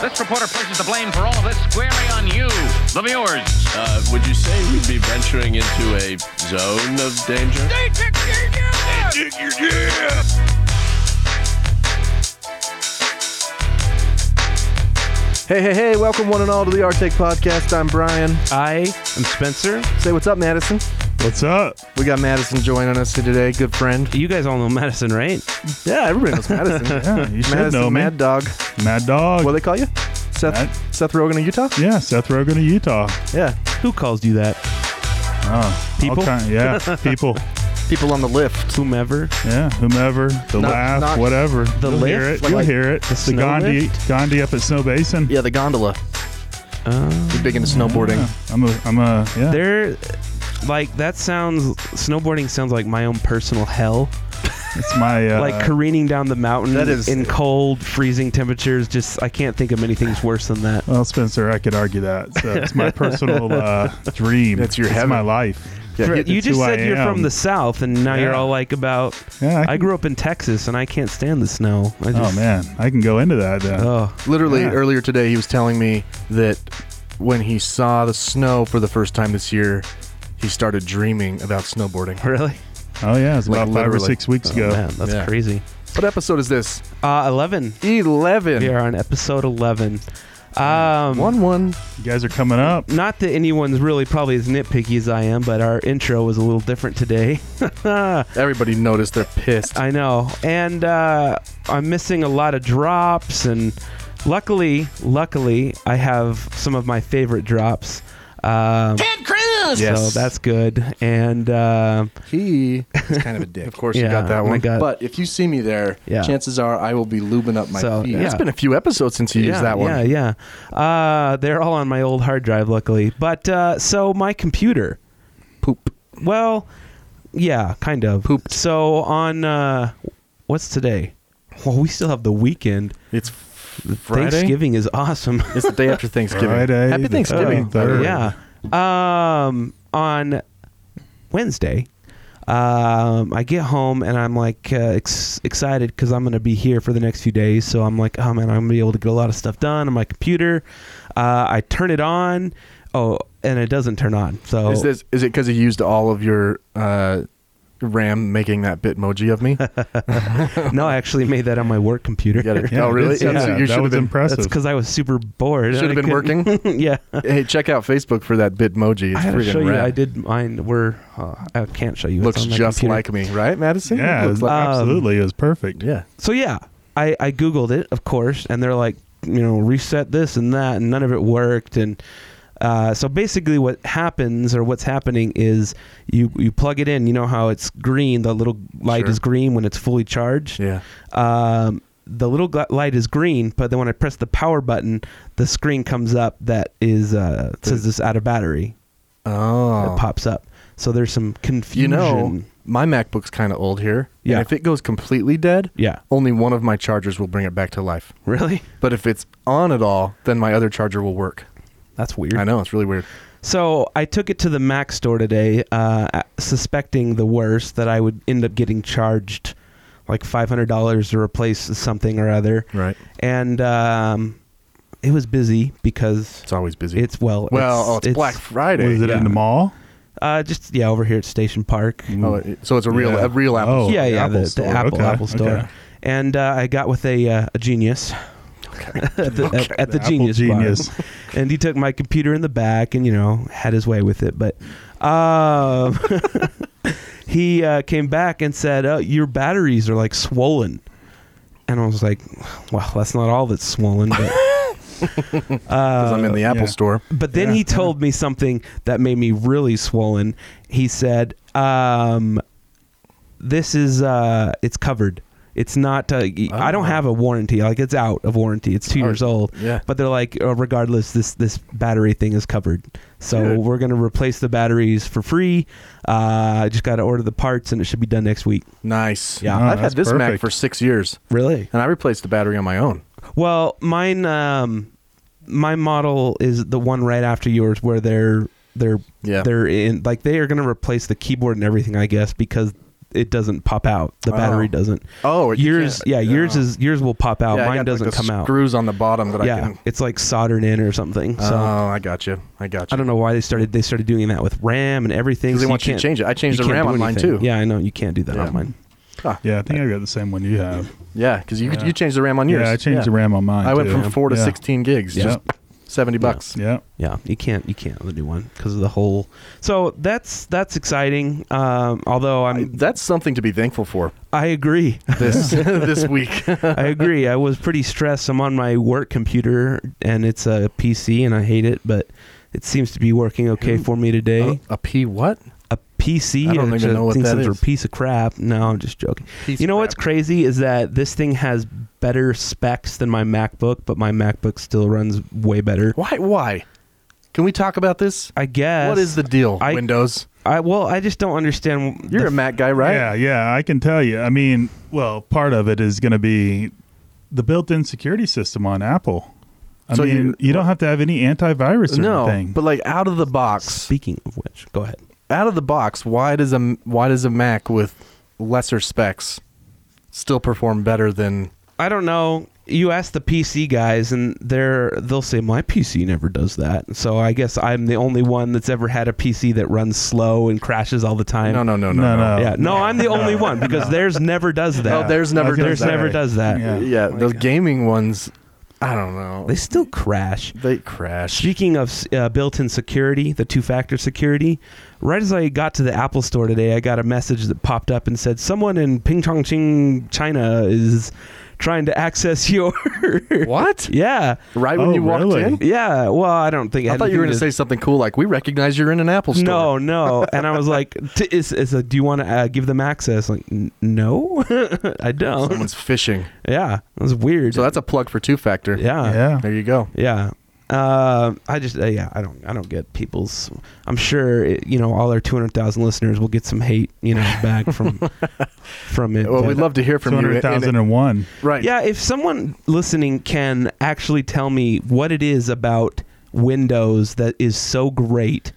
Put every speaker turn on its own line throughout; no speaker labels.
This reporter places the blame for all of this squarely on you, the viewers.
Uh, would you say we'd be venturing into a zone of danger?
Hey, hey, hey, welcome one and all to the Artake Podcast. I'm Brian.
I am Spencer.
Say what's up, Madison.
What's up?
We got Madison joining us here today. Good friend.
You guys all know Madison, right?
Yeah, everybody knows Madison.
Yeah, you should
Madison
know me.
Mad Dog.
Mad Dog.
What do they call you? Seth
Mad-
Seth Rogen of Utah?
yeah, Seth Rogen of Utah.
Yeah.
Who calls you that?
Oh, all
People?
kind- yeah, people.
People on the lift.
Whomever.
Yeah, whomever. The
Not-
laugh,
not-
whatever.
The
You'll hear
lift?
it. You'll
Like-
hear it. The,
snow
Gandhi,
lift?
Gandhi up at Snow Basin.
Yeah, the gondola.
Uh,
You're big into snowboarding.
Oh. Yeah, I'm a. I'm a. Yeah.
there, like that sounds. Snowboarding sounds like my own personal hell.
it's my. Uh,
like careening down the mountain
That is-
in cold, freezing temperatures. Just I can't think of many things worse than that.
well, Spencer, I could argue that. So it's my personal uh, dream.
That's your
it's
heaven.
my life.
Yeah, you-
You- you
it's
just
who I
said you're from
am.
the south, and now you're
Yeah.
all like about.
Yeah. I
I
can-
grew up in Texas, and I can't stand the snow. I
oh
just,
man, I can go into that. Then.
Oh,
Literally
Yeah.
earlier today, he was telling me that when he saw the snow for the first time this year, he started dreaming about snowboarding.
really?
Oh yeah, it's
Like,
about five or
literally.
six weeks
Oh,
ago.
man, that's
Yeah.
crazy.
What episode is this?
Uh, Eleven.
11.
We are on episode eleven. Um,
1 1.
You guys are coming up.
not that anyone's really probably as nitpicky as I am, but our intro was a little different today.
Everybody noticed they're pissed.
I know. And uh, I'm missing a lot of drops. And luckily, luckily, I have some of my favorite drops. Um,
Yes.
So that's good. And uh,
He is kind of a dick. Of course,
Yeah,
you got that
oh my
one.
God.
But if you see me there,
Yeah.
chances are I will be lubing up my
So,
feet.
yeah.
It's been a few episodes since you
yeah,
used that one.
yeah, yeah. Uh, they're all on my old hard drive, luckily. But uh, so my computer.
Poop.
Well, yeah, kind of.
Pooped.
So on uh, what's today? Well, we still have the weekend.
It's Friday.
Thanksgiving is awesome.
It's the day after Thanksgiving.
Friday,
Happy
the
Thanksgiving.
23rd.
yeah. Um, on Wednesday, um, I get home and I'm like uh, ex- excited because I'm going to be here for the next few days. So I'm like, oh man, I'm going to be able to get a lot of stuff done on my computer. Uh, I turn it on. Oh, and it doesn't turn on. So
Is this is it because you used all of your uh, RAM making that bitmoji of me?
no, I actually made that on my work computer.
You gotta-
Yeah,
oh, really?
that's- Yeah,
That's- you
that
should have
was
been.
impressive.
That's because I was super bored.
Should have
and I
been
couldn't-
working.
yeah.
hey, check out Facebook for that bitmoji. It's
I gotta
freaking
show you.
rad.
I did mine. Were uh, I can't show you. It's
Looks
on my
just
computer.
like me, right, Madison?
Yeah,
It looks
it-
like-
absolutely. It was perfect.
Um, yeah.
so yeah, I, I googled it, of course, and they're like, you know, reset this and that, and none of it worked. And uh, so basically, what happens or what's happening is you you plug it in. You know how it's green. The little light
Sure.
is green when it's fully charged.
Yeah.
Um, the little gl- light is green, but then when I press the power button, the screen comes up that is uh, says this out of battery.
Oh.
It pops up. So there's some
You
confusion.
know, my MacBook's kind of old here.
Yeah.
And if it goes completely dead,
Yeah.
only one of my chargers will bring it back to life.
Really?
But if it's on at all, then my other charger will work.
That's weird.
I know it's really weird.
So I took it to the Mac store today, uh, suspecting the worst that I would end up getting charged like five hundred dollars to replace something or other.
Right.
And um, it was busy because
It's always busy.
it's well,
well, oh, it's, Black Friday.
Was it in the mall?
Uh, just yeah, over here at Station Park.
Oh, it- so it's a real,
Yeah.
a real Apple.
Oh,
yeah,
the
yeah,
Apple
the,
store.
the Apple
Okay,
Apple Store.
okay.
And uh, I got with a, uh, a genius at the, at,
uh,
at the,
Apple
genius,
Genius.
bar, and he took my computer in the back and you know had his way with it. But um, he uh, came back and said, oh, "Your batteries are like swollen," and I was like, "Well, that's not all that's swollen." But,
Because I'm in the Apple
yeah.
store.
but then
Yeah,
he told me something that made me really swollen. He said, um, "This is uh, it's covered. It's not. Uh, y- I don't
Oh.
have a warranty. Like it's out of warranty. It's two years old.
yeah.
But they're like, oh, regardless, this this battery thing is covered. So
Good.
we're gonna replace the batteries for free. Uh, I just got to order the parts, and it should be done next week.
Nice.
Yeah. Oh,
I've had
that's
this Mac
perfect.
for six years,
Really?
and I replaced the battery on my own.
Well, mine, um, my model is the one right after yours, where they're they're
Yeah.
they're in like they are going to replace the keyboard and everything, I guess, because it doesn't pop out. The battery
Oh.
doesn't.
Oh, you
yours,
can't-
yeah, yours
oh.
is yours will pop out.
Yeah, I
Mine
got, like,
doesn't
the
come out.
Screws on the bottom that I
yeah,
can.
it's like soldered in or something. So
oh, I got you. I got you.
I don't know why they started they started doing that with RAM and everything.
'Cause they
so
want you to
can't-
change it. I changed
you
the
can't
RAM
do
on mine,
anything.
too.
Yeah, I know you can't do that
Yeah.
on mine.
Yeah, I think I got the same one you have.
Yeah, because you
Yeah.
you changed the RAM on yours.
Yeah, I changed the RAM on mine.
I went
too.
from four to
Yeah.
sixteen gigs.
Yeah.
Just seventy bucks.
Yeah.
Yeah, you can't you can't on the new one because of the whole. So that's that's exciting. Um, although
I-
I'm
That's something to be thankful for
I agree.
this this week.
I agree. I was pretty stressed. I'm on my work computer and it's a PC and I hate it, but it seems to be working okay for me today.
a P what?
a PC
Oh. I don't
or
even
just
know what
thinks
that
it's
is.
a piece of crap. No, I'm just joking. you know what's crazy is that this thing has better specs than my MacBook, but my MacBook still runs way better.
Why? Why? Can we talk about this?
I guess.
What is the deal?
I-
Windows.
I well, I just don't understand.
You're
the
a Mac guy, right?
Yeah, yeah, I can tell you. I mean, well, part of it is going to be the built-in security system on Apple. I
So
mean,
you-
you, don't have to have any antivirus or
No,
anything.
but like out of the box,
Speaking of which, go ahead.
out of the box, why does a why does a Mac with lesser specs still perform better than?
I don't know. You ask the PC guys, and they're they'll say my PC never does that. So I guess I'm the only one that's ever had a PC that runs slow and crashes all the time.
No, no, no, no,
No,
no.
no.
Yeah, no, I'm the only one because theirs never does that.
Oh, theirs never
Okay.
does
theirs
that.
never does that.
Yeah.
Yeah, those gaming ones, I don't know.
They still crash.
They crash.
Speaking of uh, built-in security, the two-factor security, right as I got to the Apple Store today, I got a message that popped up and said someone in Pingchongqing, China, is trying to access your.
What?
yeah,
Right when
Oh,
you walked
really?
in?
yeah. Well, I don't think. it
I
had
thought you were going to
anything
say something cool like, we recognize you're in an Apple store.
No, no, and I was like, t- "Is is a, do you want to uh, give them access?" Like, "N- no, I don't.
Someone's phishing.
yeah, it was weird.
So that's a plug for two factor.
yeah,
yeah.
There you go.
Yeah. Uh, I just uh, yeah I don't I don't get people's I'm sure it, you know all our 200,000 listeners will get some hate you know back from from it.
Well,
but-
we'd love to hear from you. in- in-
200,001.
Right.
yeah, if someone listening can actually tell me what it is about Windows that is so great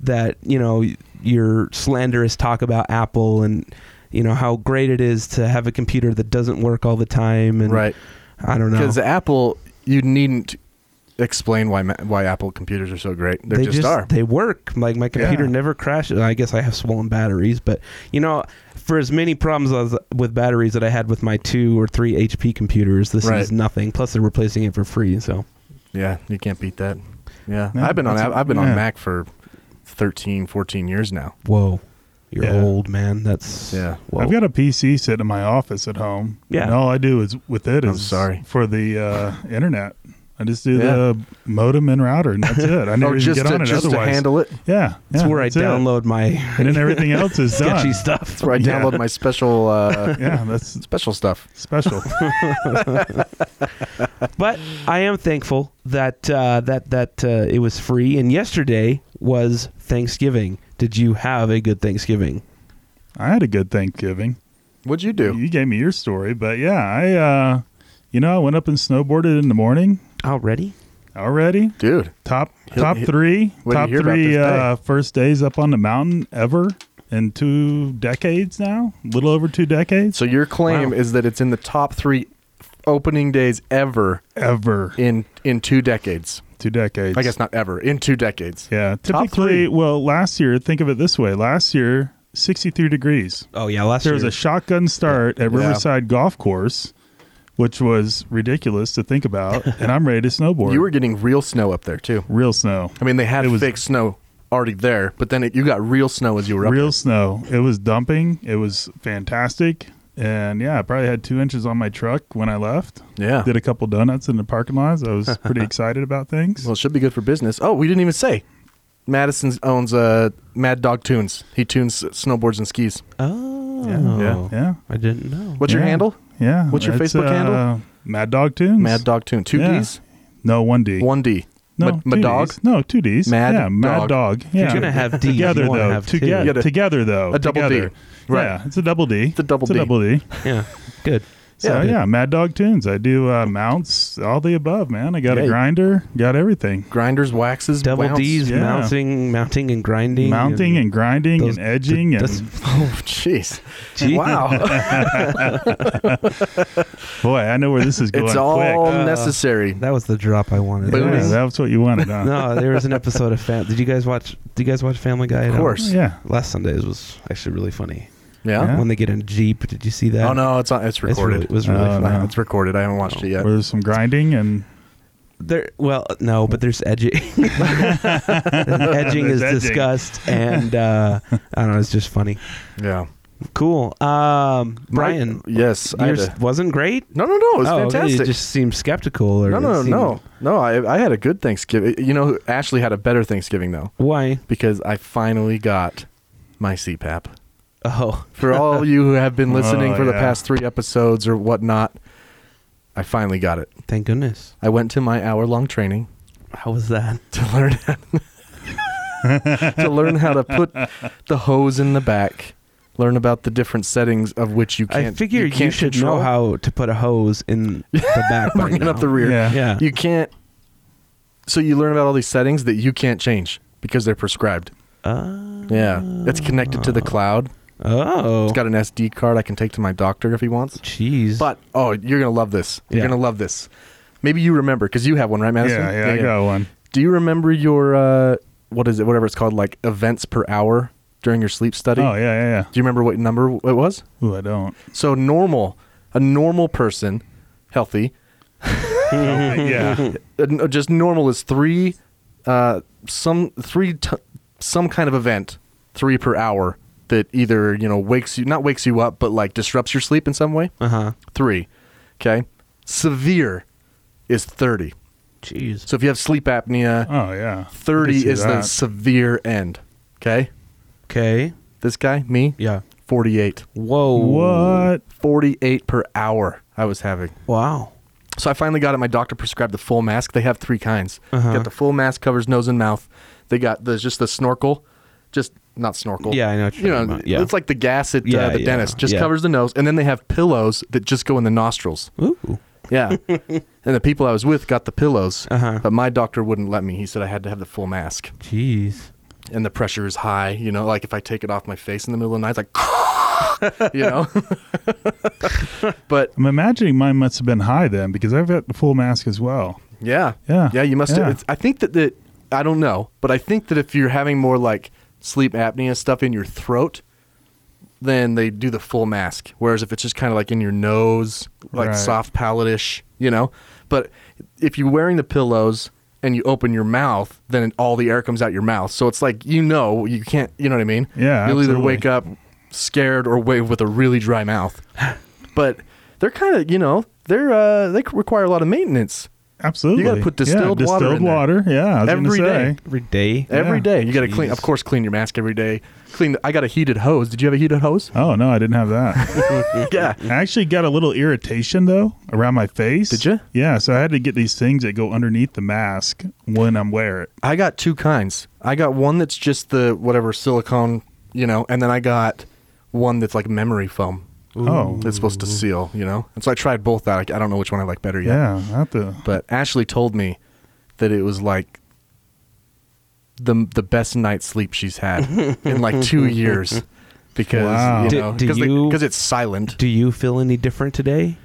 that, you know, your slanderous talk about Apple and you know how great it is to have a computer that doesn't work all the time and
Right.
I don't know.
Because Apple, you needn't explain why ma- why Apple computers are so great. They're
they
just, are.
They work. Like my computer
Yeah.
never crashes. I guess I have swollen batteries, but you know, for as many problems as, with batteries that I had with my two or three HP computers, this
Right.
is nothing. Plus, they're replacing it for free. So
yeah, you can't beat that. Yeah.
Yeah,
I've been on
that's-
I've been on
yeah.
Mac for 13, 14 years now.
whoa, you're
Yeah.
old man. That's
Yeah.
Whoa.
I've got a PC sitting in my office at home.
Yeah.
And all I do is with it is
I'm sorry.
for the uh, internet. I just do
Yeah.
the modem and router, and that's it. I never
oh,
even
just
get
to,
on it
just to
otherwise.
handle it.
yeah,
that's
yeah,
where I
it.
download my
and then everything else is done.
sketchy stuff.
That's where I
Yeah.
download my special uh,
Yeah, that's
special stuff.
special.
but I am thankful that uh, that that uh, it was free. And yesterday was Thanksgiving. Did you have a good Thanksgiving?
I had a good Thanksgiving.
What'd you do?
You gave me your story, but yeah, I uh you know, I went up and snowboarded in the morning
Already?
already.
Dude.
Top
He'll-
top
he-
3,
what do you
top
hear about
3
this day?
uh first days up on the mountain ever in two decades now, a little over two decades
So your claim
Wow.
is that it's in the top three opening days ever
ever.
in in two decades.
Two decades.
I guess not ever in two decades.
Yeah,
Top
typically
three.
well, last year, think of it this way. Last year, 63 degrees.
Oh yeah, last
There
year
was a shotgun start at
Yeah.
Riverside Golf Course, which was ridiculous to think about, and I'm ready to snowboard.
You were getting real snow up there too.
real snow.
I mean, they had
It was-
fake snow already there, but then it, you got real snow as you were up
real snow. It was dumping. It was fantastic. And yeah, I probably had two inches on my truck when I left.
there. Yeah.
Did a couple donuts in the parking lots. I was pretty excited about things.
Well, it should be good for business. Oh, we didn't even say. Madison owns uh, Mad Dog Tunes. He tunes snowboards and skis.
Oh.
yeah, yeah,
I didn't know.
What's your
Yeah.
handle?
yeah.
What's your
It's, uh,
Facebook handle?
Mad Dog Tunes.
Mad Dog Tune. Two
Yeah.
D's,
No, one D.
one D.
No,
Ma- ma
two
dog?
Ds. No, two D's.
Mad
yeah, Mad
dog.
Dog. Yeah.
You're going to have D's.
together
you wanna
though.
Have two.
together,
You gotta-
together though.
a double D.
together.
Right.
Yeah, it's a double D.
a double
it's a
D.
double D.
Yeah. Good.
So
dude.
yeah, Mad Dog Tunes. I do uh, mounts, all the above, man. I got
Yeah.
a grinder, got everything.
Grinders, waxes,
Double
bounce.
D's
yeah.
mounting, mounting and grinding,
Mounting and grinding
those-
and edging and
that's-
Oh, jeez.
Gee.
Wow.
boy, I know where this is going
it's all
quick. Uh,
necessary.
That was the drop I wanted.
Yeah,
boonies.
that's what you wanted, huh?
no, there was an episode of Fam. Did you guys watch? Did you guys watch Family Guy? at
Of
all?
course.
Yeah.
Last Sundays was actually really funny.
Yeah.
Yeah.
When they get in a jeep, did you see that?
Oh no, it's on, it's
It's
recorded. Uh,
really- it was really
Oh,
funny.
no.
It's recorded. I haven't watched it yet.
Where there's some grinding and
There, well, no, but there's edging. edging is
There's edging.
discussed, and uh, I don't know. It's just funny.
Yeah.
Cool, um, Brian.
Yes. I had
Yours
a-
wasn't great.
no, no, no. It was
oh, okay,
fantastic.
You just seemed skeptical, or
no, no,
seemed-
no, no. I I had a good Thanksgiving. You know, Ashley had a better Thanksgiving though
Why?
because I finally got my CPAP.
Oh,
For all you who have been listening
Oh,
for the
yeah.
past three episodes or whatnot, I finally got it.
thank goodness.
I went to my hour long training
How was that?
to learn to learn how to put the hose in the back. Learn about the different settings of which you can't.
I figure you,
can't
should
control.
know how to put a hose in the back. by
bringing
now.
up the rear.
Yeah.
Yeah.
You can't. So you learn about all these settings that you can't change because they're prescribed.
Uh,
Yeah, it's connected to the cloud.
oh.
It's got an SD card I can take to my doctor if he wants.
Jeez.
But oh, you're gonna love this. You're
Yeah.
gonna love this. Maybe you remember because you have one, right, Madison?
yeah, yeah, I got one.
Do you remember your uh, what is it? Whatever it's called, like events per hour during your sleep study.
Oh yeah, yeah,
Do you remember what number it was?
yeah. Ooh, I don't.
So normal, a normal person, healthy,
Oh, yeah.
uh, n- just normal is three, uh, some three, t- some kind of event, three per hour that either you know wakes you, not wakes you up, but like disrupts your sleep in some way.
Uh huh.
Three, okay. Severe is thirty.
Jeez.
So if you have sleep apnea,
Oh yeah. I can
thirty
see
is the
that.
severe end. Okay,
Okay.
this guy, me,
Yeah.
forty-eight,
Whoa.
what?
forty-eight per hour. I was having.
Wow.
So I finally got it. My doctor prescribed the full mask. They have three kinds.
Uh-huh.
Got the full mask covers nose and mouth. They got the just the snorkel, just not snorkel.
Yeah, I know what you're
you know,
talking about. Yeah.
it's like the gas at
Yeah,
uh, the
yeah,
dentist. Just
yeah.
covers the nose, and then they have pillows that just go in the nostrils.
Ooh.
Yeah. and the people I was with got the pillows,
Uh-huh.
but my doctor wouldn't let me. He said I had to have the full mask,
Jeez.
and the pressure is high. You know, like if I take it off my face in the middle of the night, it's like, you know. but
I'm imagining mine must have been high then because I've got the full mask as well.
Yeah.
Yeah.
Yeah, you must
Yeah.
It's, I think that, that, I don't know, but I think that if you're having more like sleep apnea stuff in your throat, then they do the full mask. Whereas if it's just kind of like in your nose, like
Right.
soft palate-ish, you know? But if you're wearing the pillows and you open your mouth, then all the air comes out your mouth. So it's like, you know, you can't, you know what I mean?
Yeah,
You'll either
absolutely.
wake up scared or wake with a really dry mouth. but they're kind of, you know, they're, uh, they require a lot of maintenance.
Absolutely.
put distilled
yeah,
water
Distilled
in there.
water. Yeah. I was gonna
Every
say.
day.
Every day.
Every
Yeah.
day you got to clean.
Jeez.
Of course, clean your mask every day. Clean. The, I got a heated hose. Did you have a heated hose?
Oh no, I didn't have that.
yeah.
I actually got a little irritation though around my face.
Did ya?
Yeah, so I had to get these things that go underneath the mask when I'm wear it.
I got two kinds. I got one that's just the whatever silicone, you know, and then I got one that's like memory foam.
Oh.
That's supposed to seal, you know. And so I tried both out. I I don't know which one I like better yet.
Yeah, not the
But Ashley told me that it was like the the best night's sleep she's had in like two years because
Wow.
you
Do-
know
do
because
you-
it's silent.
Do you feel any different today?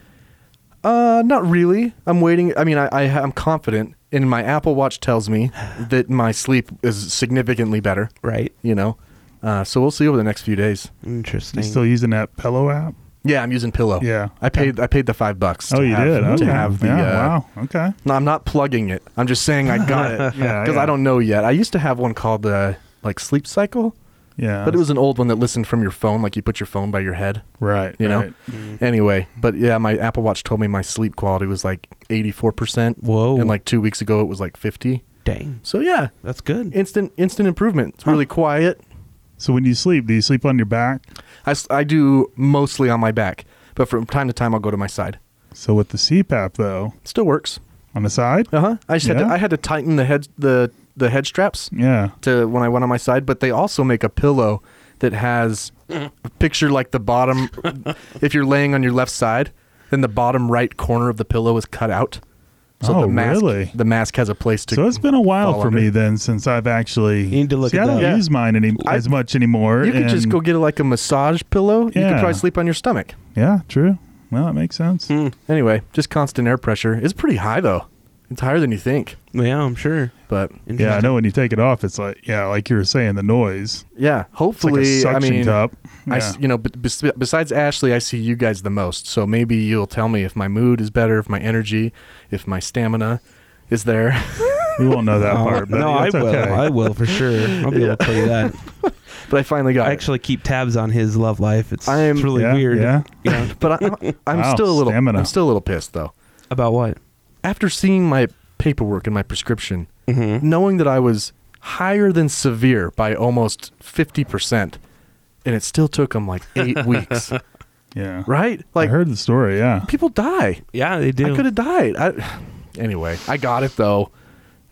Uh, not really. I'm waiting. I mean, I, I I'm confident, and my Apple Watch tells me that my sleep is significantly better.
Right.
You know, uh, so we'll see over the next few days.
Interesting.
you still using that pillow app?
Yeah, I'm using Pillow.
Yeah.
I paid I paid the five bucks.
Oh
to
you
have-
did? Okay.
to have the.
yeah,
uh,
wow. Okay.
No, I'm not plugging it. I'm just saying I got it because
Yeah, yeah.
I don't know yet. I used to have one called uh, like Sleep Cycle,
Yeah.
but it was an old one that listened from your phone. Like you put your phone by your head.
right.
You know.
right. Mm-hmm.
Anyway, but yeah, my Apple Watch told me my sleep quality was like 84 percent.
Whoa.
And like two weeks ago, it was like 50.
Dang.
So yeah,
That's good.
instant instant improvement. It's really quiet.
So when you sleep, do you sleep on your back?
I, s- I do mostly on my back, but from time to time I'll go to my side.
So with the CPAP though,
Still works.
on the side?
Uh huh. I just had to,
Uh-huh. Yeah?
I had to tighten the head the the head straps
Yeah.
to when I went on my side, but they also make a pillow that has picture like the bottom if you're laying on your left side. Then the bottom right corner of the pillow is cut out. So
Oh,
the mask,
really?
The mask has a place to.
So it's been a while
fall
for me
under.
then since I've actually. You
need to look
See,
at
I don't
that.
use mine any, as much anymore.
You could just
and-
go get like a massage pillow. You could
Yeah.
probably sleep on your stomach.
Yeah, true. Well, that makes sense.
Hmm. Anyway, just constant air pressure. It's pretty high though. It's higher than you think.
Yeah, I'm sure.
But
Yeah, I
Interesting.
know when you take it off, it's like yeah, like you were saying, the noise.
yeah,
It's like
hopefully,
a
I
suction
mean,
cup.
I
Yeah.
s you know, b- bes- besides Ashley, I see you guys the most. So maybe you'll tell me if my mood is better, if my energy, if my stamina is there.
we won't know that part, but
Uh, no, I
it's
will.
okay.
I will for sure. I'll be able to tell you that.
but I finally got
I
it.
actually keep tabs on his love life. It's,
I
it's
am-
really
yeah,
weird.
Yeah,
Yeah.
But I, I'm
Wow,
still a little.
stamina.
I'm still a little pissed though.
About what?
After seeing my paperwork and my prescription,
Mm-hmm.
knowing that I was higher than severe by almost fifty percent, and it still took them like eight weeks.
yeah.
Right? Like
I heard the story. Yeah,
people die.
Yeah, they do.
I could have died. I, anyway, I got it though.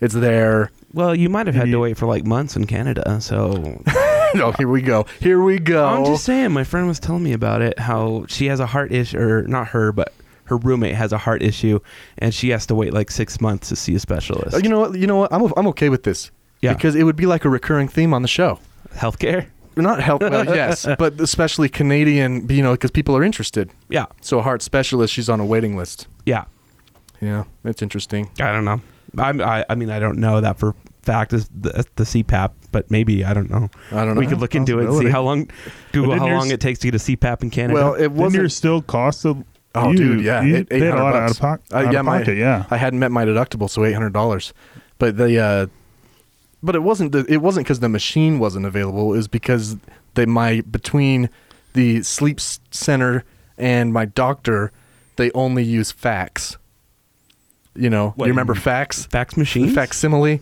It's there.
well, you might have had to
you-
wait for like months in Canada. So
no, here we go. Here we go.
I'm just saying, my friend was telling me about it. How she has a heart issue, or not her, but her roommate has a heart issue, and she has to wait like six months to see a specialist.
Uh, you know what? You know what? I'm o- I'm okay with this.
Yeah.
Because it would be like a recurring theme on the show.
healthcare.
Not help. Well, yes, but especially Canadian. You know, because people are interested.
Yeah,
So a heart specialist, she's on a waiting list.
yeah.
Yeah, that's interesting.
I don't know. I'm, I, I mean, I don't know that for fact is the, the CPAP, but maybe I don't know.
I don't
We
know.
could look into it and see
Possibility.
how long Google
didn't
how
yours-
long it takes to get a CPAP in Canada.
Well, it
Then your
wasn't.
still cost of.
Oh,
you-
dude, yeah,
you
it-
paid a
800
lot
bucks.
out of, poc-
Uh,
out
yeah,
of
my-
pocket. yeah,
I hadn't met my deductible, so eight hundred dollars. But the, uh, but it wasn't. The, it wasn't because the machine wasn't available. It was because they my between the sleep s- center and my doctor, they only use fax. You know,
What,
you remember
you-
fax?
fax machines.
Facsimile.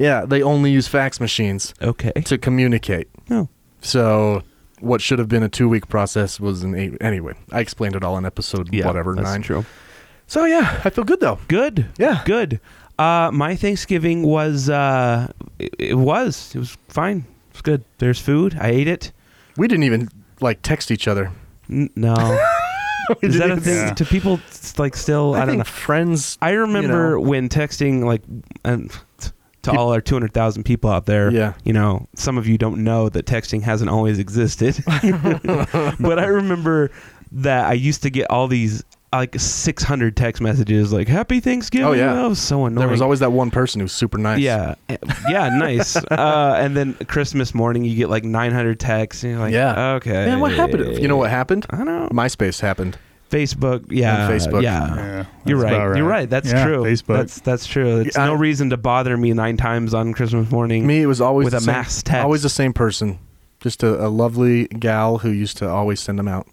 yeah, they only use fax machines
Okay. Oh.
to communicate.
No.
So what should have been a two week process was an eight. Anyway, I explained it all in episode whatever
that's
nine.
True.
So yeah, I feel good though.
Good.
Yeah.
Good. Uh, my Thanksgiving was uh, it, it was it was fine. It was good. There's food. I ate it.
We didn't even like text each other.
N- no. Is that a thing
Yeah.
to people? It's like still, I,
I,
don't
think
know.
friends.
I remember
know.
when texting like and to all our 200,000 people out there,
Yeah.
you know, some of you don't know that texting hasn't always existed. but I remember that I used to get all these like 600 text messages like happy Thanksgiving.
Oh, yeah.
That was so annoying.
There was always that one person who was super nice.
Yeah. Eh, Yeah, nice. uh, and then Christmas morning you get like 900 texts and you're like,
Yeah.
okay.
Man, what happened? You know what happened?
I don't know.
MySpace happened.
Facebook, yeah,
And Facebook.
yeah.
Yeah,
You're
that's
right.
about
You're right. That's
Yeah,
true.
Facebook.
That's that's true. It's
Yeah,
no
I-
reason to bother me nine times on Christmas morning.
Me, it was always
With
the
a
same-
mass text.
Always the same person. Just a, a lovely gal who used to always send them out.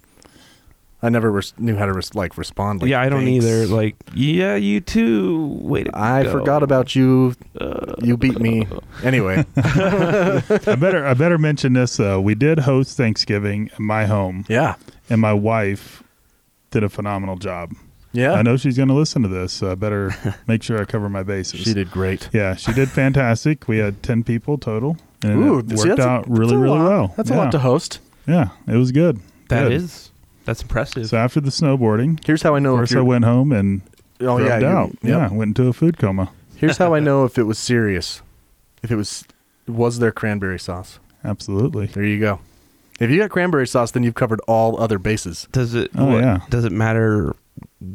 I never res- knew how to res- like respond. Like,
yeah, I don't
thanks.
either. Like, yeah, you too. Wait,
I forgot about you.
Uh,
You beat me. Anyway,
I better I better mention this though. We did host Thanksgiving at my home,
yeah,
and my wife did a phenomenal job.
yeah.
I know she's going to listen to this, so I better make sure I cover my bases.
She did great.
Yeah, she did fantastic. We had ten people total, and
Ooh,
it
see,
worked
that's a-
out
that's
really,
a
really
lot.
well.
That's
yeah.
a lot to host.
Yeah, it was good.
That
good.
is- that's impressive.
So after the snowboarding,
Here's how I know.
of
if
course, I
you're-
went home and
Oh yeah,
drugged
you-
out.
yep.
Yeah, went into a food coma.
Here's how I know if it was serious. If it was, was there cranberry sauce?
Absolutely.
There you go. If you got cranberry sauce, then you've covered all other bases.
does it?
Oh,
what-
yeah.
Does it matter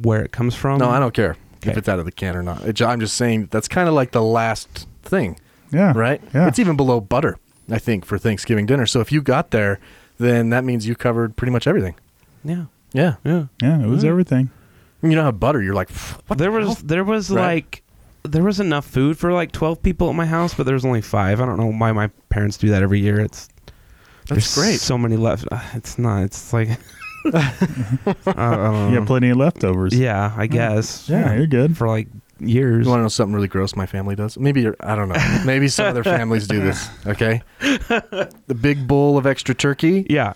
where it comes from?
No, I don't care if
Okay.
it's out of the can or not. It ju- I'm just saying that's kind of like the last thing,
Yeah.
right?
Yeah.
It's even below butter, I think, for Thanksgiving dinner. So if you got there, then that means you covered pretty much everything.
Yeah,
Yeah.
yeah.
yeah. It was everything.
You don't have butter, you're like, "Pff, what?
there was there was
Right.
like there was enough food for like 12 people at my house but there was only five i don't know why my parents do that every year it's
That's
there's
great.
so many left Uh, it's not it's like I don't
You
know.
had plenty of leftovers.
Uh-huh. yeah i guess
Yeah, you're good.
for like years
You want to know something really gross my family does? Maybe you're, I don't know. Maybe some other families do this. Okay, the big bowl of extra turkey.
yeah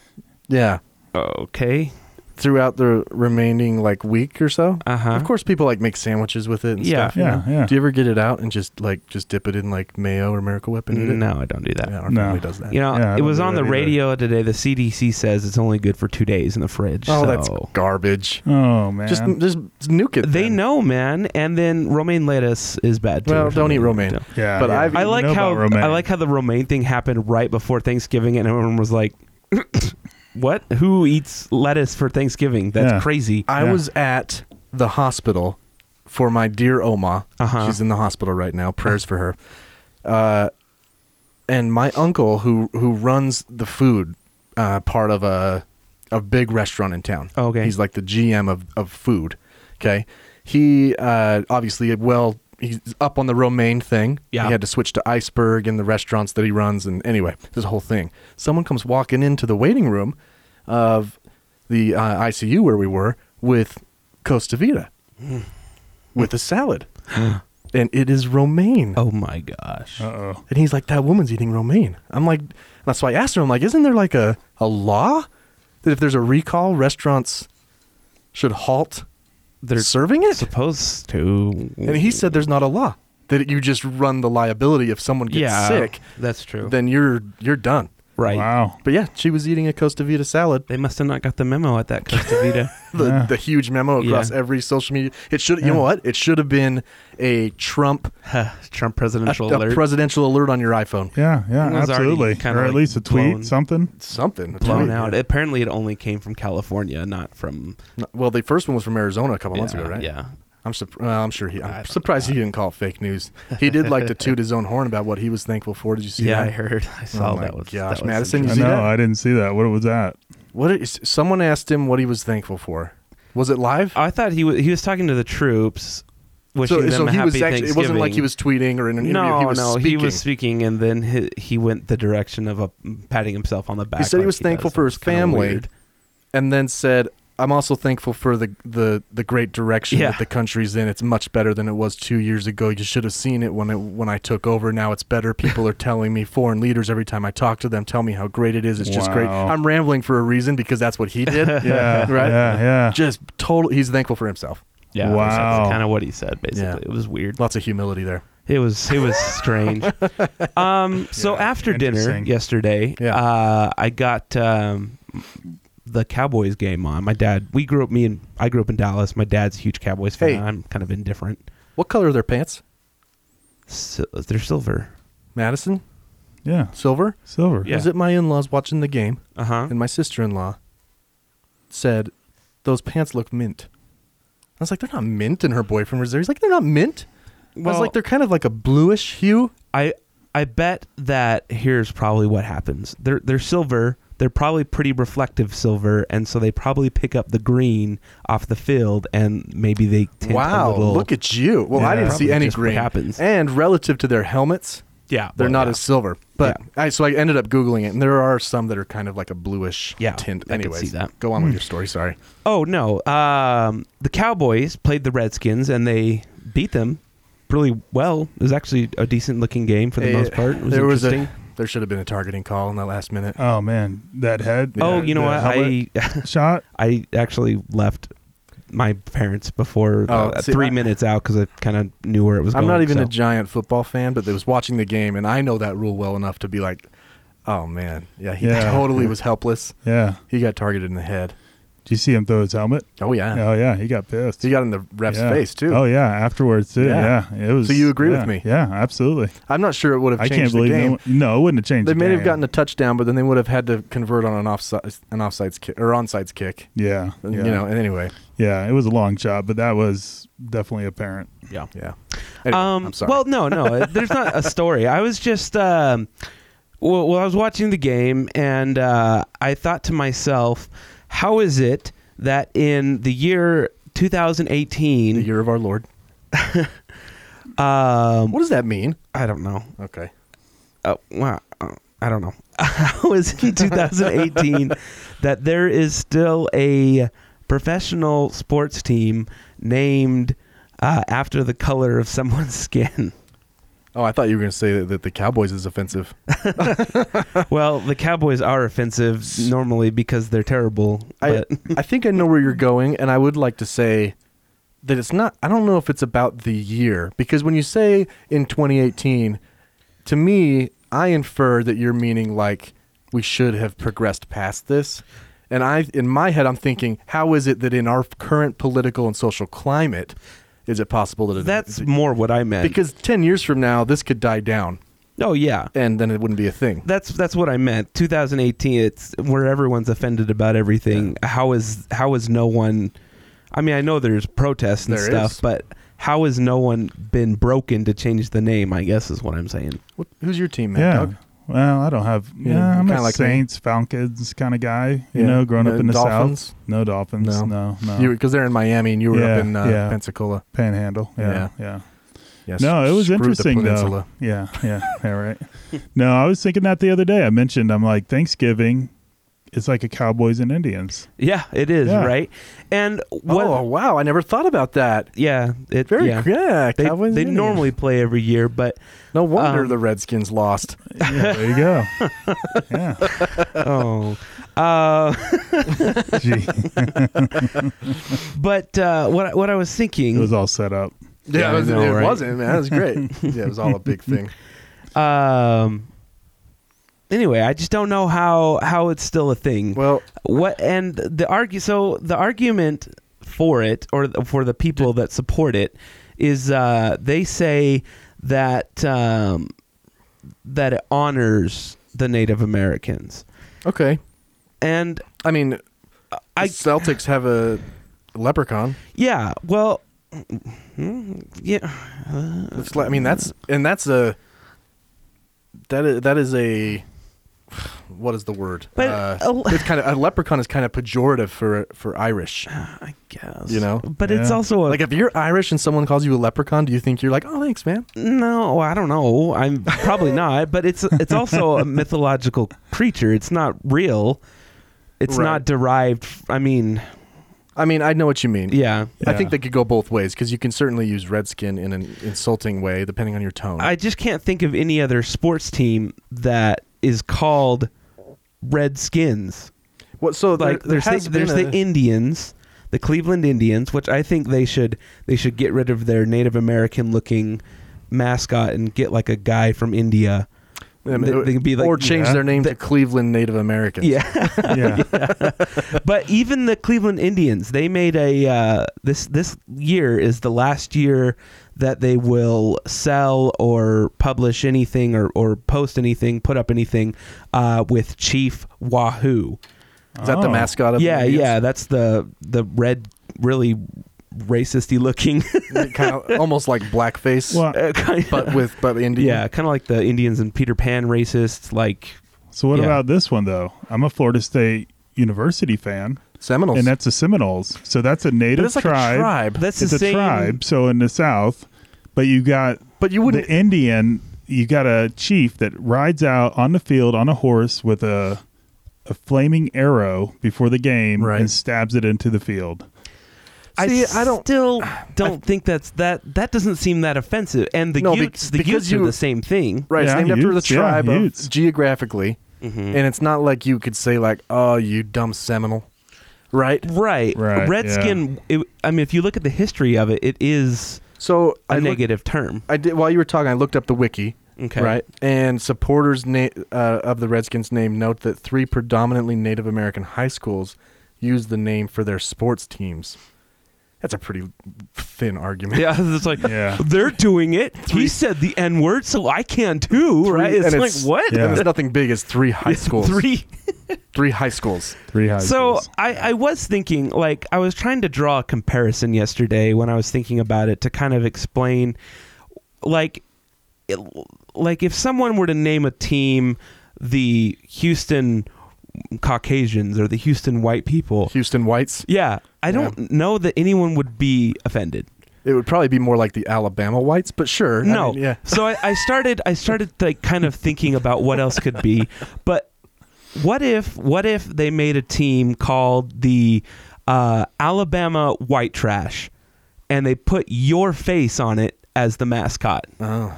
Yeah,
okay
throughout the remaining like week or so.
Uh-huh.
Of course, people like make sandwiches with it. And
Yeah.
stuff, you
Yeah,
know?
yeah.
Do you ever get it out and just like just dip it in like mayo or Miracle Whip and eat it?
No, I don't do that.
yeah, our
No.
family does that.
You know,
Yeah, I
it was
don't do
on
that
the
either.
radio today. The CDC says it's only good for two days in the fridge.
oh,
so.
that's garbage.
Oh man.
Just just nuke it.
They
then.
know, man. And then romaine lettuce is bad too.
Well, don't eat romaine.
No.
yeah.
but
yeah.
I've-
I like
know
how
about romaine.
I like how the romaine thing happened right before Thanksgiving, and everyone was like, "What? Who eats lettuce for Thanksgiving? That's
Yeah.
crazy."
I
Yeah.
was at the hospital for my dear Oma.
Uh-huh.
She's in the hospital right now. Prayers for her. Uh, and my uncle, who who runs the food uh, part of a a big restaurant in town.
Okay.
he's like the GM of of food. Okay, he uh, obviously well he's up on the romaine thing.
Yeah.
he had to switch to iceberg and the restaurants that he runs. And anyway, this whole thing. Someone comes walking into the waiting room of the uh, ICU where we were with Costa Vida with a salad. and it is romaine.
oh my gosh!
Uh-oh.
And he's like, that woman's eating romaine. I'm like, that's why I asked her, I'm like, isn't there like a, a law that if there's a recall, restaurants should halt
They're
serving it?
supposed to.
And he said there's not a law. That you just run the liability if someone gets
yeah,
sick,
That's true.
then you're you're done.
right.
Wow.
But yeah, she was eating a Costa Vida salad.
They must have not got the memo at that Costa Vida.
the,
Yeah.
the huge memo across
Yeah.
every social media. It should, you know what? It should have been a Trump a,
Trump presidential
a
alert.
presidential alert on your iPhone.
Yeah, yeah,
It was already
absolutely.
kinda,
Or at
like,
least a tweet,
blown.
something.
Something It's
blown
really-
out. Apparently, it only came from California, not from.
No, Well, the first one was from Arizona a couple months
yeah,
ago, right?
Yeah.
I'm surp- well, I'm sure he.
I
I'm
don't
surprised he didn't call it fake news. He did like to toot his own horn about what he was thankful for. Did you see
Yeah,
that?
I heard. I saw
Oh my
that was.
gosh,
that was
Madison, you
I
see
know.
that?
I didn't see that. What was that?
What is, someone asked him what he was thankful for. Was it live?
I thought he was he was talking to the troops, wishing them a
he
happy
was actually. It wasn't like he
Thanksgiving.
was tweeting or in an interview.
No,
he was
no,
speaking.
he was speaking, and then he, he went the direction of a patting himself on the back.
He said he
like
was thankful
does.
for his
It's kinda
family,
weird.
and then said, "I'm also thankful for the the the great direction
Yeah.
that the country's in. It's much better than it was two years ago. You should have seen it when it when I took over. Now it's better. People are telling me foreign leaders every time I talk to them tell me how great it is. It's just great.
Wow.
I'm rambling for a reason because that's what he did.
Yeah,
Right?
Yeah, yeah.
Just total. He's thankful for himself.
Yeah,
Wow.
that's kind of what he said. Basically,
Yeah.
it was weird.
Lots of humility there.
It was it was strange. um, so
Yeah,
after dinner
interesting.
yesterday,
Yeah.
uh, I got um, the Cowboys game on. My dad, we grew up. Me and I grew up in Dallas. My dad's a huge Cowboys fan.
Hey.
I'm kind of indifferent.
What color are their pants?
So, they're silver.
Madison
Yeah.
silver.
Silver.
Yeah.
Was it my in-laws watching the game?
Uh huh.
and my sister-in-law said those pants look mint i was like they're not mint and her boyfriend was there he's like they're not mint i was
Well-
like they're kind of like a bluish hue
I I bet that here's probably what happens. They're they're silver. They're probably pretty reflective silver, and so they probably pick up the green off the field, and maybe they tint a
wow
little.
look at you well i
Yeah.
didn't see
Probably
any
just what
green
happens.
and relative to their helmets
yeah,
they're
well,
not
yeah.
as silver but
Yeah.
I, so i ended up googling it and there are some that are kind of like a bluish
Yeah,
tint
I could
anyways
see that. Hmm.
go on with your story sorry
Oh no! Um, the Cowboys played the Redskins, and they beat them really well. It was actually a decent looking game for the
Eh,
most part. It was
there was
interesting.
a there should have been a targeting call in that last minute
Oh man, that head.
oh, you know
the
what? I
helmet shot.
I actually left my parents before
Oh,
uh,
see,
three
I-
minutes out because I kind of knew where it was
I'm
going.
not even
so.
a giant football fan, but they was watching the game, and I know that rule well enough to be like, "Oh man, yeah, he
Yeah.
totally was helpless.
Yeah.
He got targeted in the head.
Do you see him throw his helmet?
Oh yeah,
Oh yeah, he got pissed.
he got in the ref's
yeah.
face too.
Oh yeah, afterwards too.
Yeah.
Yeah, it was.
So you agree with
yeah,
me?
Yeah, absolutely.
I'm not sure it would have
I
changed
can't believe
the game.
no, no, it wouldn't have changed.
they
the
may have
game.
gotten a touchdown, but then they would have had to convert on an offside, an offsides kick or onsides kick.
Yeah, yeah,
You know, and anyway,
yeah. It was a long shot, but that was definitely apparent.
yeah.
yeah. Anyway,
um,
I'm sorry.
Well, no, no, there's not a story. I was just, um, well, well, I was watching the game and uh, I thought to myself, how is it that in the year 2018,
the year of our Lord.
um,
What does that mean?
I don't know,
Okay.
uh, wow, uh, I don't know, how is it in 2018 that there is still a professional sports team named uh, after the color of someone's skin?
Oh, I thought you were going to say that, that the Cowboys is offensive.
Well, the Cowboys are offensive normally because they're terrible.
I,
But
I think I know where you're going, and I would like to say that it's not. I don't know if it's about the year because when you say in 2018, to me, I infer that you're meaning like we should have progressed past this. And I, in my head, I'm thinking, how is it that in our current political and social climate, is it possible that it,
that's more what I meant.
because 10 years from now this could die down
oh yeah,
and then it wouldn't be a thing.
that's that's what I meant. 2018. It's where everyone's offended about everything. How is how is no one? I mean, I know there's protests and
There
stuff,
is.
but how has no one been broken to change the name? I guess is what I'm saying.
What, who's your team, man?
Yeah. Well, I don't have.
Yeah,
Yeah, I'm
kinda
a
like me.
Saints, Falcons kind of guy. You
Yeah.
know, growing
No
up in the
Dolphins?
South. No Dolphins.
No.
No, no.
because they're in Miami and you were
Uh, Yeah,
up in uh,
yeah.
Pensacola.
Panhandle.
Yeah.
Yeah, yeah.
Yes.
No, it was
screwed the
interesting though.
peninsula.
Yeah, yeah, yeah. Right. no, I was thinking that the other day. I mentioned I'm like Thanksgiving. It's like a Cowboys and Indians.
Yeah, it is
Yeah.
right. And what?
Oh wow, I never thought about that.
Yeah, it
Very
yeah.
yeah.
They,
Cowboys
they
Indians.
normally play every year, but
no wonder
um,
the Redskins lost.
Yeah, there you go. yeah.
oh, uh,
Gee,
but uh, what what I was thinking
it was all set up.
Yeah,
I
it, was,
know,
it
right?
wasn't man. It was great. yeah, it was all a big thing.
Um. Anyway, I just don't know how how it's still a thing.
Well,
what and the argue so the argument for it or th- for the people that support it is uh, they say that um, that it honors the Native Americans
okay.
and
I mean,
I
the Celtics have a leprechaun.
yeah well mm, yeah
It's like- I mean, that's and that's a that is, that is a what is the word?
But
uh,
a-
it's kind of a leprechaun is kind of pejorative for for Irish.
I guess
You know?
but it's
Yeah.
also a,
Like if you're Irish and someone calls you a leprechaun, do you think you're like, oh, thanks, man?
No, I don't know. I'm probably not, but it's it's also a mythological creature. It's not real. It's
Right.
not derived. f- I mean,
I mean, I know what you mean.
yeah.
I think
Yeah.
they could go both ways because you can certainly use redskin in an insulting way depending on your tone.
I just can't think of any other sports team that is called Redskins.
what so there-
Like
there
there's
has
the, there's
been
the Indians, the Cleveland Indians, which I think they should they should get rid of their Native American looking mascot and get like a guy from India.
a- I mean, uh,
they- they could be like-
or change
Yeah.
their name to Cleveland Native Americans.
Yeah.
Yeah.
but even the Cleveland Indians, they made a uh, this this year is the last year that they will sell or publish anything or, or post anything, put up anything uh, with Chief Wahoo.
is that the
Oh.
mascot of the
yeah, yeah,
Indians?
that's the the red, really racisty looking,
kind of almost like blackface,
Well,
uh, kind
but with but Indian.
yeah, kind of like the Indians and Peter Pan racists, like
so what
Yeah.
about this one though? I'm a Florida State University fan,
Seminoles.
and that's the Seminoles. So that's a
but
native
it's like
tribe.
a tribe.
that's
it's
the
a
same.
tribe. So in the South, but you got
but you wouldn't.
the Indian. You got a chief that rides out on the field on a horse with a a flaming arrow before the game
Right.
and stabs it into the field.
See,
I
I don't-
still don't think that's that. That doesn't seem that offensive. And the
No, bec-
Utes, the
because
Utes
you-
are the same thing.
Right, it's
Yeah,
named after the
Utes, yeah,
tribe of-
Utes.
geographically, and it's not like you could say like, "Oh, you dumb Seminole," right?
Right,
Right,
Redskin. It, I mean, if you look at the history of it, it is
So
a
I looked-
negative term.
I did while you were talking. I looked up the wiki,
Okay.
right? And supporters na- uh, of the Redskins' name note that three predominantly Native American high schools use the name for their sports teams. That's a pretty thin argument.
Yeah, it's like
Yeah.
they're doing it. He said the N word, so I can too. right? It's
and
like what?
Yeah.
And it's nothing big. It's three high schools.
Three.
three high schools.
Three high
So
schools.
I, I was thinking, like, I was trying to draw a comparison yesterday when I was thinking about it to kind of explain, like, it, like if someone were to name a team the Houston Caucasians or the Houston White people,
Houston Whites.
yeah, I don't know that anyone would be offended.
It would probably be more like the Alabama Whites, but sure. I
No,
mean, yeah.
So I, I started, I started like kind of thinking about what else could be, but what if, what if they made a team called the uh, Alabama White Trash, and they put your face on it as the mascot?
Oh.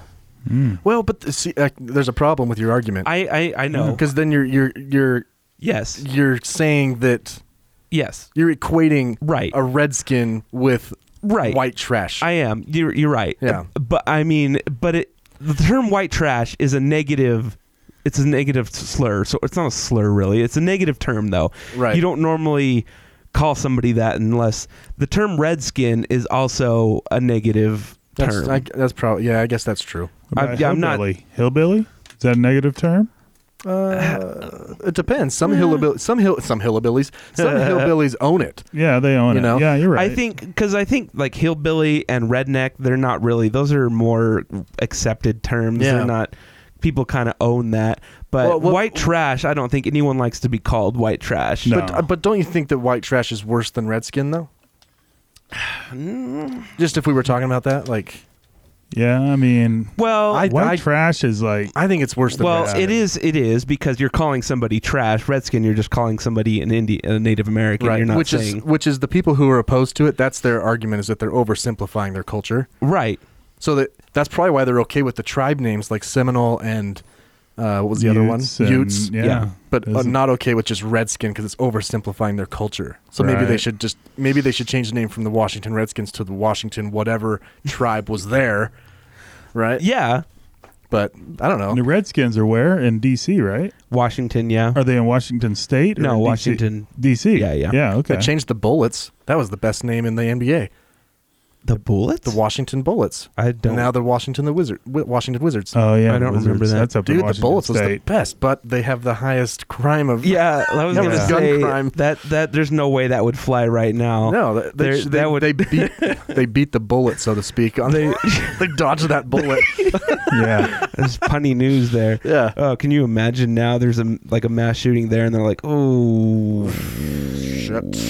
Well, but the, see, uh, there's a problem with your argument.
I I, I know.
because then you're you're you're
Yes.
you're saying that
Yes.
you're equating
Right.
a redskin with
Right.
white trash.
I am. You're you're right.
Yeah.
But I mean, but it the term white trash is a negative. It's a negative slur. So it's not a slur really. It's a negative term though.
Right.
You don't normally call somebody that unless the term redskin is also a negative
that's,
term.
I, that's probably yeah. I guess that's true.
I-
About
yeah, I'm not-
hillbilly? hillbilly. Is that a negative term?
It depends. Some hillabil some hill, some hillbillies, some hillbillies own it.
Yeah, they own
You
it.
know,
yeah, you're right.
I think because I think like hillbilly and redneck, they're not really. Those are more accepted terms.
Yeah.
They're not. People kind of own that. But
Well, what-
white trash, I don't think anyone likes to be called white trash.
No.
But
But, but don't you think that white trash is worse than redskin though? Just if we were talking about that, like
Yeah, I mean,
well,
I-
white trash is like
I think it's worse than
well,
redskin.
it is it is because you're calling somebody trash. Redskin, you're just calling somebody an Indian, a Native American. You're not
which
saying
is which is the people who are opposed to it. That's their argument is that they're oversimplifying their culture.
right.
So that that's probably why they're okay with the tribe names like Seminole and uh, what was the other one?
Utes and-
Utes.
yeah.
Yeah.
But uh,
Isn't-
not okay with just redskin because it's oversimplifying their culture. So maybe they
Right.
should just maybe they should change the name from the Washington Redskins to the Washington whatever tribe was there, right?
Yeah,
But I don't know.
The Redskins are where in D.C. Right?
Washington. Yeah,
Are they in Washington State? Or
No,
in DC?
Washington.
D.C.
Yeah, yeah.
yeah.
They
Okay.
changed the Bullets. That was the best name in the NBA.
the bullets.
The Washington Bullets.
I don't.
And now the Washington the Wizard, Wi- Washington Wizards.
oh yeah,
I don't
Wizards.
remember that.
That's up in
Dude, the
Washington
Bullets was the
State.
best, but they have the highest crime of
yeah, I was
That
gonna
was gun
say
crime.
that that there's no way that would fly right now.
No, th- they,
There-
sh- they,
that would-
they beat they beat the bullet, so to speak. On they they dodged that bullet.
yeah.
There's punny news there.
Yeah.
Oh, can you imagine now? There's a like a mass shooting there, and they're like, oh,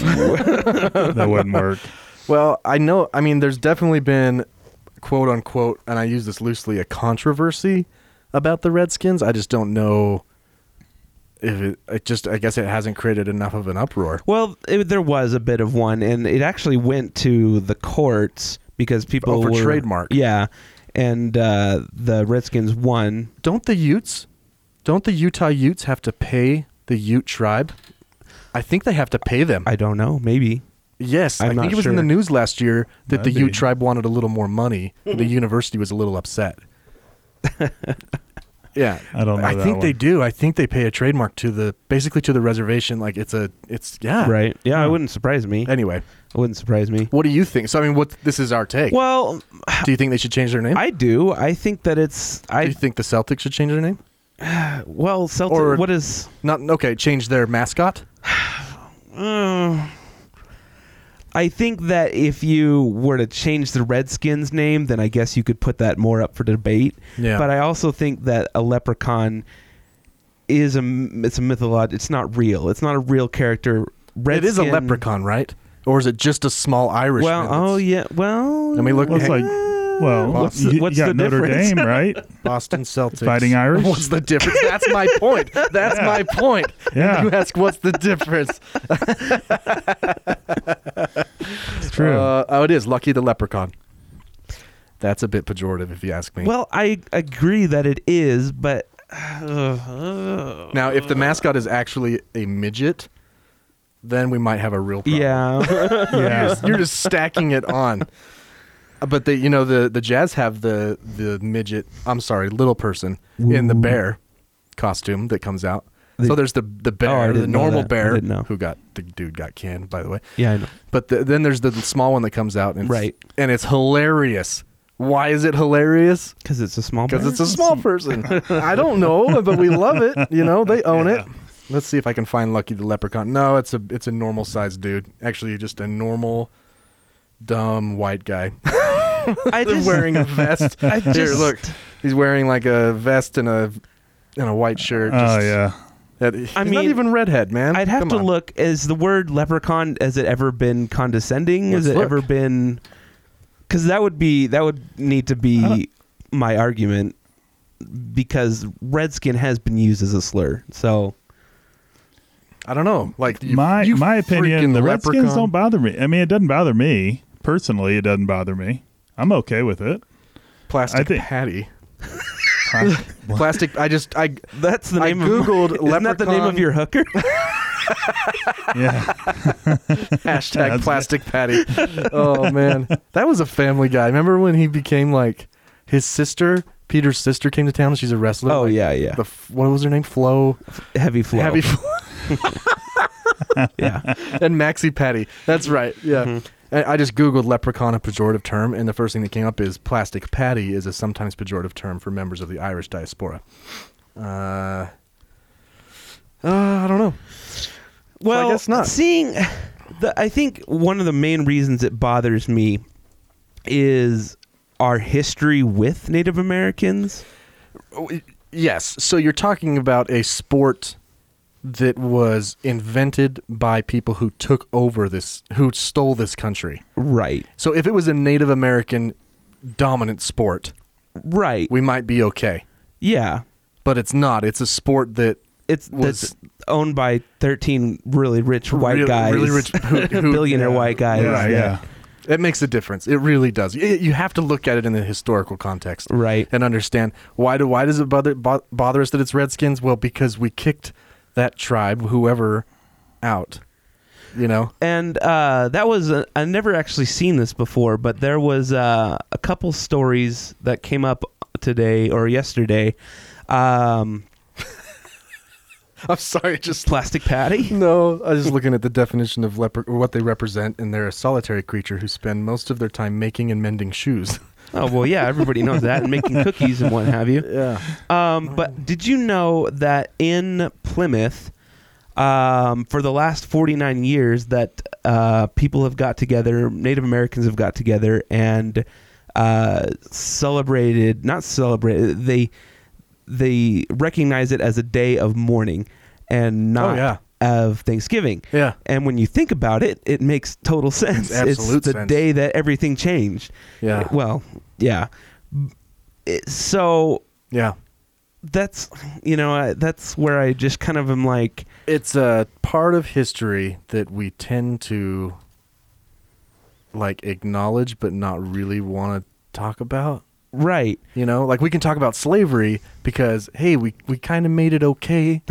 That wouldn't work.
Well, I know. I mean, there's definitely been quote unquote, and I use this loosely, a controversy about the Redskins. I just don't know if it. It just. I guess it hasn't created enough of an uproar.
Well, it, there was a bit of one, and it actually went to the courts because people
Oh, for
were,
trademark.
Yeah, and uh, the Redskins won.
Don't the Utes? Don't the Utah Utes have to pay the Ute tribe? I think they have to pay them.
I don't know, maybe.
Yes, i
I'm
think
not
it was in
sure.
the news last year that the
Maybe.
Ute tribe wanted a little more money. the university was a little upset. yeah,
I don't know
I
that
think they
one.
do. I think they pay a trademark to the basically to the reservation. Like it's a it's yeah
Right? Yeah, it wouldn't surprise me. It
Anyway,
wouldn't surprise me.
what do you think? So I mean, what this is our take.
Well,
do you think they should change their name?
I do. I think that it's
do
I
you think the Celtics should change their name?
well, Celtic.
Or-
what is?
Not okay. Change their mascot.
Uh, I think that if you were to change the Redskins name, then I guess you could put that more up for debate.
Yeah.
But I also think that a leprechaun is a m- it's a mytholog. It's not real. It's not a real character.
It is a
Redskin-
leprechaun, right? Or is it just a small Irish?
Well, oh yeah. Well,
I mean, look,
Well, it's
hey,
like, well,
What's
you,
the-
you
what's
got
the
Notre
difference?
Dame, right?
Boston Celtics.
Fighting Irish?
What's the difference? That's my point. That's my point.
Yeah.
You ask what's the difference?
It's true.
Uh, oh, it is Lucky the Leprechaun. That's a bit pejorative, if you ask me.
Well, I agree that it is, but uh,
now, if the mascot is actually a midget, then we might have a real problem.
yeah.
yeah.
You're just stacking it on. Uh, But they, you know, the the Jazz have the the midget. I'm sorry, little person in the bear costume that comes out. so there's the the
Oh, I
bear, the
didn't know
normal
that. I
bear
didn't know.
who got the dude got canned, by the way.
yeah, I know.
But the, then there's the small one that comes out, and it's-
Right.
and it's hilarious. Why is it hilarious?
Because it's a small.
Because
bear.
it's a small person. I don't know, but we love it. You know, they own it. Let's see if I can find Lucky the Leprechaun. No, it's a it's a normal sized dude. Actually, just a normal, dumb white guy
I just,
wearing a vest.
I
Here,
just-
look, he's wearing like a vest and a and a white shirt.
oh
Just-
yeah.
that- he's
I
not
mean,
even redhead, man.
I'd have
Come
to
on.
look. Is the word leprechaun has it ever been condescending? has
Let's
it
look.
ever been? Because that would be that would need to be my argument because redskin has been used as a slur. So
I don't know. Like you-
my
you
my
freaking
opinion, the Redskins
leprechaun.
don't bother me. I mean, it doesn't bother me personally. It doesn't bother me. I'm okay with it.
plastic
I think-
patty. Plastic. I just I
That's the
I
name.
googled
of, isn't that the name of
leprechaun-
your hooker?
yeah.
hashtag plastic patty. Oh man, that was a Family Guy. Remember when he became like his sister? Peter's sister came to town. She's a wrestler.
oh
like,
yeah, yeah.
The f- what was her name? Flo.
heavy flow.
Heavy. Flo.
yeah.
and Maxi Patty. That's right. Yeah. And I just Googled leprechaun, a pejorative term, and the first thing that came up is plastic patty is a sometimes pejorative term for members of the Irish diaspora. Uh, uh, I don't know.
Well,
I guess not.
Seeing, the, I think one of the main reasons it bothers me is our history with Native Americans.
Yes. So you're talking about a sport that was invented by people who took over this, who stole this country.
Right.
So if it was a Native American dominant sport,
Right.
we might be okay.
yeah.
But it's not. It's a sport that
It's
Was-
that's owned by thirteen really rich white
really,
guys,
really rich who, who-
billionaire white guys.
Yeah,
that-
yeah.
It makes a difference. It really does. Y- you have to look at it in the historical context,
Right.
And understand why do why does it bother bo- bother us that it's Redskins? Well, because we kicked that tribe, whoever, out. You know,
and uh, that was i I never actually seen this before, but there was uh, a couple stories that came up today or yesterday. Um,
I'm sorry. Just
plastic patty.
no. I was just looking at the definition of leper, or what they represent, and they're a solitary creature who spend most of their time making and mending shoes.
Oh well, yeah, everybody knows that, and making cookies and what have you.
Yeah.
Um, but did you know that in Plymouth, um, for the last 49 years, that uh, people have got together, Native Americans have got together and uh, celebrated, not celebrated, they they recognize it as a day of mourning and not
Oh, yeah.
of Thanksgiving.
Yeah.
And when you think about it, it makes total sense.
absolute
the
sense.
day that everything changed.
Yeah.
Well, yeah. It- so
Yeah.
that's you know I, that's where I just kind of am like
it's a part of history that we tend to like acknowledge but not really want to talk about
right
you know like we can talk about slavery because hey we, we kind of made it okay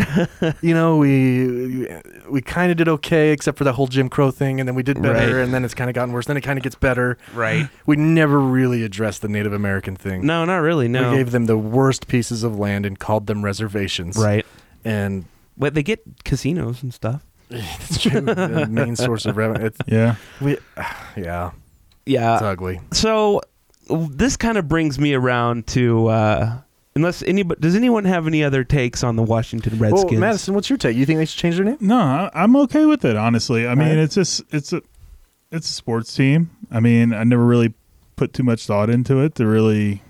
you know we we kind of did okay except for that whole jim crow thing and then we did better
Right.
and then it's kind of gotten worse then it kind of gets better
right
we never really addressed the native american thing
no not really no
we gave them the worst pieces of land and called them reservations
right
and
but they get casinos and stuff
It's true. the main source of revenue. It's,
Yeah.
we, yeah,
yeah
it's ugly.
so w- this kind of brings me around to uh, unless anybody does anyone have any other takes on the Washington Redskins
Well, Madison, what's your take? You think they should change their name?
No, I- I'm okay with it. Honestly, I mean,
right.
it's just it's a it's a sports team. I mean, I never really put too much thought into it to really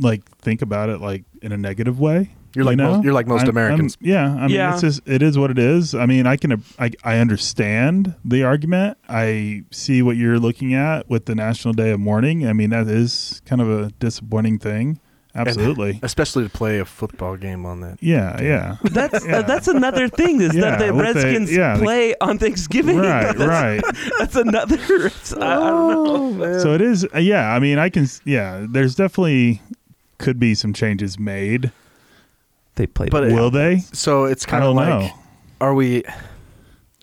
like think about it like in a negative way.
You're like
you know?
most- you're like most
I'm- I'm-
Americans.
yeah, I mean,
Yeah.
it's just it is what it is. I mean, I can I I understand the argument. I see what you're looking at with the National Day of Mourning. I mean, that is kind of a disappointing thing. Absolutely.
Especially to play a football game on that.
Yeah, yeah.
that's
Yeah.
uh, that's another thing is
Yeah,
that the
with the-
Redskins
yeah, the-
play on Thanksgiving
right, right.
that's another it's- I, I don't know
So it is, uh, yeah. I mean, I can, s- yeah. There's definitely could be some changes made.
they played
But it-
Will they?
So it's
I
kind of like,
don't know.
are we?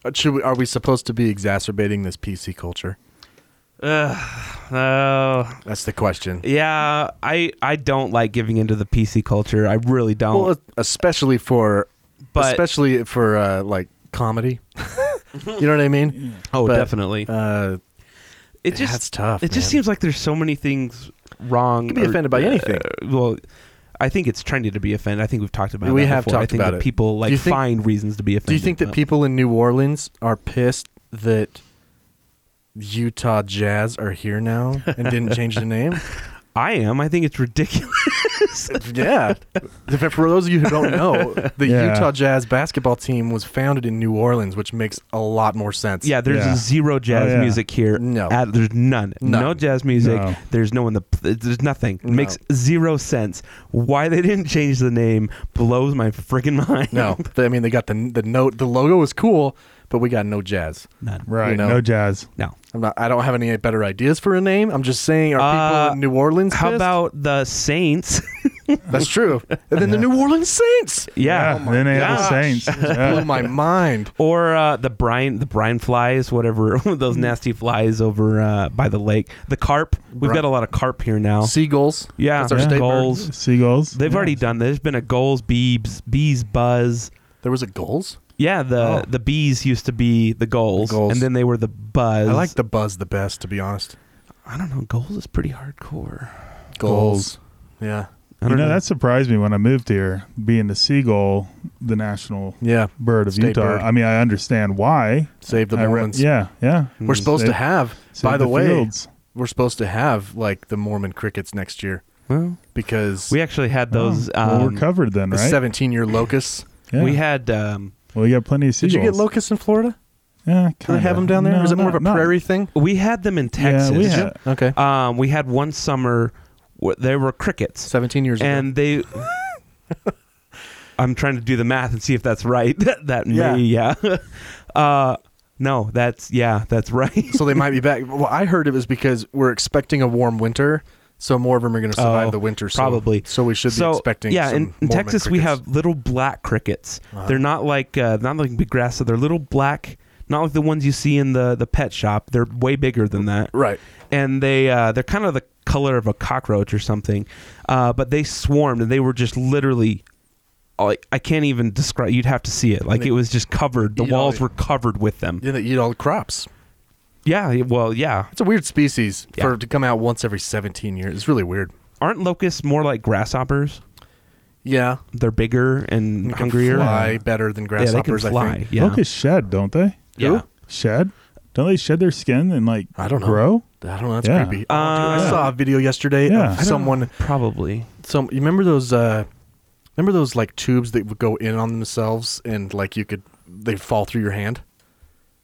uh, Should we, are we supposed to be exacerbating this PC culture?
oh
That's the question.
Yeah, I I don't like giving into the PC culture. I really don't.
Well, especially for,
But-
especially for uh, like comedy. you know what I mean?
oh,
but-
definitely.
Uh,
it just
that's tough,
It just
man.
seems like there's so many things wrong. uh,
can be offended by anything.
well, I think it's trendy to be offended. I think we've talked about
We
that
have
before. I
talked
think
about
that
it.
people like
you think-
find reasons to be offended.
Do you think that
but-
people in New Orleans are pissed that Utah Jazz are here now and didn't change the name?
I am. I think it's ridiculous.
yeah. If- For those of you who don't know, the
Yeah.
Utah Jazz basketball team was founded in New Orleans, which makes a lot more sense.
yeah, there's
Yeah. Oh,
zero jazz
yeah.
music here.
No.
At- there's none.
None.
No jazz music.
No.
There's no in the. There's nothing. It
No.
Makes zero sense. Why they didn't change the name blows my freaking mind.
No, They- I mean they got the the note. The logo was cool, but we got no jazz.
None.
Right.
you know.
No jazz.
No.
I'm not. I don't have any better ideas for a name. I'm just saying, are people
Uh,
in New Orleans?
How
pissed?
about the Saints?
That's true. And then the New Orleans Saints
yeah.
Oh
then they have the Saints.
blew
Yeah.
my mind.
Or uh, the brine, the brine flies, whatever those nasty flies over uh, by the lake. The carp. We've
Bri-
got a lot of carp here now.
Seagulls.
yeah,
That's our
Yeah.
state bird.
goals.
Seagulls.
They've
Yeah.
already done this. There's been a goals, bees, bees, buzz.
There was a goals.
Yeah,
Oh.
the the bees used to be the goals,
Goals.
and then they were the buzz.
I like the buzz the best, to be honest.
I don't know. Goals is pretty hardcore.
Goals. Yeah.
I
You
don't
know, that surprised me when I moved here, being the seagull, the national
Yeah.
bird of
State
Utah.
bird.
I mean, I understand why.
Save the Hmm.
I re-
Mormons.
yeah, yeah.
We're supposed to
Save-
have,
Save
by the, way,
fields.
we're supposed to have like the Mormon crickets next year
well,
because
we actually had those.
Oh, well,
um,
we're covered then,
the
right?
17 year locusts.
Yeah.
We had. Um,
well, you got plenty of
Did
seagulls.
you get locusts in Florida?
Yeah,
Do they
kinda.
have them down there? Is
No,
it more
not-
of a
not-
prairie thing? Uh,
we had them in Texas.
Yeah, we had,
Okay.
um, we had one summer. Where they were crickets.
17 years ago.
and they i'm trying to do the math and see if that's right that, that may yeah uh no that's yeah that's right
So they might be back. Well, I heard it was because we're expecting a warm winter. So more of them are going to survive
Oh,
the winter. So,
probably
So we should be
so
expecting.
yeah
some
in, in
Mormon
texas we
crickets. Uh-huh.
have little black crickets they're not like uh not like big grass so they're little black not like the ones you see in the the pet shop they're way bigger than that
Right.
and they uh, they're kind of the color of a cockroach or something, uh, but they swarmed and they were just literally like I can't even describe. You'd have to see it. Like
they
it was just covered. The
eat all
walls
the-
were covered with them.
Then they eat all the crops.
Yeah. Well, yeah.
It's a weird species
Yeah.
for it to come out once every 17 years. It's really weird.
Aren't locusts more like grasshoppers?
Yeah.
They're bigger and
They can
hungrier.
fly better than
Yeah, they can
grasshoppers. I
fly.
think.
Yeah.
Locusts shed, don't they?
Yeah.
Who?
Shed? Don't they shed their skin and like
I don't know.
grow?
I don't know. That's
Yeah.
creepy.
Uh,
oh, dude, I saw a video yesterday
Yeah. I
of
don't-
someone.
Probably.
Some you remember those? uh Remember those like tubes that would go in on themselves and like you could they fall through your hand.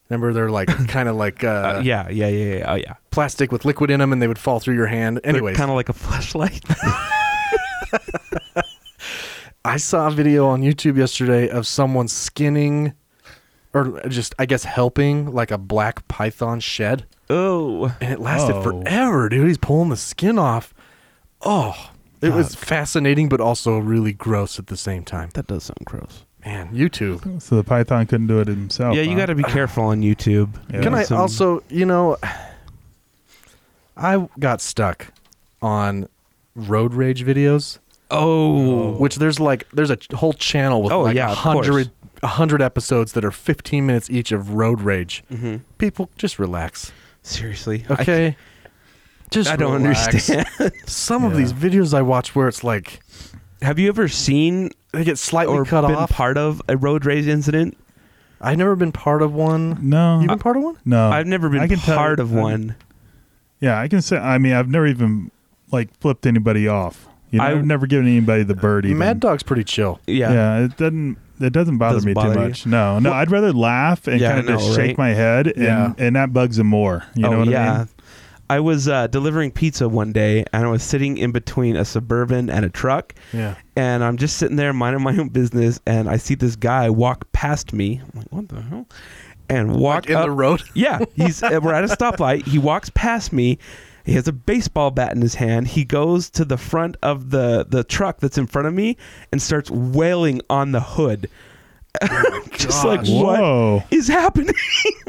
Remember they're like kind of like uh,
Uh, yeah. Yeah. Yeah. Yeah. Oh, yeah.
plastic with liquid in them and they would fall through your hand. Anyways,
kind of like a flashlight.
I saw a video on YouTube yesterday of someone skinning or just I guess helping like a black python shed
oh.
and it lasted
Oh.
forever, dude. He's pulling the skin off. Oh, it was fascinating but also really gross at the same time.
That does sound gross.
Man, YouTube.
So the python couldn't do it himself.
yeah, you
huh?
got to be careful on YouTube.
Oh, uh, Yeah.
Can I
Some-
also, you know, I got stuck on road rage videos.
Oh,
which there's like there's a ch- whole channel with
Oh,
like
yeah,
a
of course.
hundred a hundred episodes that are 15 minutes each of road rage.
Mhm.
People just relax,
Seriously. I
okay? just
I don't
relax.
understand.
Some of
Yeah.
these videos I watch where it's like
Have you ever seen
they get slightly
or
cut
been
off.
part of a road rage incident?
I've never been part of one.
No.
You've been part of one?
no.
I've never
Oh. I
been
can tell-
part of
I-
one.
Yeah, I can say. I mean, I've never even like flipped anybody off. You know,
I-
I've never given anybody the bird. Even.
Mad Dog's pretty chill.
Yeah.
Yeah, it doesn't. It doesn't bother
Doesn't
me
bother
too
you?
much. No, no. I'd rather laugh and
Yeah, I
kind of
know,
just shake
right?
my head, and,
Yeah.
and that bugs them more. You know
oh
what
yeah.
I
I,
mean?
was uh, delivering pizza one day, and I was sitting in between a suburban and a truck,
Yeah.
and I'm just sitting there minding my own business, and I see this guy walk past me. I'm like, what the hell? And walk
in
up,
the road?
Yeah, he's uh, we're at a stoplight. He walks past me. He has a baseball bat in his hand. He goes to the front of the the truck that's in front of me and starts wailing on the hood. Just like
Oh gosh.
Whoa.
what is happening?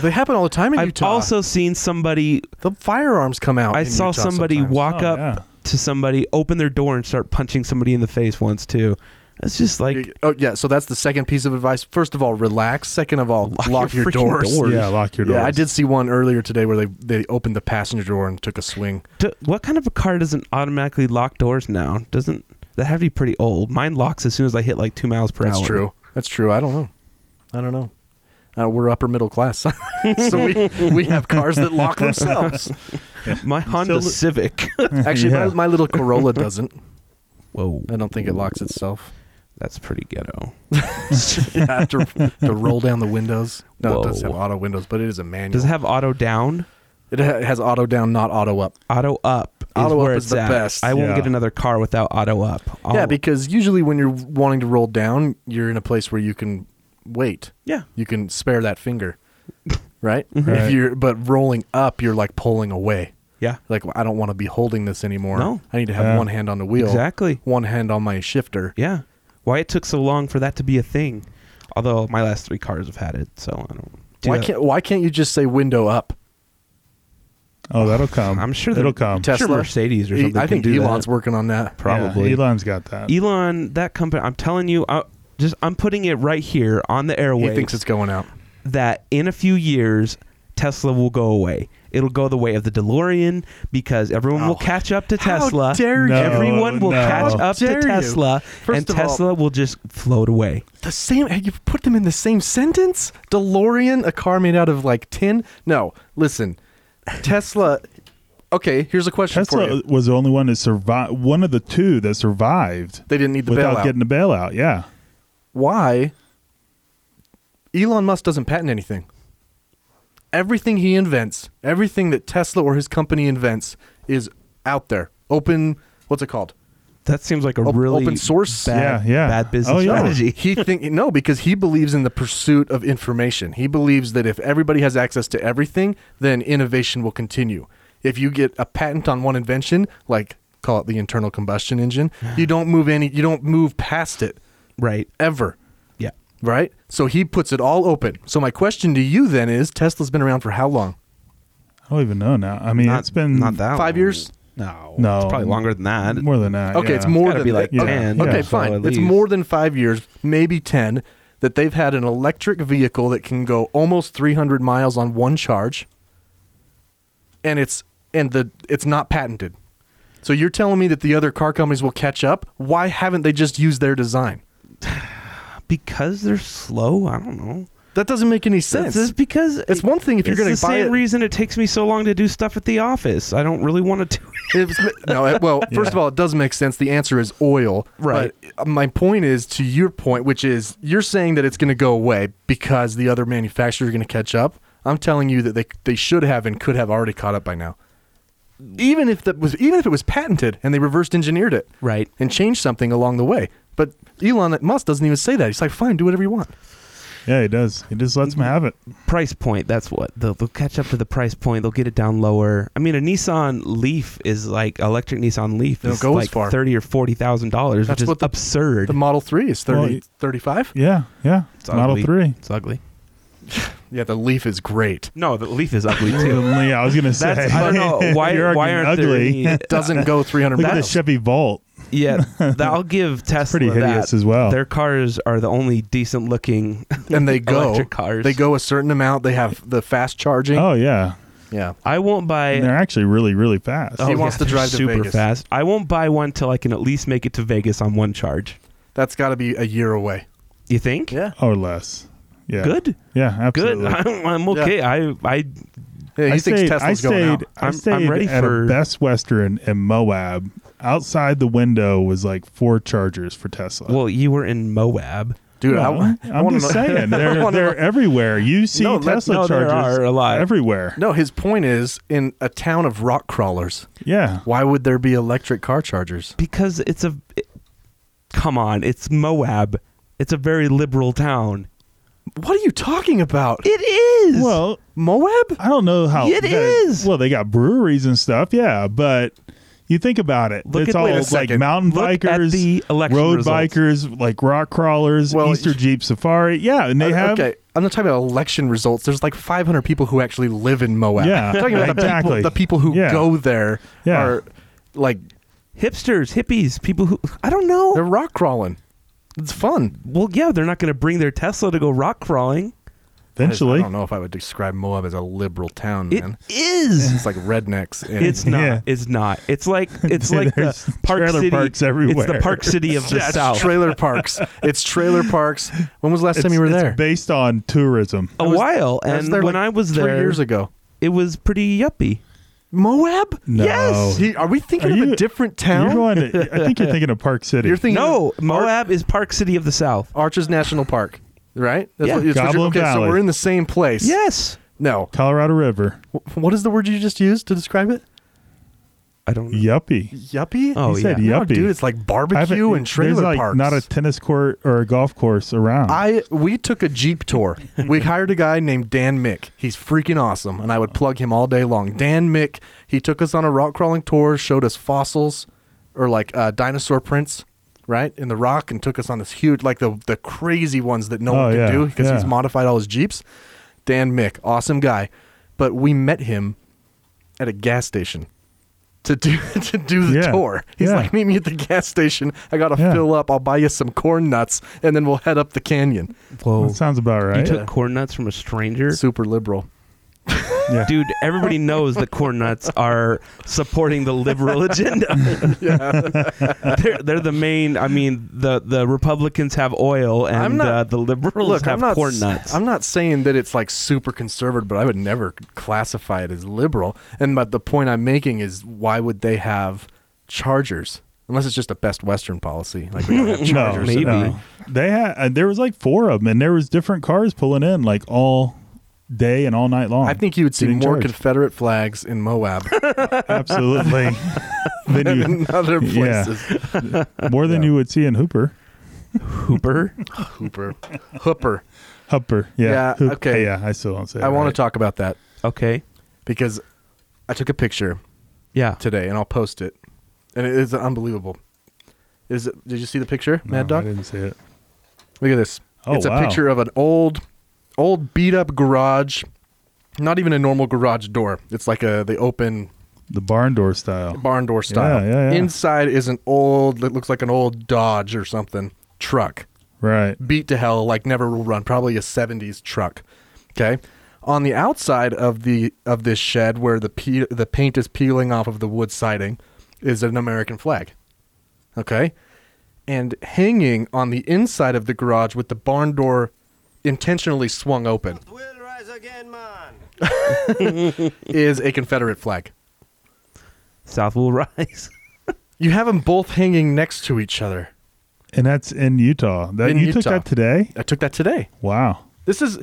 They happen all the time in
I've
Utah.
also seen somebody.
the firearms come out.
I
in
saw
Utah
somebody
sometimes.
walk
Oh,
up
yeah.
to somebody, open their door, and start punching somebody in the face once too. It's just like
Oh yeah, so that's the second piece of advice. First of all, relax. Second of all, lock,
your
your,
freaking
doors.
doors.
Yeah, lock your doors.
Yeah, I did see one earlier today where they they opened the passenger door and took a swing.
Do- what kind of a car doesn't automatically lock doors now? Doesn't that have to be pretty old? Mine locks as soon as I hit like two miles per
That's
hour.
true. That's true. I don't know. I don't know. Uh, we're upper middle class, so we we have cars that lock themselves.
My Honda
li-
Civic.
Actually,
Yeah.
my, my little Corolla doesn't.
Whoa,
I don't think it locks itself.
that's pretty ghetto.
You have to, to roll down the windows. No, it does
Whoa.
have auto windows, but it is a manual.
Does it have auto down?
it ha- has auto down, not auto up.
Auto up is
Auto up
where
is
it's
the
at.
best.
I won't
Yeah.
get another car without auto up. I'll-
Yeah, because usually when you're wanting to roll down, you're in a place where you can wait.
yeah,
You can spare that finger, right?
Right.
If you're but rolling up, you're like pulling away.
Yeah.
Like I don't want to be holding this anymore.
No.
I need to have
Yeah.
one hand on the wheel,
Exactly.
one hand on my shifter.
Yeah. Why it took so long for that to be a thing? Although my last three cars have had it, so I don't. do
why
that.
can't Why can't you just say window up?
Oh, that'll come.
I'm sure
it'll
they'll-
come.
Tesla. Sure Mercedes or
E-
something
I
can
think
do
Elon's
that.
working on that.
probably.
Yeah, Elon's got that.
Elon, that company. I'm telling you, I, just I'm putting it right here on the
He
airway
thinks it's going out.
that in a few years Tesla will go away. It'll go the way of the DeLorean because everyone will catch up to
Oh. How
Tesla.
dare
you. No,
everyone will
no.
catch
How
up to
dare you.
Tesla,
First
and
of all-
Tesla will just float away.
The same. You put them in the same sentence. DeLorean, a car made out of like tin. No, listen, Tesla. Okay, here's a question for
Tesla
you.
was the only one that survived. One of the two that survived
They didn't need the
without
bailout.
getting a bailout. Yeah,
why Elon Musk doesn't patent anything. Everything he invents, everything that Tesla or his company invents, is out there. Open. What's it called?
That seems like a
Op-
really
open source?
bad,
Yeah, yeah.
bad business
Oh, yeah.
strategy.
he think no because he believes in the pursuit of information he believes that if everybody has access to everything then innovation will continue if you get a patent on one invention like call it the internal combustion engine you don't move any you don't move past it
Right.
ever
Yeah.
right so he puts it all open so my question to you then is tesla's been around for how long
I don't even know now. I mean,
Not-
it's been
not that
five
long.
years?
No.
No.
It's probably longer than that.
more than that.
okay
yeah.
it's more
Gotta
than
be like
okay,
10,
okay
yeah,
so
fine
at
it's
least.
more than five years maybe 10 that they've had an electric vehicle that can go almost 300 miles on one charge and it's and the it's not patented so you're telling me that the other car companies will catch up why haven't they just used their design
Because they're slow. I don't know.
that doesn't make any
That's
sense
just because
It's one thing if you're
it's
gonna
the
buy
same
it-
reason it takes me so long to do stuff at the office. I don't really want to do.
It was- no, it- well, first of all, it does make sense. The answer is oil.
Right.
But uh, my point is to your point, which is you're saying that it's going to go away because the other manufacturers are going to catch up. I'm telling you that they they should have and could have already caught up by now. Even if that was even if it was patented and they reversed engineered it,
Right.
and changed something along the way. But Elon Musk doesn't even say that. He's like, fine, do whatever you want.
Yeah, he does. He just lets him
Mm-hmm.
have it.
price point. That's what they'll, they'll catch up to the price point. They'll get it down lower. I mean, a Nissan Leaf is like electric Nissan Leaf
They don't
is
go as
like
far.
thirty or forty thousand dollars, which
That's
is
what the-
absurd.
The Model Three is 30,
Well, y-
35.
Yeah, yeah.
It's
Model
ugly.
three.
It's ugly.
Yeah, the Leaf is great.
No, the Leaf is ugly too.
yeah, I was gonna say.
That's, I don't know why.
You're
why
arguing
aren't
ugly?
there? Any,
Doesn't go 300
Look at the
miles.
Chevy Volt.
yeah, that- I'll give Tesla
pretty hideous
that.
as well.
Their cars are the only decent looking.
and they go
Electric cars.
They go a certain amount. They have the fast charging.
Oh yeah,
Yeah,
I won't buy.
and they're actually really, really fast.
Oh,
He wants to
they're
drive to
super
Vegas.
fast. I won't buy one till I can at least make it to Vegas on one charge.
that's got to be a year away.
You think?
Yeah,
or Oh, less. Yeah.
Good.
Yeah, absolutely.
Good. I'm, I'm okay. I I
yeah he
I
thinks
stayed, I
Tesla's
stayed,
going out.
I
I'm-
stayed
I'm ready
at
for-
a Best Western in Moab. Outside the window was like four chargers for Tesla.
well, you were in Moab.
Dude, I,
No,
I
I'm
wanna
just
know-
saying
I
they're
wanna
they're
know-
everywhere. You see
No, that's-
Tesla
no, there
chargers
are a lot.
everywhere.
No, his point is in a town of rock crawlers.
Yeah,
Why would there be electric car chargers?
because it's a it- come on it's moab it's a very liberal town
What are you talking about?
it is
Well,
Moab?
I don't know how
It
that-
is.
Well, they got breweries and stuff. Yeah, but you think about it.
Look
it's
at-
all
wait a
like
second.
mountain
Look at
bikers,
the election
road
results.
bikers, like rock crawlers,
Well,
Easter
you-
Jeep Safari. Yeah, and they
Uh,
have.
okay, I'm not talking about election results. There's like 500 people who actually live in Moab.
Yeah,
I'm talking about
exactly.
the, people, the people who
Yeah.
go there
Yeah.
are like
hipsters hippies people who i don't know
they're rock crawling. It's fun.
well yeah they're not going to bring their tesla to go rock crawling
Eventually,
I don't know if I would describe Moab as a liberal town,
It is.
man. It's like rednecks. And
it's not
Yeah.
it's not it's like it's like
There's
the park
trailer
city
parks
it's
everywhere.
the park city of the
Yeah, it's
south
trailer parks. It's trailer parks. When was the last time you were
it's
there?
based on tourism.
a while
I was
and
there,
when
like,
i was
three
there
years ago.
it was pretty yuppy
Moab?
No.
Yes. He- are we thinking
Are
of
you-
a different
You're
town?
going to, I think you're thinking of Park City.
You're thinking
no
of Ar-
moab is park city of the south
Arches National Park, right? That's
Yeah.
what, that's what you're-
Goblin
okay, so
Valley.
we're in the same place.
yes
No.
Colorado River.
Wh- What is the word you just used to describe it?
I don't know.
Yuppie.
Yuppie?
Oh,
He said
yeah.
No,
Yuppie.
dude, it's like
I haven't-
barbecue and trailer
there's like
parks.
Not a tennis court or a golf course around.
I we took a Jeep tour. We hired a guy named Dan Mick. He's freaking awesome, and I would plug him all day long. Dan Mick. He took us on a rock crawling tour, showed us fossils, or like uh, dinosaur prints, right in the rock, and took us on this huge, like the the crazy ones that no
Oh,
one could
yeah,
do because he's
yeah.
modified all his jeeps. Dan Mick, awesome guy, but we met him at a gas station. To do to do the
Yeah,
tour, he's
yeah.
like, meet me at the gas station. I gotta
Yeah.
fill up. I'll buy you some corn nuts, and then we'll head up the canyon
Whoa.
that sounds about
You
right.
took corn nuts from a stranger?
super liberal.
yeah.
Dude, everybody knows that corn nuts are supporting the liberal agenda. they're, they're the main. I mean, the, the Republicans have oil,
I'm
and
not-
uh, the liberals
Look,
have
I'm not
corn
s-
nuts.
I'm not saying that it's like super conservative, but I would never classify it as liberal. And but the point I'm making is why would they have chargers unless it's just a best western policy? Like we don't have
No,
chargers.
maybe.
no. They had uh, there was like four of them, and there was different cars pulling in like all day and all night long.
I think you would see
Getting
more
charged.
Confederate flags in Moab
absolutely than you,
than other
Yeah.
places.
more than
Yeah.
you would see in Hooper.
Hooper.
Hooper, Hooper.
Hooper, yeah,
Yeah,
Hoop-
okay.
hey, yeah. I still don't say.
I want
right.
to talk about that
Okay.
because I took a picture
Yeah.
today and I'll post it, and it is unbelievable. Is it, did you see the picture,
No,
Mad Dog?
I didn't say it.
Look at this.
Oh,
it's
wow.
a picture of an old, old beat up garage. Not even a normal garage door. It's like a the open
The barn door style.
barn door style.
Yeah, yeah, yeah.
Inside is an old. It looks like an old Dodge or something truck,
Right.
beat to hell, like never will run. Probably a '70s truck. Okay. On the outside of the of this shed, where the pe- the paint is peeling off of the wood siding, is an American flag. Okay. And hanging on the inside of the garage with the barn door intentionally swung open
will rise again, man.
is a Confederate flag.
South will rise.
You have them both hanging next to each other.
And that's in Utah. That
In
you took
Utah.
that today?
I took that today.
Wow.
This is,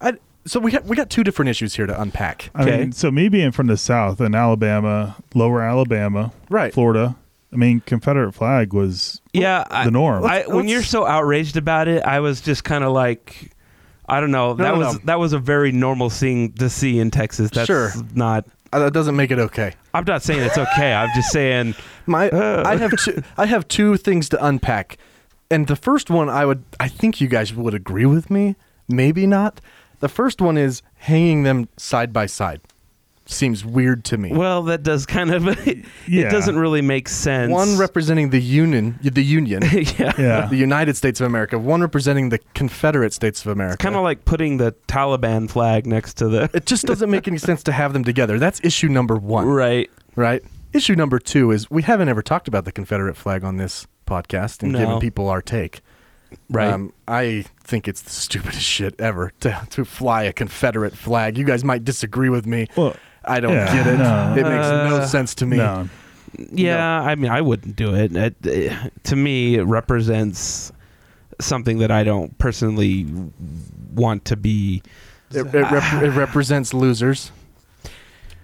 I, so we got we got two different issues here to unpack.
I
Okay.
mean, so me being from the South in Alabama, Lower Alabama,
Right.
Florida. I mean, Confederate flag was
yeah, I-
the norm.
I, when
let's-
you're so outraged about it, I was just kind of like, I don't know. that
no,
was
no.
that was a very normal thing to see in Texas. That's
Sure.
not.
Uh, that doesn't make it okay.
I'm not saying it's okay. I'm just saying
My I have two, I have two things to unpack, and the first one I would I think you guys would agree with me, maybe not. The first one is hanging them side by side. Seems weird to me.
Well, that does kind of.
Yeah.
It doesn't really make sense.
one representing the union, the union,
yeah.
yeah.
the United States of America. One representing the Confederate States of America.
It's kind of like putting the Taliban flag next to the.
it just doesn't make any sense to have them together. That's issue number one.
Right.
right? Issue number two is we haven't ever talked about the Confederate flag on this podcast and
No.
given people our take.
Right.
Um, I think it's the stupidest shit ever to, to fly a Confederate flag. You guys might disagree with me.
Well,
I don't
yeah,
get it.
no.
It makes no
Uh,
sense to me.
no.
yeah. I mean, I wouldn't do it. It- it- To me, it represents something that I don't personally want to be.
It, it, rep- it represents losers.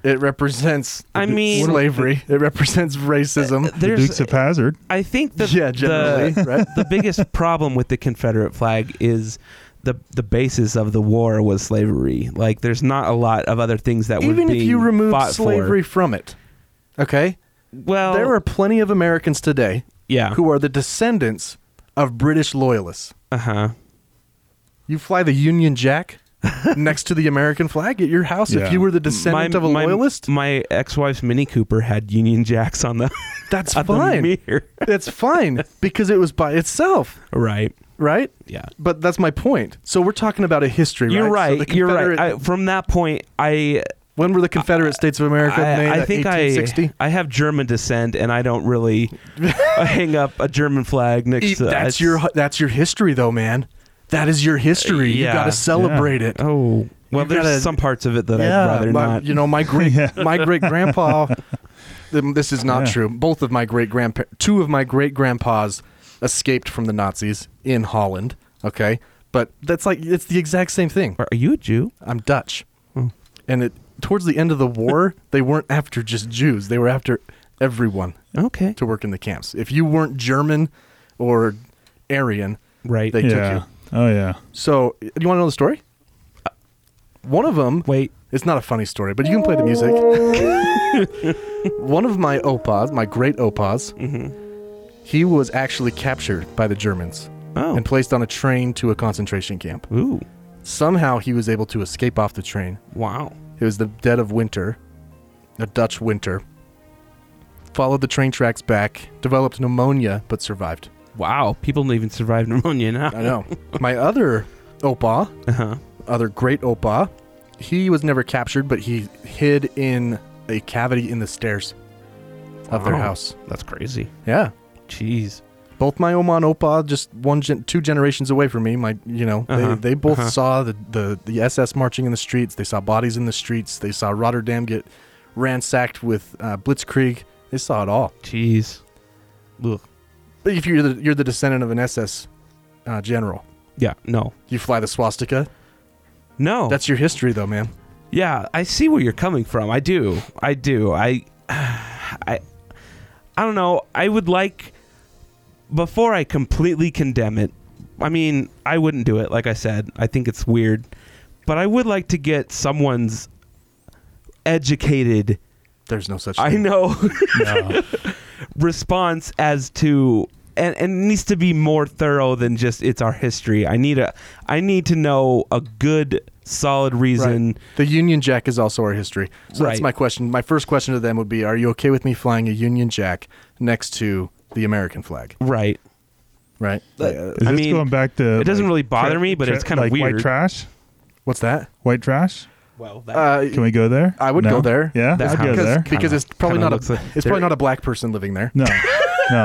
It represents
I mean-
slavery. It represents racism.
The
There's.
Dukes of Hazard.
I think the
yeah,
the-
generally, right?
the biggest problem with the Confederate flag is the the basis of the war was slavery. Like, there's not a lot of other things that were
Even if
being
you remove
fought for.
slavery from it, okay?
Well,
there are plenty of Americans today
yeah.
who are the descendants of British loyalists.
Uh huh.
You fly the Union Jack next to the American flag at your house
Yeah.
if you were the descendant of a loyalist.
My ex-wife's Mini Cooper had Union Jacks on the
that's
on the
fine.
mirror.
That's fine because it was by itself,
Right.
right?
Yeah.
But that's my point. So we're talking about a history.
You're
right.
right.
So the
You're right.
Confederate-
I, from that point, I
when were the Confederate States of uh, America made?
I, I think I
1860.
I have German descent, and I don't really hang up a German flag next
Eat-
to.
that's
it's-
your that's your history, though, man. That is your history.
Yeah.
You got to celebrate it.
Oh well,
You
there's
gotta-
some parts of it that I'd rather
my,
not.
You know, my great my great grandpa. This is not
Yeah.
true. Both of my great grandpa, two of my great grandpas, escaped from the Nazis in Holland. Okay, but that's like it's the exact same thing.
Are you a Jew?
I'm Dutch, and it towards the end of the war, they weren't after just Jews. They were after everyone
Okay.
to work in the camps. If you weren't German or Aryan,
Right.
They- took
yeah. Oh yeah.
so do you want to know the story? Uh, One of them.
Wait.
It's not a funny story, but you can play the music. One of my opas, my great opas, he was actually captured by the Germans
Oh.
and placed on a train to a concentration camp.
Ooh.
Somehow he was able to escape off the train.
Wow.
It was the dead of winter, a Dutch winter. Followed the train tracks back, developed pneumonia, but survived.
Wow. People don't even survive pneumonia now.
I know. my other opa,
Uh huh.
other great opa, he was never captured, but he hid in a cavity in the stairs of their
Wow.
house.
That's crazy.
Yeah.
Jeez.
Both my oma and opa, just one, gen- two generations away from me, my, you know,
Uh-huh.
they, they both
Uh-huh.
saw the, the, the SS marching in the streets. They saw bodies in the streets. They saw Rotterdam get ransacked with uh, Blitzkrieg. They saw it all.
Jeez. Ugh.
But if you're the, you're the descendant of an SS uh, general,
Yeah. No.
you fly the swastika.
No.
That's your history, though, man.
Yeah, I see where you're coming from. I do. I do. I I I don't know. I would like before I completely condemn it. I mean, I wouldn't do it like I said. I think it's weird. But I would like to get someone's educated
There's no such thing.
I know
No.
response as to and, and it needs to be more thorough than just it's our history. I need a I need to know a good solid reason
Right. The Union Jack is also our history. So
Right.
that's my question. My first question to them would be Are you okay with me flying a Union Jack next to the American flag?
right.
Right?
That-
Uh,
Is
I
this
mean,
going back to?
it doesn't really bother me, but it's kinda
like
weird.
White trash.
what's that?
White trash.
Well,
Uh,
Can we go there?
I would
No?
go there.
Yeah,
That's
I'd
how-
go
because,
there.
because it's probably
Kinda
not
looks
a
like-
it's
there-
probably not a black person living there.
No,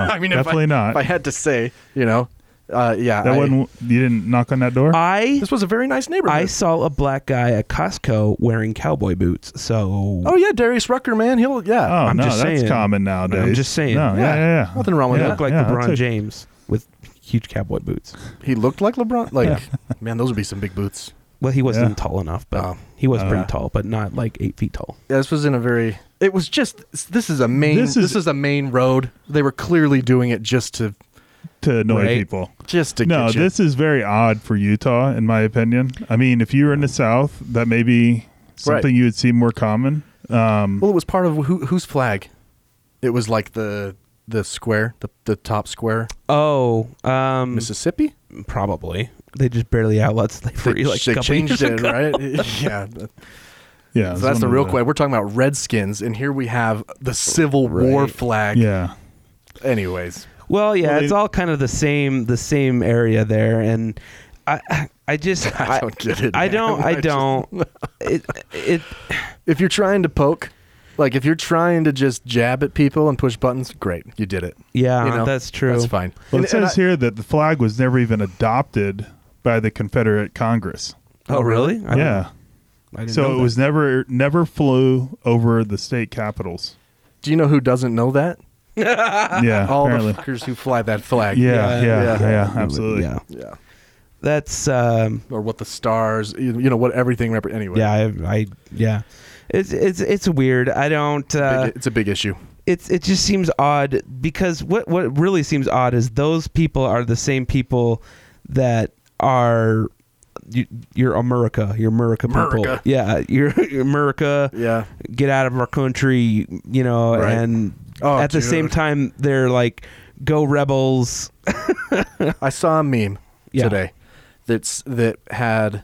no,
if
definitely
I,
not.
If I had to say, you know, uh, yeah,
that
I-
wasn't. You didn't knock on that door.
I
This was a very nice neighborhood.
I saw a black guy at Costco wearing cowboy boots. So
oh yeah, Darius Rucker, man, he'll
oh
yeah.
I'm
no,
just
that's
saying.
common nowadays.
I'm just saying.
No, yeah,
Yeah,
yeah, yeah.
nothing wrong with
yeah,
that.
look like
yeah,
LeBron
that's a-
James with huge cowboy boots.
He looked like LeBron. Like, man, those would be some big boots.
Well, he wasn't
Yeah.
tall enough, but
Oh.
he was pretty
Uh.
tall, but not like eight feet tall.
Yeah, this was in a very. It was just. This is a main.
This
This
is-
is, a main road. They were clearly doing it just to,
to annoy
Right.
people.
just to.
No,
get you.
this is very odd for Utah, in my opinion. I mean, if you were in the South, that may be something
Right.
you would see more common. Um,
Well, it was part of who, whose flag. It was like the the square, the the top square,
Oh, um,
Mississippi.
probably. They just barely outlawed slavery. like a
they
couple
changed it,
years ago.
right? yeah. that-
yeah,
So
it's
that's
one
the
of
real question. We're talking about Redskins, and here we have the Civil War
Right.
flag.
Yeah,
Anyways,
Well, yeah,
Well,
it's
they-
all kind of the same, the same area there, and I, I just,
I, don't get it.
I
man.
don't, I
just-
don't. it, it,
if you're trying to poke, like if you're trying to just jab at people and push buttons, great, you did it.
yeah,
You know,
that's true.
That's fine.
Well,
And-
it
and
says
I-
here that the flag was never even adopted by the Confederate Congress.
Oh, really? I don't-
yeah.
I didn't know
So it
that.
was never never flew over the state capitals.
Do you know who doesn't know that?
Yeah,
All
apparently.
the fuckers who fly that flag.
yeah, yeah, yeah,
yeah.
absolutely.
Yeah,
Yeah.
that's um,
Or what the stars, you you know, what everything repre- anyway.
yeah, I, I yeah, it's it's it's weird. I don't. Uh,
Big- it's a big issue.
it's it just seems odd because what what really seems odd is those people are the same people that are you, your America, your America people.
America.
Yeah, your, your America.
Yeah.
Get out of our country, you know,
Right.
and
Oh,
at the
dude.
same time they're like go rebels.
I saw a meme
Yeah.
today that's that had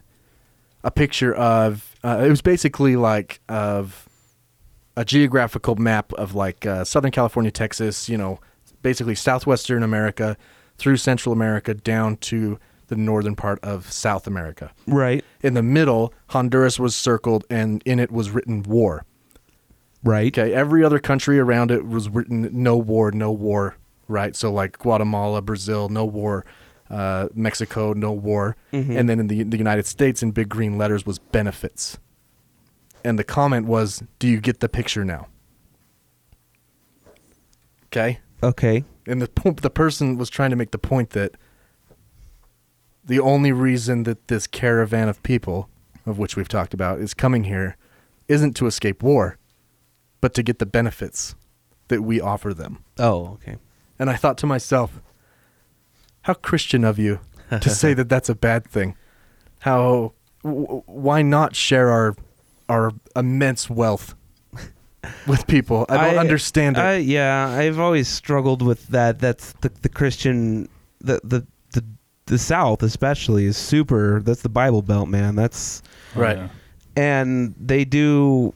a picture of uh, it was basically like of a geographical map of like uh, Southern California, Texas, you know, basically southwestern America through Central America down to the northern part of South America.
Right.
In the middle, Honduras was circled and in it was written war.
Right.
Okay, every other country around it was written no war, no war, right? So like Guatemala, Brazil, no war, uh, Mexico, no war, and then in the the United States in big green letters was benefits. And the comment was, "Do you get the picture now?" Okay,
Okay.
and the po- the person was trying to make the point that the only reason that this caravan of people, of which we've talked about, is coming here, isn't to escape war, but to get the benefits that we offer them.
Oh, okay.
And I thought to myself, how Christian of you to say that that's a bad thing. How w- why not share our our immense wealth with people? I don't understand it.
I, yeah, I've always struggled with that. That's the the Christian the the the, the South especially is super. That's the Bible Belt, man. That's
right.
yeah.
and they do.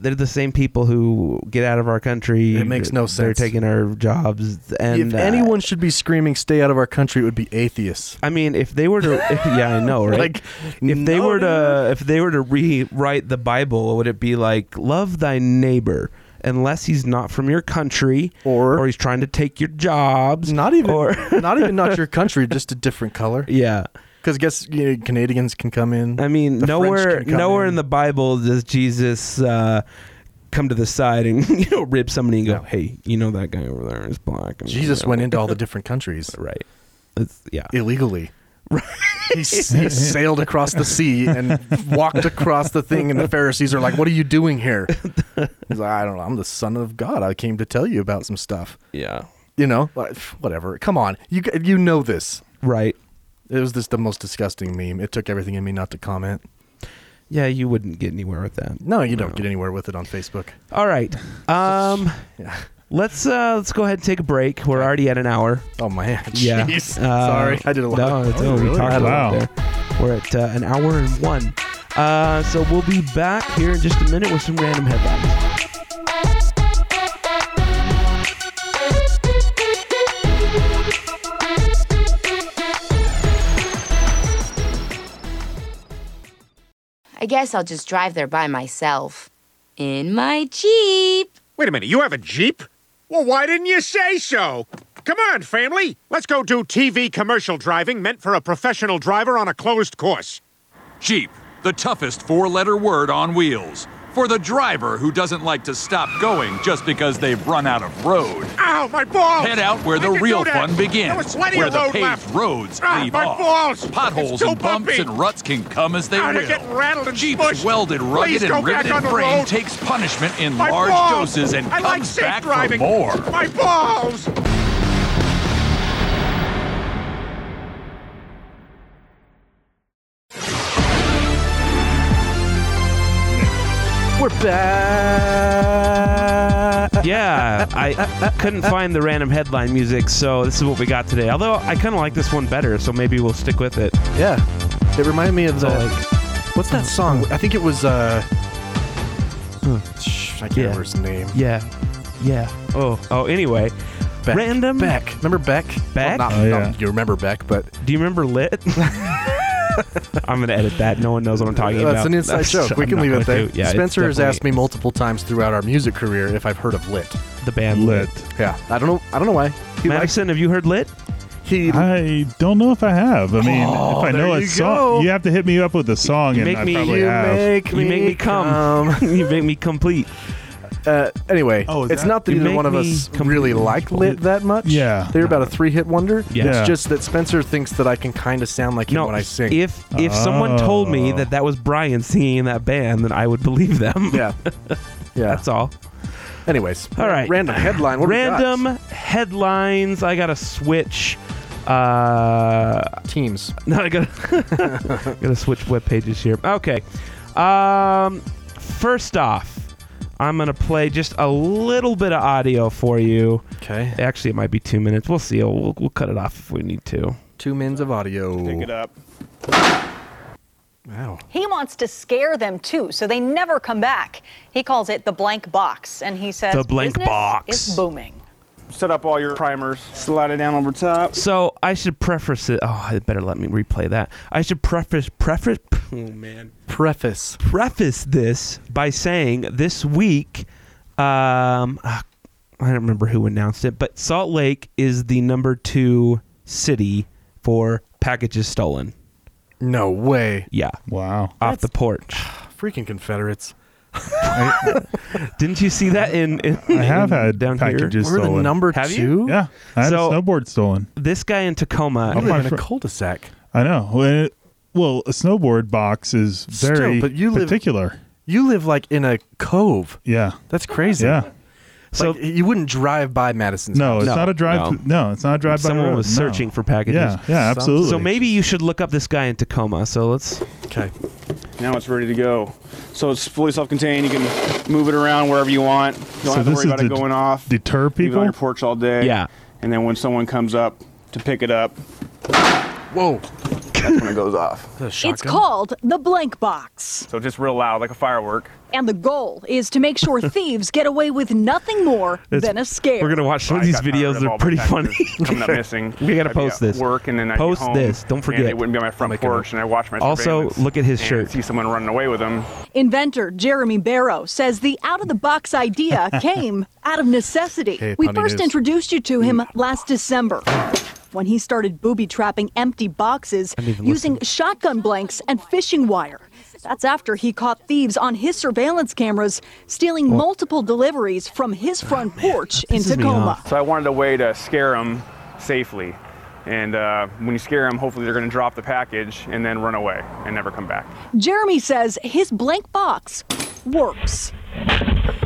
They're the same people who get out of our country.
It makes no
They're
sense.
taking our jobs. And
if
uh,
anyone should be screaming "Stay out of our country," it would be atheists.
I mean, if they were to, yeah, I know, right?
Like,
if they
no,
were to,
dude.
if they were to rewrite the Bible, would it be like, love thy neighbor, unless he's not from your country,
Or-
or he's trying to take your jobs,
Not even,
or
not even not your country, just a different color.
yeah.
Because guess you know, Canadians can come in.
I mean,
The French
nowhere,
can come
nowhere in.
in.
the Bible does Jesus uh, come to the side and you know rib somebody and go, hey, you know that guy over there is black. And,
Jesus
you know,
went into all the different countries
right. It's, yeah,
illegally. He, s- he sailed across the sea and walked across the thing, and the Pharisees are like, "What are you doing here?" He's like, "I don't know. I'm the Son of God. I came to tell you about some stuff.
yeah,
You know, like, pff, whatever. Come on, you g- you know this.
right.
It was just the most disgusting meme. It took everything in me not to comment.
Yeah, you wouldn't get anywhere with that.
No, you don't get anywhere with it on Facebook.
All right. Um let's uh let's go ahead and take a break. We're already at an hour.
Oh man,
Yeah.
Jeez.
Uh,
Sorry, I did a lot.
No, it's-
Oh,
we
really?
talked a lot
Wow.
there. We're at uh, an hour and one. Uh so we'll be back here in just a minute with some random headlines.
I guess I'll just drive there by myself. In my Jeep.
Wait a minute, you have a Jeep? Well, why didn't you say so? Come on, family. Let's go do TV commercial driving meant for a professional driver on a closed course.
Jeep, the toughest four letter word on wheels. For the driver who doesn't like to stop going just because they've run out of road.
Ow, my balls!
Head out where the
I can
real
do that.
fun begins,
There was plenty
where
of
the
road
paved
left.
roads
Ah,
leave
my
off.
balls! It's
Potholes
too
and bumps
bumpy.
and ruts can come as they
Ah, they're
will.
getting rattled and
Jeep's
smushed.
welded, rugged,
Please go
and
back on
riveted
the
frame
road.
takes punishment in
My
large
balls!
doses and
I
comes
like safe
back
driving.
for more.
My balls!
We're back.
yeah, I couldn't find the random headline music, so this is what we got today. Although I kind of like this one better, so maybe we'll stick with it.
Yeah, it reminded me of the.
So like,
what's that song? I think it was. uh sh- I can't
Hmm. Yeah.
remember his name.
yeah, yeah. Oh, oh. Anyway,
Beck.
random.
Beck. Remember Beck?
Beck?
Well, not,
Oh,
not
yeah.
you remember Beck, but
Do you remember lit? I'm gonna edit that. No one knows what I'm talking
that's
about.
an inside joke. We
I'm
can
not
leave it
gonna
there.
do- yeah, it's
Spencer has asked me
definitely
multiple times throughout our music career if I've heard of Lit.
the band
Lit.
lit.
Yeah, I don't know. I don't know why. He likes
Madison, have you heard lit?
he.
I don't know if I have. I mean, if I know
there
a
you go.
song, you have to hit me up with a song,
You
and
make
I
me-
probably
you
have.
make
You make me come. you make me complete.
Uh, anyway,
Oh, is
it's
that-
not that
You
either
make
one of
me
us
completely
really like Lit that much.
Yeah.
they're about a three-hit wonder.
Yeah.
Yeah.
it's just that Spencer thinks that I can kind of sound like him
No,
when I sing.
if if someone told me
Oh.
that that was Brian singing in that band, then I would believe them.
yeah, yeah.
That's all.
Anyways,
All right.
Random headline. What do we got?
Random headlines. I gotta switch. Uh,
teams.
no, I gotta gotta switch web pages here. Okay. Um, first off, I'm gonna play just a little bit of audio for you.
Okay,
Actually, it might be two minutes. We'll see. We'll, we'll cut it off if we need to.
two mins of audio. Pick it up. Wow.
He wants to scare them too, so they never come back. He calls it the blank box, and he says
The blank
"Business
box."
is booming.
Set up all your primers, slide it down over top.
So I should preface it. Oh, I better let me replay that. I should preface preface. Oh man.
Preface.
preface this by saying this week, um, ah, I don't remember who announced it, but Salt Lake is the number two city for packages stolen.
No way.
Yeah,
Wow.
off the porch.
Freaking Confederates.
I,
Didn't you see that in? in
I have
in
had
down
packages
here?
We're the
stolen.
number
Have
two.
you?
Yeah, I had
So-
a snowboard stolen.
This guy in Tacoma.
You
my
live in a
fr-
cul-de-sac.
I know. Well, it- well, a snowboard box is
Still,
very
but you live-
particular.
You live like in a cove.
yeah.
That's crazy.
Yeah.
So you wouldn't drive by Madison's.
No, it's not a drive. No. it's not a drive by.
Someone was searching for packages.
Yeah, yeah, absolutely.
So maybe you should look up this guy in Tacoma. So let's.
Okay.
Now it's ready to go. So it's fully self-contained. You can move it around wherever you want. You don't
So
have to
this
worry
is
about it
to
going off.
deter
Leave it
people?
on your porch all day.
Yeah.
And then when someone comes up to pick it up,
whoa,
that's when it goes off.
It's called the blank box,
So just real loud, like a firework.
and the goal is to make sure thieves get away with nothing more
It's-
than a scare.
We're gonna watch some of these videos. They're pretty funny.
Coming up missing.
we gotta
I'd be
post
at
this.
Work and then I'd be
post
home,
this. Don't forget.
And it wouldn't be on my front porch, and I watch my.
Also,
surveillance
look at his
and
shirt.
See someone running away with them.
Inventor Jeremy Barrow says the out of the box idea came out of necessity.
Hey,
we
punny
first
news.
introduced you to him last December when he started booby trapping empty boxes
I didn't even
using shotgun blanks and fishing wire. That's after he caught thieves on his surveillance cameras stealing multiple deliveries from his front porch in Tacoma.
So I wanted a way to scare them safely. And uh, when you scare them, hopefully they're going to drop the package and then run away and never come back.
Jeremy says his blank box works,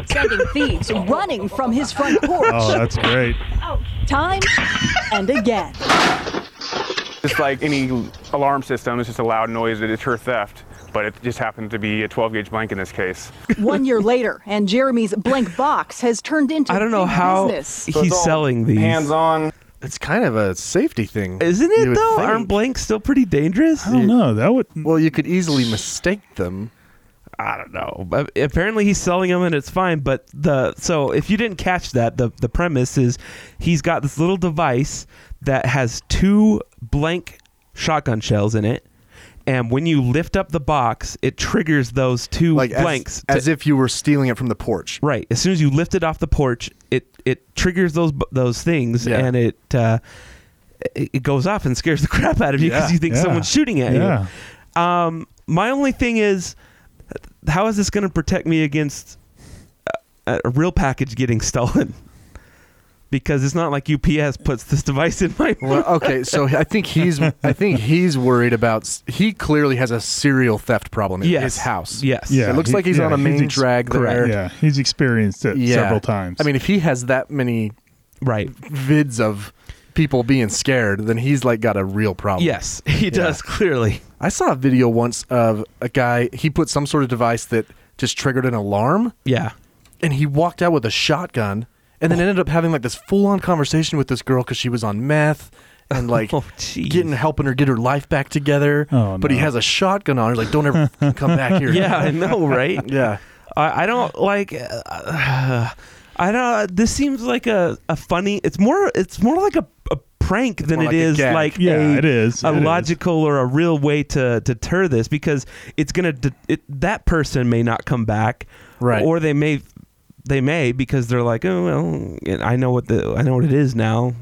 sending thieves running from his front porch.
Oh, that's great.
Time and again.
Just like any alarm system, it's just a loud noise to deter theft. But it just happened to be a 12 gauge blank in this case.
One year later, and Jeremy's blank box has turned into I don't know
how he's selling these.
on.
It's kind of a safety thing,
isn't it though? Aren't blanks still pretty dangerous? I don't
know. Oh, That would.
Well, you could easily mistake them.
I don't know. But Apparently he's selling them and it's fine. But the so if you didn't catch that, the the premise is he's got this little device that has two blank shotgun shells in it, and when you lift up the box, it triggers those two
Like as-
blanks
as if you were stealing it from the porch.
Right. As soon as you lift it off the porch, it it triggers those bu- those things
Yeah.
and it. Uh, it it goes off and scares the crap out of you because
Yeah.
you think
Yeah.
someone's shooting at
Yeah.
you. Um, my only thing is, how is this going to protect me against a, a real package getting stolen? Because it's not like UPS puts this device in my.
Well, okay, so I think he's I think he's worried about. s- He clearly has a serial theft problem in
Yes.
his house.
Yes.
Yeah,
it looks
he-
like he's
yeah,
on a main
ex-
drag there.
Yeah, he's experienced it
Yeah.
several times.
I mean, if he has that many
right
vids of people being scared, then he's like got a real problem.
Yes, he does clearly.
I saw a video once of a guy. He put some sort of device that just triggered an alarm.
Yeah,
and he walked out with a shotgun, and
Oh.
then ended up having like this full-on conversation with this girl because she was on meth. And like getting helping her get her life back together,
Oh,
but he
no.
has a shotgun on her. Like, don't ever f***ing come back here.
yeah, I know, right?
Yeah.
I, I don't like. Uh, I don't. This seems like a, a funny. It's more. It's more like a, a prank than
more
it
like a
is
gag.
like
Yeah,
a,
it is.
a
It is.
logical or a real way to deter this because it's gonna. De- it, that person may not come back,
Right.
Or they may. They may because they're like, oh well, I know what the I know what it is now.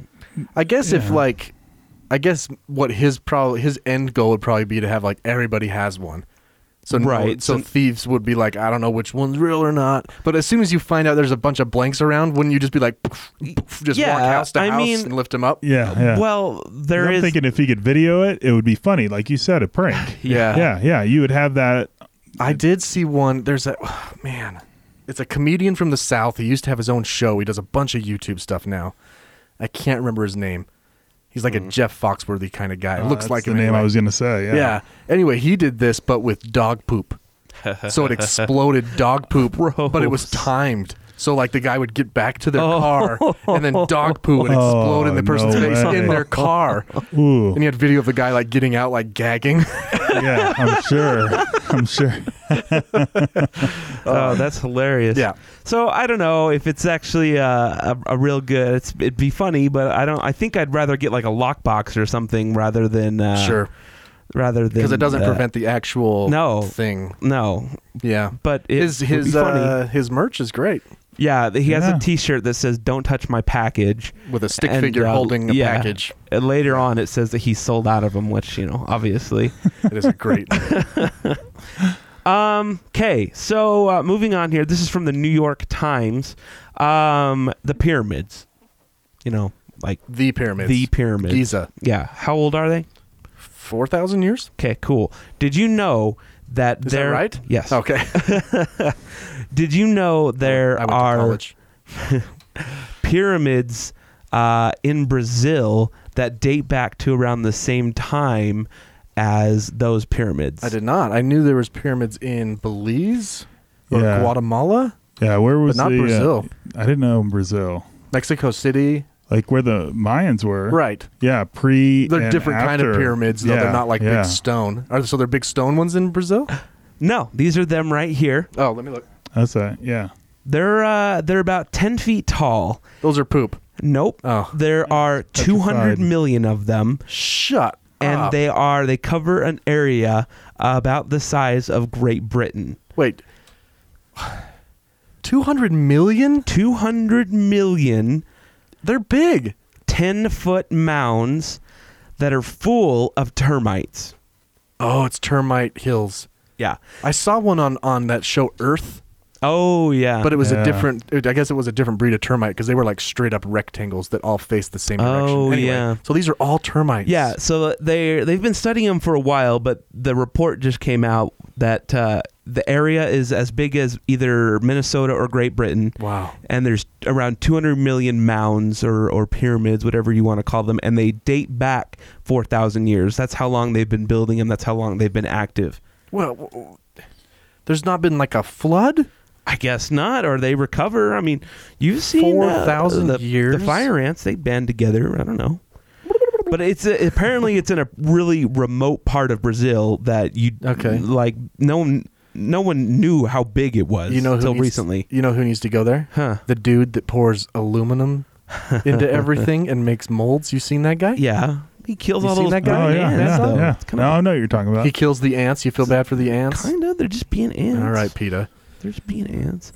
I guess if
Yeah.
like, I guess what his probably his end goal would probably be to have like everybody has one. So no-
Right,
so,
so-
thieves would be like, I don't know which one's real or not. But as soon as you find out there's a bunch of blanks around, wouldn't you just be like, poof, poof, just walk
Yeah,
house to
I
house
mean-
and lift him up?
yeah, yeah.
Well, there
I'm
is-
thinking if he could video it, it would be funny, like you said, a prank.
Yeah.
yeah, yeah. You would have that.
I did see one. There's a man. It's a comedian from the south. He used to have his own show. He does a bunch of YouTube stuff now. I can't remember his name. He's like a Jeff Foxworthy kind of guy. It
Oh,
looks
that's
like
the
him
name I
anyway.
was gonna say, yeah.
Anyway, he did this, but with dog poop. so it exploded dog poop, but it was timed. So like the guy would get back to their car, and then dog poo would explode in the
Oh,
person's
no
face
way.
in their car.
Ooh.
And he had video of the guy like getting out, like gagging.
yeah, I'm sure. I'm sure.
Oh, that's hilarious. Yeah. So I don't know if it's actually uh, a, a real good. It's, it'd be funny, but I don't. I think I'd rather get like a lockbox or something rather than uh,
Sure.
rather than
because it doesn't
that.
prevent the actual
no
thing.
No.
Yeah.
But it
his
would be
his
funny.
uh, his merch is great.
yeah, th- he has
Yeah.
a T-shirt that says "Don't touch my package"
With a stick figure holding a
uh, yeah.
package.
And later on, it says that he sold out of them, which you know, obviously,
It is a great.
Um. Okay. So uh, moving on here. This is from the New York Times. Um. The pyramids. You know, like
the pyramids.
The pyramids.
Giza.
Yeah. How old are they?
Four thousand years.
Okay. Cool. Did you know that
Is that
there?
right?
Yes.
Okay.
Did you know there
I went to
are?
college.
pyramids uh, in Brazil that date back to around the same time as those pyramids.
I did not. I knew there was pyramids in Belize or
Yeah.
Guatemala,
Yeah, where was
But not
the, uh,
Brazil.
I didn't know Brazil.
Mexico City.
Like where the Mayans were.
Right.
Yeah, pre.
They're
and
different kind of
after.
pyramids, though.
Yeah,
They're not like
yeah.
big stone. Are so they're big stone ones in Brazil?
No, these are them right here.
Oh, let me look.
That's right. Yeah.
They're uh, they're about ten feet tall.
Those are poop.
Nope. Oh, there are two hundred million of them.
Shut.
And
up.
they are they cover an area about the size of Great Britain.
Wait. 200 million?
200 million.
They're big.
10 foot mounds that are full of termites.
Oh, it's termite hills.
Yeah.
I saw one on on that show Earth,
Oh, yeah.
but it was
Yeah.
a different. it- I guess it was a different breed of termite because they were like straight up rectangles that all faced the same direction.
Oh,
Anyway,
yeah.
So these are all termites.
Yeah, so they they've been studying them for a while, but the report just came out that uh, the area is as big as either Minnesota or Great Britain.
Wow.
And there's around 200 million mounds or, or pyramids, whatever you want to call them, and they date back 4,000 years. That's how long they've been building them. That's how long they've been active.
Well, w- w- there's not been like a flood.
I guess not. Or they recover. I mean, you've seen uh,
4,000
the-
years?
The fire ants they band together. I don't know, but it's a, apparently it's in a really remote part of Brazil that you
Okay.
Like no one, no one knew how big it was.
You know who
until
needs-
recently.
You know who needs to go there?
Huh.
The dude that pours aluminum into everything and makes molds. You seen that guy?
Yeah, he kills
You
all
seen
those
that guy?
Oh,
fucking
yeah.
ants,
Yeah.
though.
yeah.
It's
No, I know what you're talking about.
He kills the ants. You feel bad for the ants.
Kinda, they're just being ants.
All right, Peta.
they're just being ants.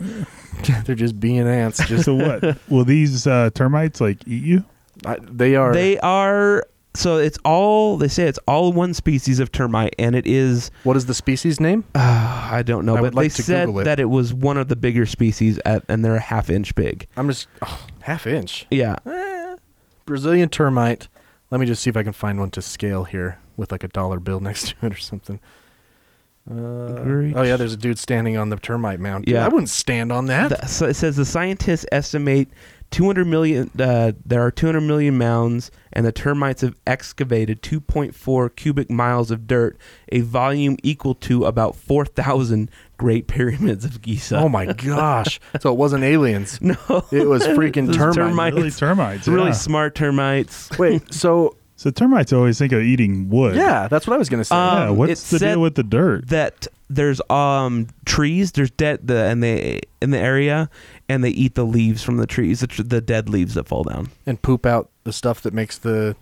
They're just being ants. Just
so what? Will these uh, termites like eat you?
I, they are.
They are. So it's all they say. It's all one species of termite, and it is.
what is the species name?
Uh, I don't know,
I
but
would like
they
to
said
Google it.
that it was one of the bigger species, at, and they're a half inch big.
I'm just oh, half inch.
Yeah,
Brazilian termite. Let me just see if I can find one to scale here with like a dollar bill next to it or something. Uh,
Great.
oh yeah, there's a dude standing on the termite mound.
Yeah.
I wouldn't stand on that.
Th- so it says the scientists estimate 200 million. Uh, there are 200 million mounds, and the termites have excavated 2.4 cubic miles of dirt, a volume equal to about 4,000 Great Pyramids of Giza.
oh my gosh! So it wasn't aliens.
No,
it was freaking
Those
termites.
Really termites.
Really
yeah.
smart termites.
Wait, so
So termites always think of eating wood.
yeah, that's what I was gonna say.
Um,
Yeah, what's
it
the
said
deal with the dirt?
that there's um trees there's dead the and they in the area and they eat the leaves from the trees the, tr- the dead leaves that fall down
and poop out the stuff that makes the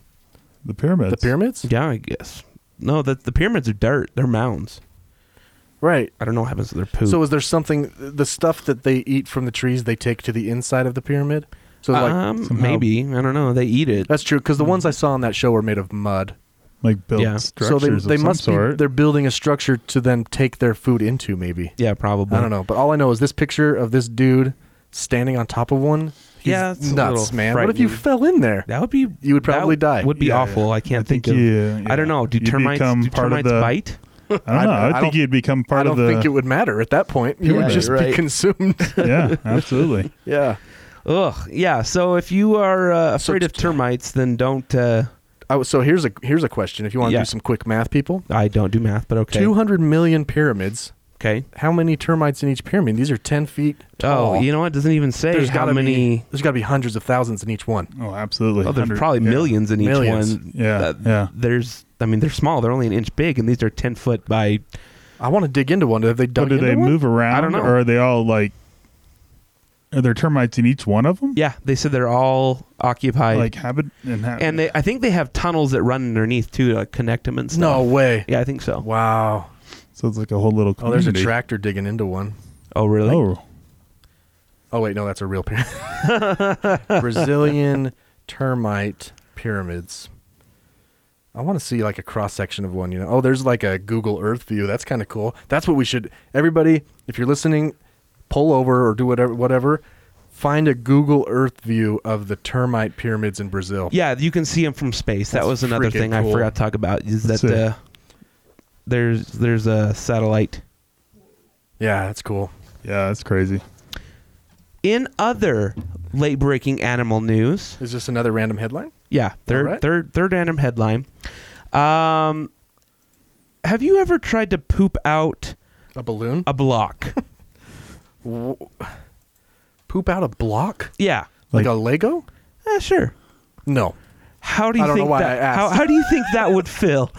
the pyramids.
the pyramids.
yeah i guess no the, the pyramids are dirt they're mounds
Right.
i don't know what happens to their poop
So is there something the stuff that they eat from the trees they take to the inside of the pyramid? So like
um, hmm. maybe i don't know they eat it
that's true because the ones I saw on that show were made of mud.
Like built
Yeah. So
structures
so they, they
of some
must be
sort.
they're building a structure to then take their food into maybe.
yeah probably
I don't know, but all I know is this picture of this dude standing on top of one. He's
Yeah, it's a
nuts,
little
man. What if you
frightening.
fell in there?
that would be
You would
that
probably die.
would be
Yeah,
awful i can't
I think
think of
you-
i don't know do
you'd
termites
become
do
part of
termites
the-
bite
I don't know. I,
I- I
would think
don't-
you'd become
I
part
don't
of the.
think it would matter at that point. You
Yeah,
would just be
right.
consumed.
yeah, absolutely.
yeah.
ugh yeah so if you are uh,
So
afraid of
t-
termites then don't uh,
I was- so here's a here's a question. If you want to
Yeah.
do some quick math, people,
i don't do math but okay
two hundred million pyramids.
okay
how many termites in each pyramid? These are ten feet tall.
Oh, you know what? It doesn't even say
there's
how
gotta
many.
Be, there's got to be hundreds of thousands in each one.
Oh, absolutely.
oh, there's
Hundred-
probably
yeah.
millions in each
Millions.
one.
Yeah, yeah.
There's, I mean, they're small. They're only an inch big, and these are ten foot by.
I want to dig into one. Have they
But
dug
do
into
they
one?
move around?
I don't know.
Or are they all like? Are there termites in each one of them?
Yeah, they said they're all occupied,
Like habit and habit.
and they. I think they have tunnels that run underneath too to like, connect them and stuff.
No way.
Yeah, I think so.
Wow.
so it's like a whole little.
Oh, there's
Community.
a tractor digging into one.
Oh, really?
Oh,
Oh wait, no, that's a real pyramid. Brazilian termite pyramids. I want to see like a cross section of one, you know. Oh, there's like a Google Earth view. That's kind of cool. That's what we should everybody, if you're listening, pull over or do whatever whatever, find a Google Earth view of the termite pyramids in Brazil.
Yeah, you can see them from space. that
That's
was another
freaking
thing I
cool.
forgot to talk about. Is
That's
that
it.
uh, there's there's a satellite
Yeah, that's cool.
yeah, that's crazy.
In other late breaking animal news.
Is this another random headline?
Yeah, third,
All right.
third, third random headline. Um, have you ever tried to poop out
a balloon?
A block?
poop out a block?
Yeah,
like, a Lego?
Eh, sure.
No.
How do you
I don't
think
know why
that?
I asked.
How, how do you think that would feel?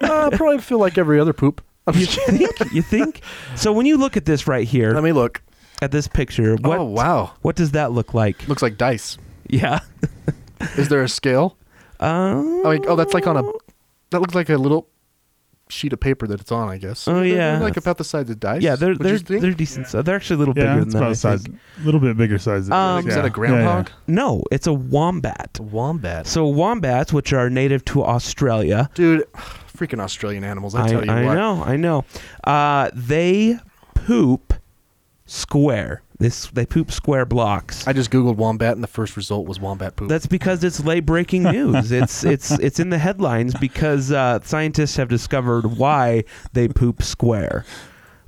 uh, probably feel like every other poop.
you think? You think? So when you look at this right here, let
me look
at this picture. What,
Oh, wow.
What does that look like?
Looks like dice.
Yeah.
Is there a scale?
Um,
like, oh, that's like on a. That looks like a little sheet of paper that it's on. I guess.
Oh, yeah.
Like about the size of dice.
Yeah, they're
would you
they're,
think?
they're decent. size. They're actually a little
Yeah,
bigger
it's
than
about
that.
a
I
size,
think.
a little bit bigger size. Than
Um,
this,
Is that a
yeah.
groundhog? No, it's a wombat.
Wombat.
So wombats, which are native to Australia,
dude, freaking Australian animals. I,
I,
tell you
I
what.
know, I know. Uh, they poop square. This they poop square blocks.
I just googled wombat, and the first result was wombat poop.
That's because it's late breaking news. it's it's it's in the headlines because uh, scientists have discovered why they poop square.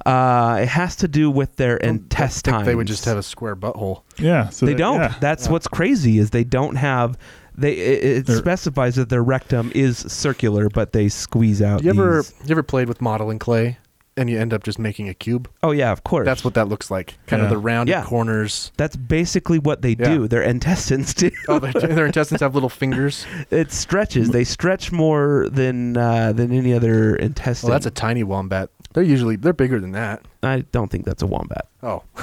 Uh, it has to do with their intestines.
They would just have a square butthole.
Yeah, so
they
that-
don't.
yeah.
That's what's crazy is they don't have. They it, it
They're-
specifies that their rectum is circular, but they squeeze out.
You ever
these-
you ever played with modeling clay, and you end up just making a cube?
Oh yeah, of course.
That's what that looks like. Kind of
Yeah.
the rounded
Yeah.
corners.
That's basically what they do. Their intestines do.
Oh, their, their intestines have little fingers.
It stretches. They stretch more than uh, than any other intestine.
Well, Oh, that's a tiny wombat. They're usually they're bigger than that.
I don't think that's a wombat.
Oh,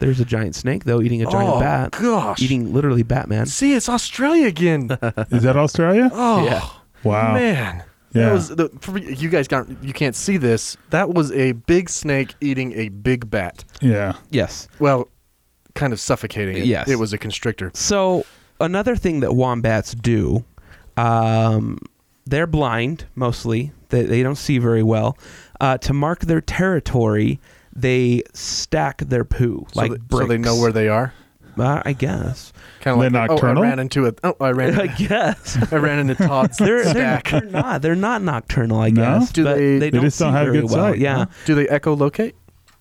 There's a giant snake though eating a giant
Oh,
bat.
gosh.
Eating literally Batman.
see, it's Australia again.
Is that Australia?
Oh,
Yeah.
Wow.
man. That
Yeah.
was the, for, you guys got you can't see this. That was a big snake eating a big bat.
Yeah.
Yes.
Well, kind of suffocating it.
Yes.
It was a constrictor.
So another thing that wombats do, um, they're blind mostly. They, they don't see very well. Uh, to mark their territory, they stack their poo
So
like
they- so they know where they are.
Uh, I guess.
Kind of like Oh, I ran into a. Oh, I ran.
I guess
I ran into Todd's
they're, they're,
stack.
they're not. They're not nocturnal. I guess.
Do
but
they-
they,
They
don't
just don't
see
have
very
good
well.
sight,
Yeah.
huh? Do they echolocate?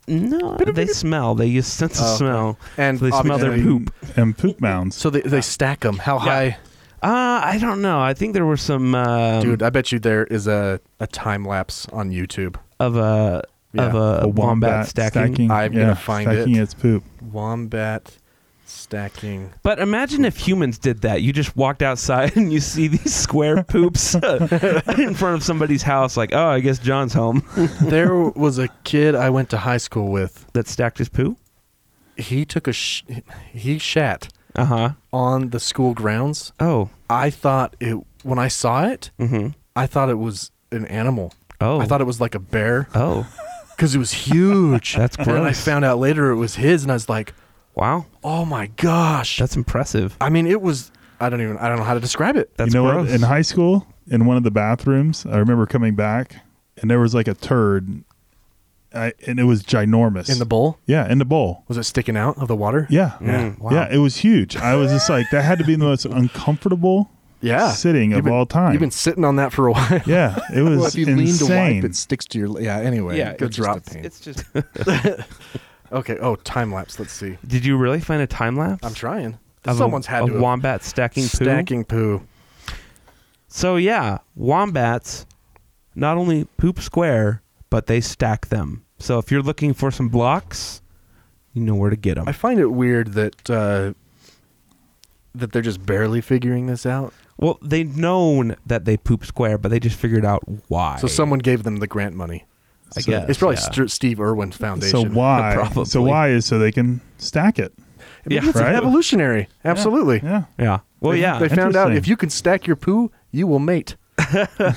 No, they smell. They use sense of
Oh, okay.
smell.
And
So they smell their
obviously-
poop.
And poop mounds.
So they, they stack them. How high?
Uh, I don't know. I think there were some um,
Dude, I bet you there is a, a time lapse on YouTube.
of a of a, wombat, stacking.
I'm
yeah,
gonna find
stacking
it.
its poop.
Wombat stacking.
But imagine if humans did that. You just walked outside and you see these square poops uh, in front of somebody's house. Like, oh, I guess John's home.
there was a kid I went to high school with
that stacked his poo.
He took a sh- he shat
Uh huh.
on the school grounds.
Oh,
I thought it when I saw it.
Mhm.
I thought it was an animal.
Oh,
I thought it was like a bear.
Oh,
because it was huge.
That's
And then I
gross.
found out later it was his, and I was like,
"Wow,
oh my gosh,
that's impressive."
I mean, it was. I don't even. I don't know how to describe it.
That's
you know
gross.
what? In high school, in one of the bathrooms, I remember coming back, and there was like a turd, I, and it was ginormous
In the bowl?
Yeah, in the bowl.
Was it sticking out of the water?
Yeah,
Yeah. Mm, Wow.
yeah. It was huge. I was just like, that had to be the most uncomfortable.
Yeah.
sitting
You've
of
been-
all time.
You've been sitting on that for a while.
Yeah, it was
well, if you lean
insane.
to wipe, it sticks to your. Yeah. Anyway.
Yeah,
Good
it's just-
drop
it's-
pain.
it's just-
okay. Oh, time lapse. Let's see.
Did you really find a time lapse?
I'm trying.
Of a-
Someone's had
a
to have-
wombat stacking poo?
Stacking poo.
So yeah, wombats not only poop square, but they stack them. So if you're looking for some blocks, you know where to get them.
I find it weird that uh, that they're just barely figuring this out.
Well, they've known that they poop square, but they just figured out why.
So someone gave them the grant money.
I guess,
it's probably
yeah.
St- Steve Irwin Foundation.
so why? So why is so they can stack it?
Maybe it's
Right?
evolutionary. Absolutely.
Yeah.
Yeah. Well,
they,
yeah.
They found out
Interesting.
if you can stack your poo, you will mate.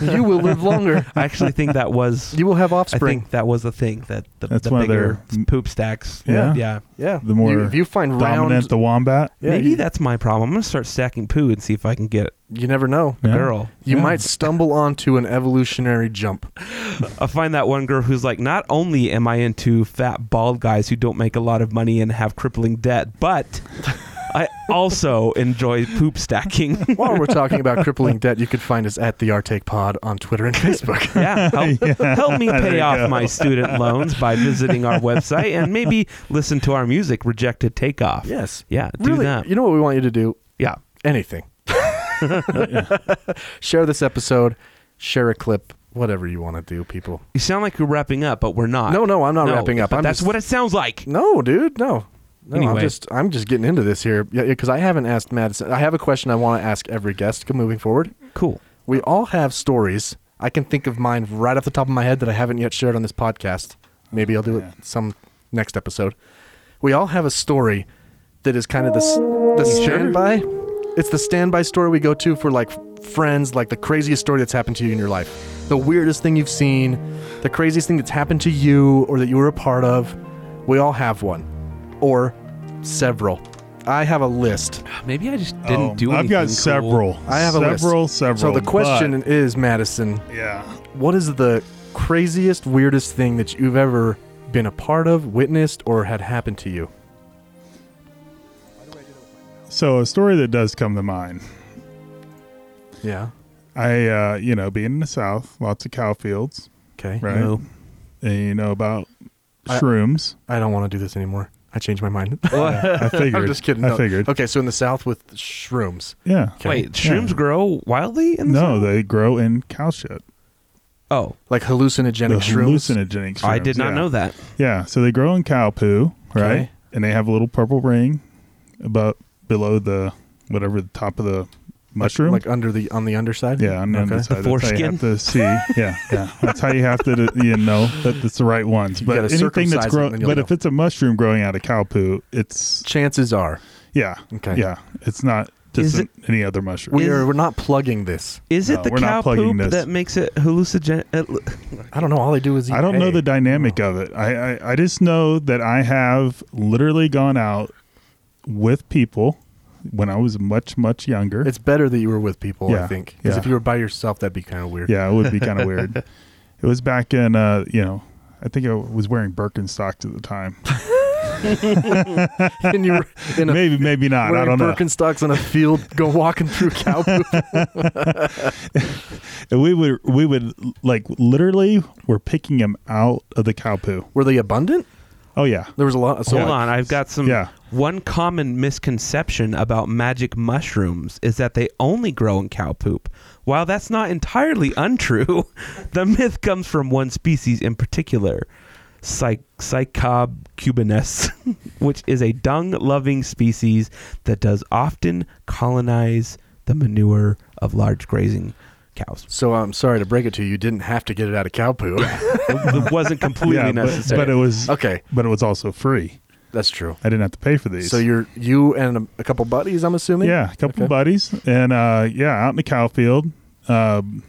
you will live longer.
I actually think that was
you will have
I
offspring.
think that was the thing that the,
That's
the
one of
bigger
their-
poop stacks.
Yeah.
yeah,
yeah.
The more
You- if you find
dominant
round-
the wombat,
Maybe that's my problem. I'm gonna start stacking poo and see if I can get
You never know.
a girl.
You might stumble onto an evolutionary jump.
I find that one girl who's like, not only am I into fat bald guys who don't make a lot of money and have crippling debt, but I also enjoy poop stacking.
While we're talking about crippling debt, you could find us at the Artake Pod on Twitter and Facebook.
Yeah, help,
Yeah,
help me
there
pay
you
off
go.
my student loans by visiting our website and maybe listen to our music, Rejected Takeoff.
Yes.
Yeah, do
Really,
that.
You know what we want you to do?
Yeah.
Anything. share this episode, share a clip, whatever you want to do, people.
You sound like you're wrapping up, but we're not.
No, no, I'm not wrapping up.
but
I'm
that's
just-
what it sounds like.
No, dude, no. No, I'm
Anyway.
just I'm just getting into this here because I haven't asked Madison. I have a question I want to ask every guest go- moving forward.
Cool.
We all have stories. I can think of mine right off the top of my head that I haven't yet shared on this podcast. Maybe I'll do it some next episode. We all have a story that is kind of the s- the standby. It's the standby story we go to for like friends, like the craziest story that's happened to you in your life, the weirdest thing you've seen, the craziest thing that's happened to you or that you were a part of. We all have one, or several. I have a list.
Maybe I just
didn't Oh, do I've got anything cool. several.
I have a list.
Several, several,
So the question is, Madison.
Yeah.
What is the craziest, weirdest thing that you've ever been a part of, witnessed, or had happen to you?
So a story that does come to mind.
Yeah.
I, uh, you know, being in the South, lots of cow fields.
Okay.
Right.
No.
And you know about
I-
shrooms.
I don't want to do this anymore. I changed my mind.
I figured.
I'm just kidding.
I
No.
figured.
Okay, so in the South with shrooms.
Yeah.
Okay.
Wait, shrooms grow wildly? In the
No, they grow in cow shit.
Oh,
like hallucinogenic
The
shrooms.
hallucinogenic
I did
shrooms,
not
yeah.
know that.
Yeah, so they grow in cow poo, right?
Okay.
And they have a little purple ring about below the whatever the top of the mushroom,
like under the on the underside.
Yeah, on the
Okay.
underside.
The
That's how you
foreskin?
have to see. Yeah, yeah. That's how you have to you know that it's the right ones.
You
But
gotta
anything
circumcise
that's
it,
growing,
then you'll
but
know.
if it's a mushroom growing out of cow poo, it's
chances are.
Yeah.
Okay.
Yeah, it's not just
Is it-
any other mushroom.
We are, we're not plugging this.
Is it
No,
the
we're not
cow
plugging
poop
this.
that makes it hallucinogen? uh,
I don't know. All they do is eat
I don't know
hay.
the dynamic of it. I, I I just know that I have literally gone out with people when I was much much younger.
It's better that you were with people. I
Yeah,
think because
yeah.
if you were by yourself, that'd be kind of weird.
Yeah, it would be kind of weird. It was back in, uh, you know, I think I was wearing Birkenstocks at the time.
and you were in a,
maybe, maybe not. I
wearing
don't know.
Birkenstocks on a field, go walking through cow poop.
And we would, we would like literally, we're picking them out of the cow poo.
Were they abundant?
Oh yeah,
There was a lot. So
Hold
like,
on, I've got some.
Yeah.
One common misconception about magic mushrooms is that they only grow in cow poop. While that's not entirely untrue, the myth comes from one species in particular, Psych- Psychob cubanus, which is a dung-loving species that does often colonize the manure of large grazing cows.
So I'm sorry to break it to you. You didn't have to get it out of cow poo.
It wasn't completely
yeah, but,
necessary.
but it was
okay,
but it was also free.
that's true.
I didn't have to pay for these.
So you're you and a, a couple buddies, I'm assuming.
yeah, a couple
Okay.
buddies, and uh, yeah, out in the cow field, um,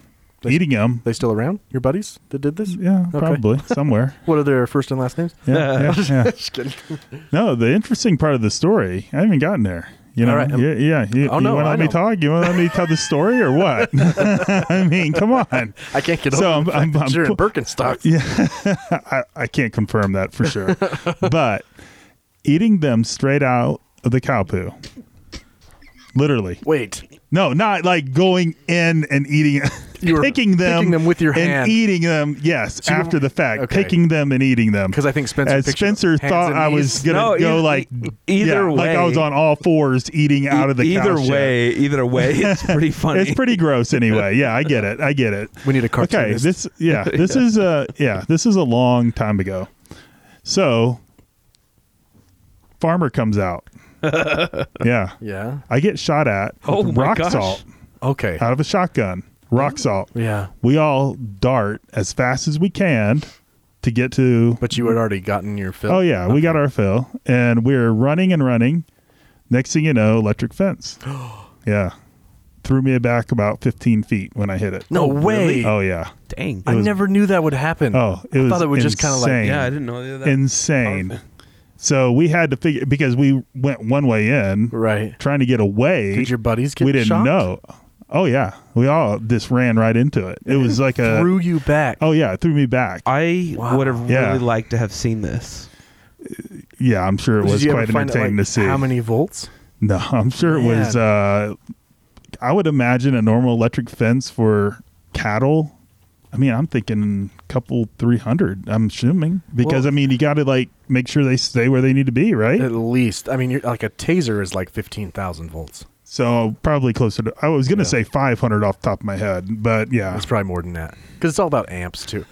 eating them.
They still around? Your buddies that did this?
Yeah,
Okay.
probably somewhere.
What are their first and last names?
Yeah, yeah, yeah.
Just kidding.
No, the interesting part of the story, I haven't gotten there. You know,
All right.
yeah, yeah. You,
Oh, no,
you want to
I
let me
know.
talk? You want to let me tell the story or what? I mean, come on.
I can't get
So
over
I'm-
the fact
I'm-
that
I'm
you're in
pu-
Birkenstock.
Yeah, I, I can't confirm that for sure, but eating them straight out of the cow poo, literally.
Wait,
No, not like going in and eating.
You were
picking them,
picking them with your
and
hand.
eating them. Yes,
So you-
after the fact,
okay.
picking them and eating them.
'Cause I think Spencer
As
pictured
Spencer
hands
thought
and e-
I was
knees.
gonna
No,
go
either-
like
either
yeah, like I was
way.
on all fours eating out of the
E
E-
either
cow shit.
way, either way, it's pretty funny.
It's pretty gross anyway. Yeah, I get it. I get it.
We need a
Okay,
cartoonist.
this yeah, this is uh yeah, this is a long time ago. So farmer comes out. yeah.
Yeah.
I get shot at
Oh
with
my
rock
gosh.
salt
Okay.
out of a shotgun. Rock salt.
Yeah.
We all dart as fast as we can to get to
But you had already gotten your fill.
Oh yeah, we got our fill, and we're running and running. Next thing you know, electric fence. yeah, threw me back about 15 feet when I hit it.
No way.
Oh yeah.
Dang.
I
was-
never knew that would happen.
Oh, it
I
was
thought it would just kind of like
insane.
yeah, I didn't know that.
Insane. So we had to figure because we went one way in,
right.
trying to get away.
Did your buddies get
we didn't
shocked?
know. Oh yeah, we all just ran right into it. It was like a.
Threw you back.
Uh, oh yeah, it threw me back.
I
Wow.
would have
Yeah.
really liked to have seen this.
yeah, I'm sure it
Did
was
you ever
quite
find out,
entertaining
like,
to see.
How many volts?
No, I'm sure it was. Uh, I would imagine a normal electric fence for cattle. I mean, I'm thinking couple three hundred. I'm assuming because
Well-
I mean you got to like make sure they stay where they need to be, right?
At least, I mean, you're, like a taser is like fifteen thousand volts.
So probably closer to. I was gonna say five hundred off the top of my head, but yeah,
it's probably more than that because it's all about amps too.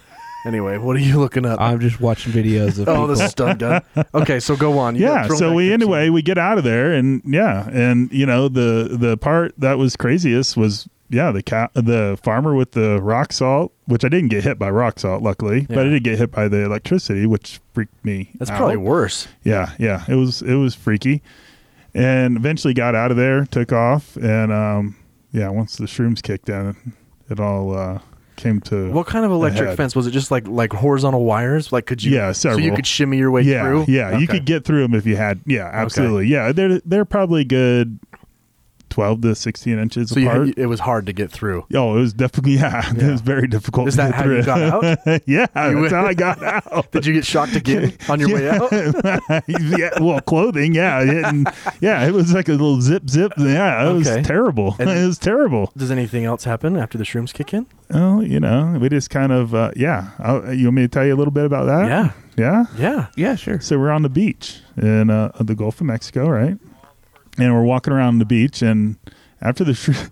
Anyway, what are you looking up?
I'm just watching videos of.
oh, this
people.
is done. done. Okay, so go on. You
yeah
gotta throw
so
back
we anyway we get out of there and yeah and you know the the part that was craziest was yeah the cat the farmer with the rock salt which i didn't get hit by rock salt luckily but i
Yeah.
did get hit by the electricity which freaked me
That's
out.
probably worse.
yeah yeah it was it was freaky and eventually got out of there took off and um yeah once the shrooms kicked in it all uh came to
What kind of
a
electric
head.
fence was it? Just like like horizontal wires? Like could you?
Yeah,
So you
several.
could shimmy your way
yeah,
through.
Yeah, you
Okay.
could get through them if you had. Yeah, absolutely. Yeah, they're they're probably good twelve to sixteen inches
So you,
apart.
it was hard to get through.
Oh, it was definitely yeah, It was very difficult.
Is
to
that
get
how you
through.
got out?
yeah,
You-
that's how I got out.
Did you get shocked again on your way out?
yeah, well, clothing. Yeah, it didn't- yeah, it was like a little zip, zip. Yeah, it
Okay.
was terrible.
And-
it was terrible.
Does anything else happen after the shrooms kick in?
Well, you know, we just kind of uh, yeah. i you want me to tell you a little bit about that?
Yeah.
Yeah.
Yeah.
Yeah, sure.
So we're on the beach in uh, the Gulf of Mexico, right? And we're walking around the beach, and after the shroom,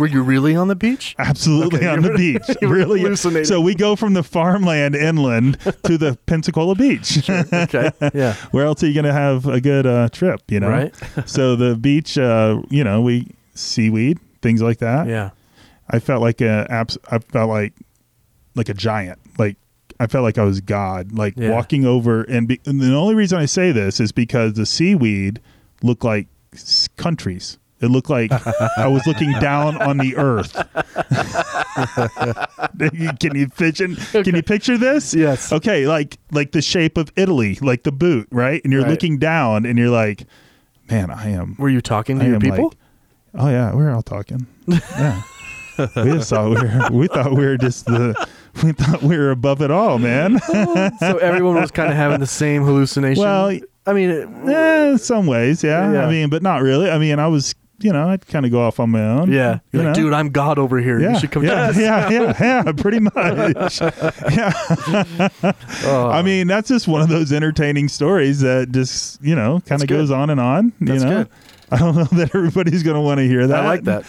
Were you really on the beach?
absolutely
Okay, you
on the
were-
beach,
you were
really.
hallucinating.
So we go from the farmland inland to the Pensacola beach.
Okay. Yeah.
Where else are you gonna have a good uh, trip? You know,
Right.
so the beach, uh, you know, we seaweed things like that.
Yeah.
I felt like a abs- I felt like like a giant. Like I felt like I was God. Like
Yeah.
walking over and, be- and the only reason I say this is because the seaweed looked like s- countries. It looked like I was looking down on the earth. can you vision? Can you picture this?
Yes.
Okay, like like the shape of Italy, like the boot, right? And you're
Right.
looking down, and you're like, man, I am.
Were you talking to
I
your
am,
people?
like- oh yeah, we were all talking. Yeah, we just thought we were. We thought we were just the. We thought we were above it all, man.
so everyone was kind of having the same hallucination.
Well,
I mean, it-
eh, some ways, yeah.
Yeah.
I mean, but not really. I mean, I was. You know, I'd kind of go off on my own.
yeah,
you
you're like,
know?
dude, I'm God over here.
Yeah,
You should come.
yeah, yeah, yeah, yeah, pretty much. yeah,
Oh,
I mean, that's just one of those entertaining stories that just you know kind
That's
of
good.
goes on and on. You
That's
know,
good.
I don't know that everybody's going to want to hear that.
I like that.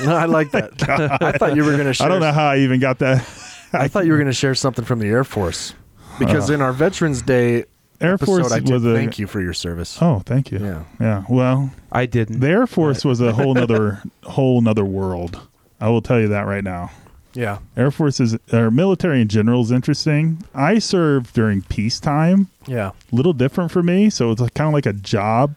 No, I like that. I thought you were gonna. Share
I don't know how I even got that.
I thought you were gonna share something from the Air Force because in our Veterans Day
Uh. Air
episode,
Force
I did
was a-
thank you for your service.
Oh, thank you.
Yeah.
yeah. Well,
I didn't.
the Air Force was a whole nother whole nother world. I will tell you that right now.
Yeah,
Air Force is or military in general is interesting. I served during peacetime.
yeah.
little different for me. So it's kind of like a job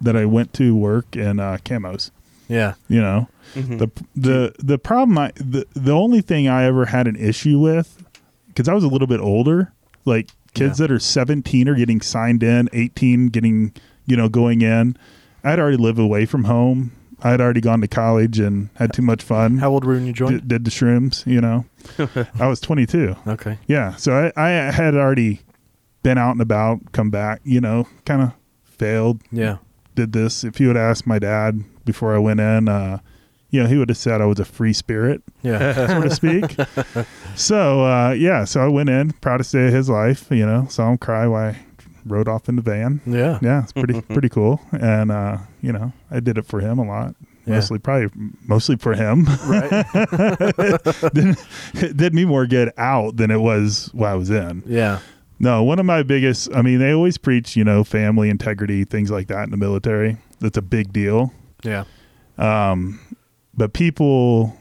that I went to work in uh, camos.
Yeah.
You know,
Mm-hmm.
the the the problem I the the only thing I ever had an issue with because I was a little bit older, like kids that are seventeen are getting signed in, eighteen getting you know going in. I'd already lived away from home. I'd already gone to college and had too much fun.
How old were you when you
did,
joined?
did the shrooms? You know, I was twenty two.
Okay.
Yeah. So I, I had already been out and about, come back, you know, kind of failed,
Yeah.
did this. If you would ask my dad before I went in, uh, you know, he would have said I was a free spirit,
Yeah.
so to speak. so, uh, yeah. So I went in, proudest day of his life, you know, saw him cry while I rode off in the van.
Yeah.
Yeah. It's pretty, pretty cool. And, uh, you know, I did it for him a lot.
Yeah.
Mostly, probably mostly for him.
Right.
it did me more good out than it was while I was in.
Yeah.
No, one of my biggest, I mean, they always preach, you know, family integrity, things like that in the military. That's a big deal.
Yeah.
But people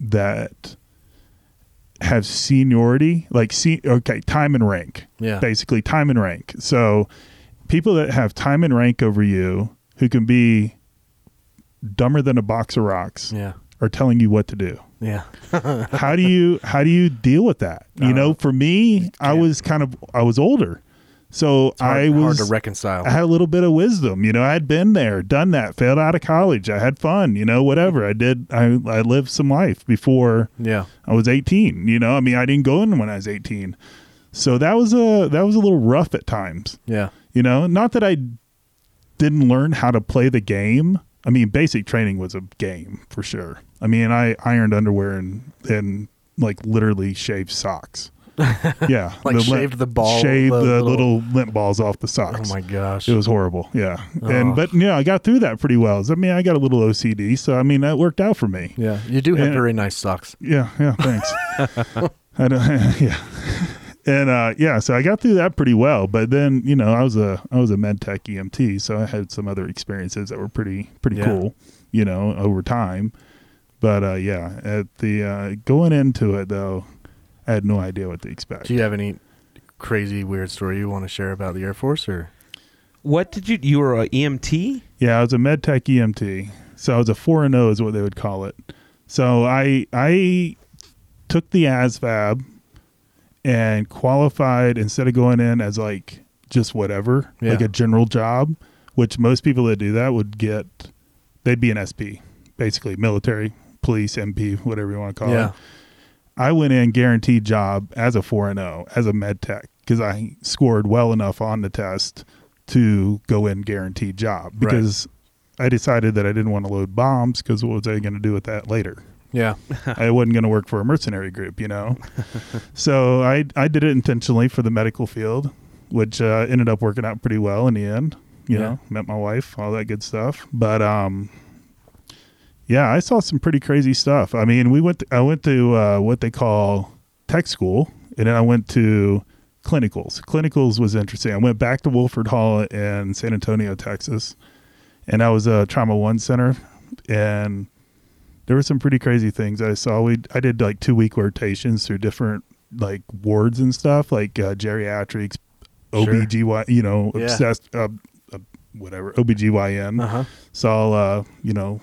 that have seniority, like, see, okay, time and rank.
Yeah.
Basically, time and rank. So people that have time and rank over you who can be dumber than a box of rocks
Yeah.
are telling you what to do.
Yeah.
how do you how do you deal with that?
Uh,
You know, for me, I was kind of I was older, so
Hard,
I
hard
was
to reconcile.
I had a little bit of wisdom. You know, I had been there, done that, failed out of college. I had fun. You know, whatever I did, I I lived some life before
yeah.
I was 18. You know, I mean, I didn't go in when I was 18, so that was a that was a little rough at times.
Yeah.
You know, not that I didn't learn how to play the game. I mean, basic training was a game for sure. I mean, I ironed underwear and and like literally shaved socks. Yeah,
Like
lint-
shaved the ball-
shaved
the
the,
little-
little, lint balls off the socks.
Oh my gosh.
it was horrible. Yeah,
Oh.
and but yeah, I got through that pretty well. I mean, I got a little OCD, so I mean that worked out for me.
Yeah, you do have
And-
very nice socks.
Yeah, yeah, thanks. I don't, yeah. And uh, yeah, so I got through that pretty well, but then you know I was a I was a med tech EMT, so I had some other experiences that were pretty pretty
Yeah.
cool, you know, over time. But uh, yeah, at the uh, going into it though, I had no idea what to expect.
Do you have any crazy weird story you want to share about the Air Force or
What did you? You were E an EMT.
Yeah, I was a med tech EMT. So I was a four and O is what they would call it. So I I took the ASVAB and qualified instead of going in as like just whatever,
Yeah.
like a general job, which most people that do that would get they'd be an SP, basically military, police, MP, whatever you want to call
Yeah.
it. I went in guaranteed job as a 4 and 0 as a med tech because I scored well enough on the test to go in guaranteed job
Right.
because I decided that I didn't want to load bombs because what was I going to do with that later?
Yeah.
I wasn't going to work for a mercenary group, you know. so I I did it intentionally for the medical field, which uh, ended up working out pretty well in the end. You
Yeah.
know, met my wife, all that good stuff. But um, yeah, I saw some pretty crazy stuff. I mean, we went. I went to uh, what they call tech school, and then I went to clinicals. Clinicals was interesting. I went back to Wolford Hall in San Antonio, Texas, and I was a trauma one center, and there were some pretty crazy things I saw. We I did like two week rotations through different like wards and stuff, like uh, geriatrics,
Sure.
OBGY, you know,
Yeah.
obsessed, uh, uh, whatever, OBGYN.
Uh-huh.
Saw, uh, you know,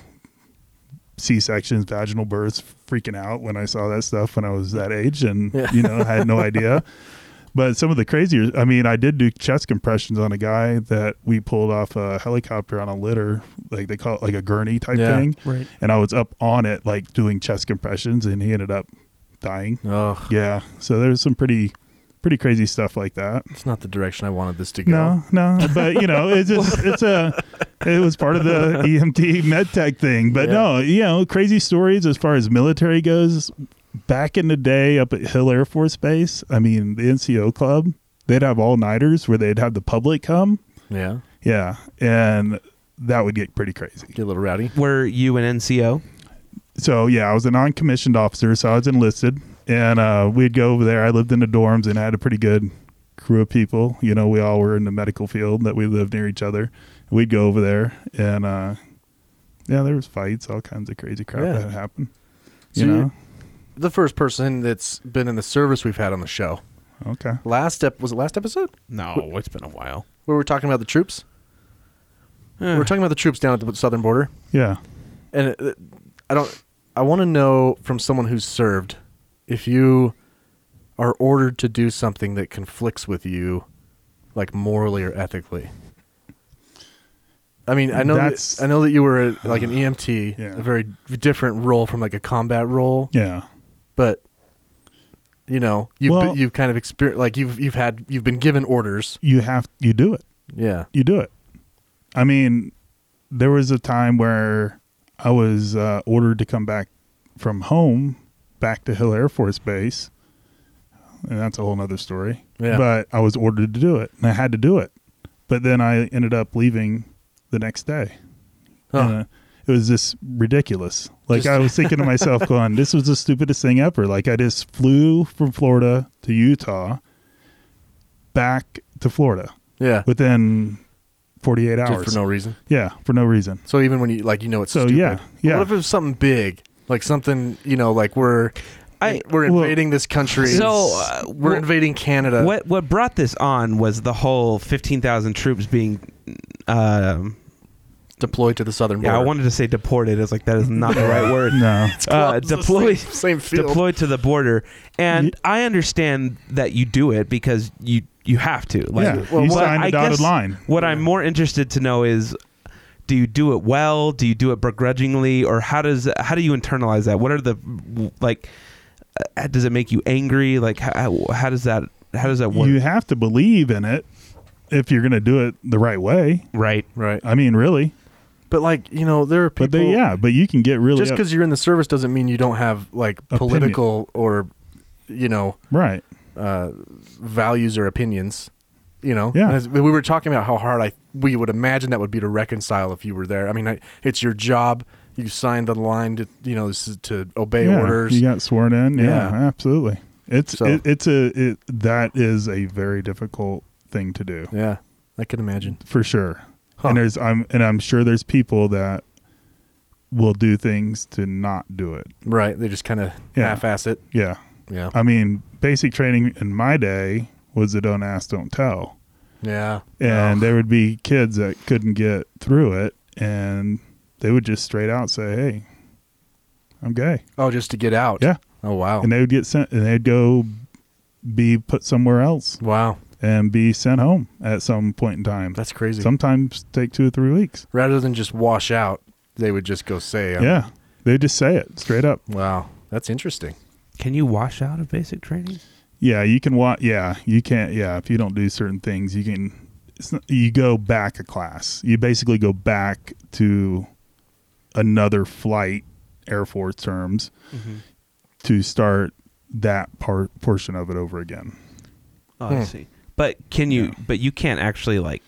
C sections, vaginal births, freaking out when I saw that stuff when I was that age, and
Yeah.
you know, I had no idea. But some of the crazier, I mean, I did do chest compressions on a guy that we pulled off a helicopter on a litter, like they call it like a gurney type
Yeah.
thing.
Right.
And I was up on it, like doing chest compressions, and he ended up dying.
Oh.
Yeah. So there's some pretty, pretty crazy stuff like that.
It's not the direction I wanted this to go.
No, no, but you know, it's just it's a it was part of the EMT med tech thing. But no, you know, crazy stories as far as military goes. Back in the day, up at Hill Air Force Base, I mean, the NCO Club, they'd have all nighters where they'd have the public come.
Yeah.
Yeah, and that would get pretty crazy.
Get a little rowdy.
Were you an NCO?
So yeah, I was a non-commissioned officer, so I was enlisted, and uh, we'd go over there. I lived in the dorms, and I had a pretty good crew of people. You know, we all were in the medical field that we lived near each other. We'd go over there, and uh, yeah, there was fights, all kinds of crazy crap
Yeah.
that happened.
So
you
you're
know,
the first person that's been in the service we've had on the show.
Okay.
Last step was it last episode?
No, it's been a while.
Where we were talking about the troops? We were talking about the troops down at the southern border.
yeah.
and uh, I don't. I want to know from someone who's served if you are ordered to do something that conflicts with you, like morally or ethically. I mean, I know
That's-
that, I know that you were a, like an EMT,
Yeah.
a very different role from like a combat role.
Yeah.
but you know, you've
Well-
been, you've kind of experienced like you've you've had you've been given orders.
You have you do it.
Yeah,
You do it. I mean, there was a time where I was uh, ordered to come back from home back to Hill Air Force Base. And that's a whole nother story.
Yeah.
But I was ordered to do it and I had to do it. But then I ended up leaving the next day.
Huh.
And, uh, it was just ridiculous. Like
Just-
I was thinking to myself, going, this was the stupidest thing ever. Like I just flew from Florida to Utah back to Florida
yeah,
within 48
Just
hours
for no reason.
yeah for no reason
So even when you like, you know, it's
So,
stupid.
yeah, yeah.
What if it was something big, like something you know, like we're
I-
we're
well-
invading this country.
So, uh,
we're
wh-
invading Canada.
Uh, what what brought this on was the whole fifteen thousand troops being. Um,
Deployed to the southern border.
yeah, I wanted to say deported. It's like that is not the right word.
no
Uh,
It's the
deployed,
same- same field.
deployed to the border, and I understand that you do it because you you have to. Like,
Yeah, you
but
signed a
I
dotted
guess
line.
What I'm more interested to know is, do you do it well? Do you do it begrudgingly, or how does how do you internalize that? What are the like? uh, Does it make you angry? Like how how does that how does that work?
you have to believe in it if you're gonna do it the right way.
Right.
Right.
I mean, really.
But like you know, there are people.
But they, yeah, but you can get really
just
up-
because you're in the service doesn't mean you don't have like
Opinion.
political or you know
right
uh, values or opinions. You know,
Yeah.
And as- we were talking about how hard I we would imagine that would be to reconcile if you were there. I mean, I, it's your job. You signed the line to you know s- to obey
yeah,
orders.
You got sworn in. Yeah,
Yeah.
absolutely. It's
So-
it, it's a it, that is a very difficult thing to do.
Yeah, I can imagine
for sure. And there's I'm and I'm sure there's people that will do things to not do it.
Right. They just kind of
Mm. Yeah.
half-ass it. Uh,
Yeah.
Yeah.
I mean, basic training in my day was the don't ask, don't tell.
Yeah.
And there would be kids that couldn't get through it and they would just straight out say, Hey, I'm gay.
Oh, just to get out.
Yeah.
Oh wow.
And they would get sent and they'd go be put somewhere else.
Wow.
And be sent home at some point in time.
That's crazy.
Sometimes take two or three weeks.
Rather than just wash out, they would just go say, um,
Yeah. They just say it straight up.
Wow, that's interesting.
Can you wash out of basic training?
Yeah, you can watch. Yeah, you can't. Yeah, if you don't do certain things, you can. It's not, you go back a class. You basically go back to another flight, Air Force terms,
Mhm.
to start that part portion of it over again.
Oh,
Hmm.
I see. But can you? But you can't actually like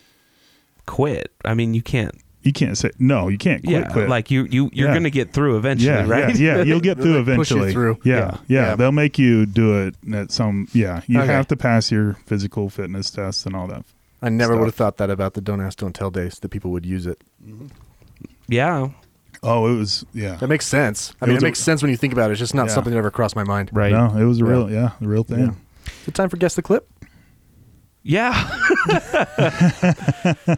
quit. I mean, you can't.
You can't say no. You can't quit.
yeah,
quit.
like you you you're
Yeah.
gonna get through eventually,
yeah,
right?
Yeah, yeah, you'll get through eventually. Yeah, yeah, They'll make you do it at some. Yeah, you
Okay.
have to pass your physical fitness tests and all that.
I never
Stuff.
would have thought that about the don't ask, don't tell days that people would use it.
Yeah.
Oh, it was yeah.
That makes sense. I
It
mean,
was
it
a-
makes sense when you think about it. It's just not
Yeah.
something that ever crossed my mind.
Right.
No, it was a real. Yeah, the real thing.
Yeah. Good time for guess the clip.
Yeah.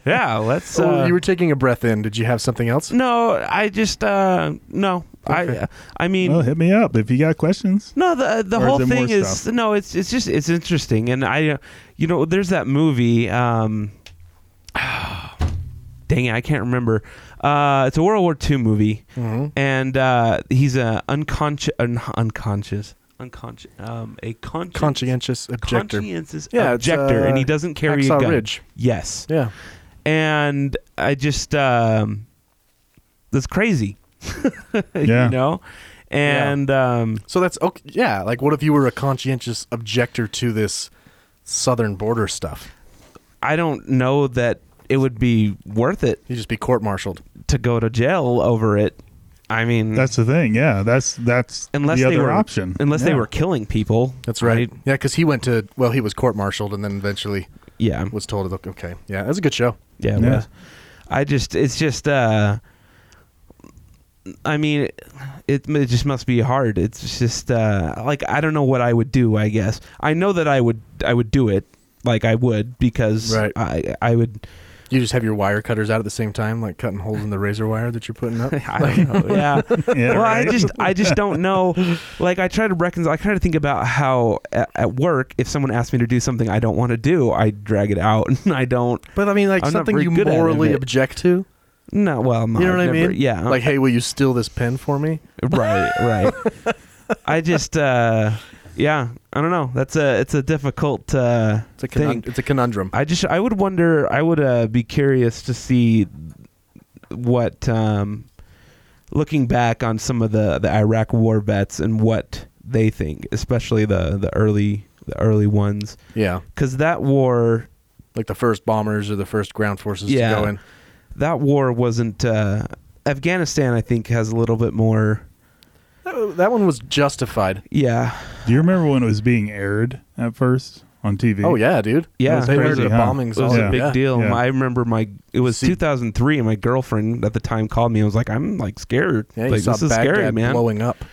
yeah. Let's.
So
Oh,
Uh,
Oh, you were taking a breath in. Did you have something
Mm.
else?
no, I just uh no. I I mean,
Well, hit me up if you got questions.
No, the uh, the
Or is
whole
there more
thing is
stuff?
no. It's it's just it's interesting, and I, uh, you know, there's that movie. Um, dang it, I can't remember. Uh, it's a World War II movie,
Mm-hmm.
and uh, he's a unconscious, un- unconscious, unconscious, um, a conscious,
Conscientious objector.
conscientious
Yeah, it's,
objector, and he
uh,
doesn't carry
Hacksaw
a gun.
Ridge.
Yes.
Yeah.
And I just um, that's crazy.
Yeah.
You know, and um,
So that's okay. Yeah. Like, what if you were a conscientious objector to this southern border stuff?
I don't know that it would be worth it.
You just be court-martialed
to go to jail over it. I mean,
That's the thing. Yeah, that's that's
Hmm. unless
the
they
other
were
option.
unless they
Yeah.
were killing people.
That's right. Yeah, because he went to well, he was court-martialed and then eventually
yeah
was told look okay yeah that's a good show
Yeah, it
Yeah.
was. I just it's just uh I mean it it just must be hard. It's just uh like I don't know what I would do, I guess. I know that I would I would do it. Like I would because
Right.
I I would
you just have your wire cutters out at the same time like cutting holes in the razor wire that you're putting up
I don't know. yeah.
Yeah,
well,
right.
I just I just don't know. Like I try to reconcile. I try to think about how at, at work, if someone asks me to do something I don't want to do, I drag it out and I don't.
But I mean, like
I'm not
something
very
you
good at it,
morally
but-
object to.
No, well,
you know what
I've
I
never-
mean?
Yeah,
Like, hey, will you steal this pen for me?
right, right. I just, uh, yeah, I don't know. That's a it's a difficult. Uh,
it's a conund- It's a conundrum.
I just I would wonder. I would uh, be curious to see what um, looking back on some of the the Iraq War vets and what they think, especially the the early the early ones.
Yeah.
because that war,
like the first bombers or the first ground forces
yeah,
to go in.
that war wasn't. Uh, Afghanistan, I think, has a little bit more.
That, that one was justified.
Yeah.
Do you remember when it was being aired at first on TV?
Oh yeah, dude.
Yeah,
they were the
huh?
bombings.
It was
all-
a big
yeah.
deal.
Yeah.
I remember my it was 2003, and my girlfriend at the time called me. and was like, I'm like scared.
Yeah, you
like,
saw
this is
Baghdad
scary, man.
blowing up.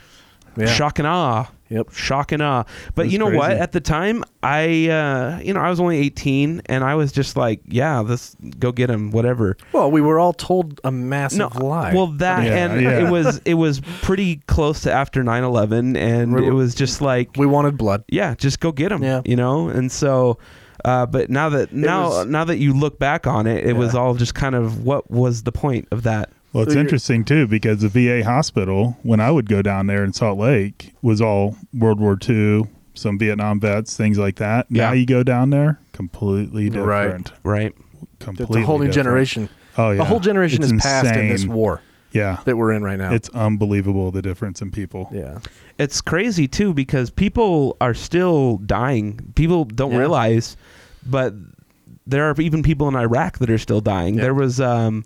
Yeah.
Shock and awe.
Yep.
Shock and awe. ah. But
was
you know what?
crazy.
At the time, I uh, you know I was only 18, and I was just like, yeah, this go get him, whatever.
Well, we were all told a massive lie.
Well, that
Yeah,
and
yeah.
it was it was pretty close to after 9/11, and
We-
it was just like
we wanted blood.
Yeah, just go get them. Yeah. you know, and so. Uh, but now that now
was-
now that you look back on it, it was
Yeah.
all just kind of what was the point of that?
Well, it's interesting too because the VA hospital, when I would go down there in Salt Lake, was all World War II, some Vietnam vets, things like that. Now
Yeah.
you go down there, completely different.
Right.
Completely.
It's a whole new
different.
generation.
Oh yeah.
A whole generation
It's
has passed in this
insane.
war.
Yeah.
That we're in right now.
It's unbelievable the difference in people.
Yeah.
It's crazy too because people are still dying. People don't
Yeah.
realize, but there are even people in Iraq that are still dying. There was um,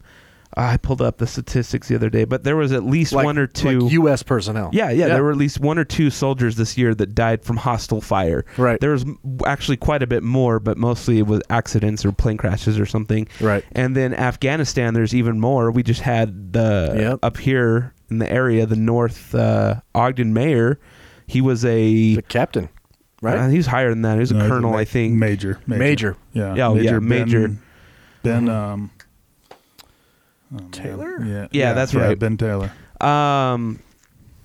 I pulled up the statistics the other day, but there was at least
Like-
one or two
like U.S. personnel.
Yeah, yeah,
Yeah.
There were at least one or two soldiers this year that died from hostile fire. Right. There was m- actually quite a bit more, but mostly it was accidents or plane crashes or something.
Right.
And then Afghanistan, there's even more. We just had the up here in the area, the North uh, Ogden mayor. He was a uh,
captain, right?
Uh,
he was higher than that. He was
No,
a
he's a
colonel,
ma-
I think.
Major, major. Major. Yeah,
Yeah. oh,
Major
yeah.
Ben-
Major.
Ben um Taylor? Yeah.
Yeah, that's right.
Ben Taylor.
Um,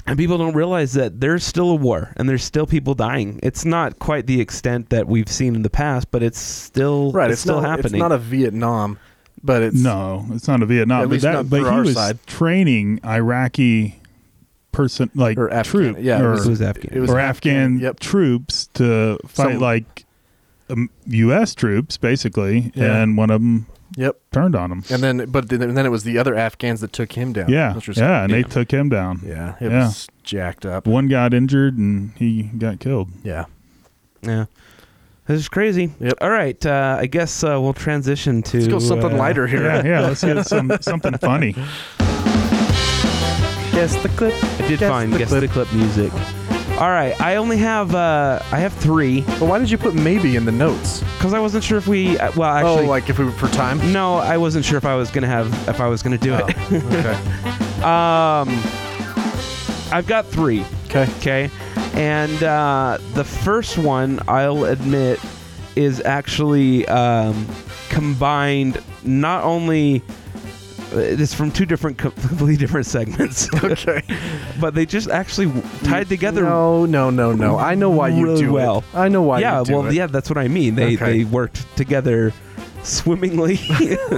and people don't realize that there's still a war and there's still people dying. It's not quite the extent that we've seen in the past, but it's still
Right.
It's, still
not,
happening.
It's not a Vietnam, but it's
no. It's not a Vietnam.
At
but
least
that,
not
but
for
he
our
was
side.
training Iraqi person like or troop.
yeah, it
or,
was- It was Afghan. it was
or Afghan troops to fight
Some-
like um, U.S. troops basically,
Yeah.
and one of them
Yep.
turned on him.
And then, but then, and then it was the other Afghans that took him down.
Yeah,
which was-
yeah, and they took him down.
Yeah, it
yeah.
was jacked up.
One got injured and he got killed.
Yeah.
yeah. This is crazy. All right, uh, I guess uh, we'll transition to
Let's go something
uh,
lighter here.
Yeah, yeah. Let's get some something funny.
Guess the clip. I did
Guess
find
the
guess
clip.
the clip music. All right, I only have uh, I have three.
But why did you put maybe in the notes?
Because I wasn't sure if we uh, well actually
Oh, like if we were for time.
No, I wasn't sure if I was gonna have if I was gonna do it.
okay.
um, I've got three.
Okay.
Okay. And uh, the first one, I'll admit, is actually um, combined not only. It is from two different, completely different segments.
Okay,
but they just actually w- tied together.
No, no, no, no. I know why you
really
do it.
well.
I know why
Yeah,
you do
well,
it.
yeah, that's what I mean. They
Okay.
they worked together swimmingly.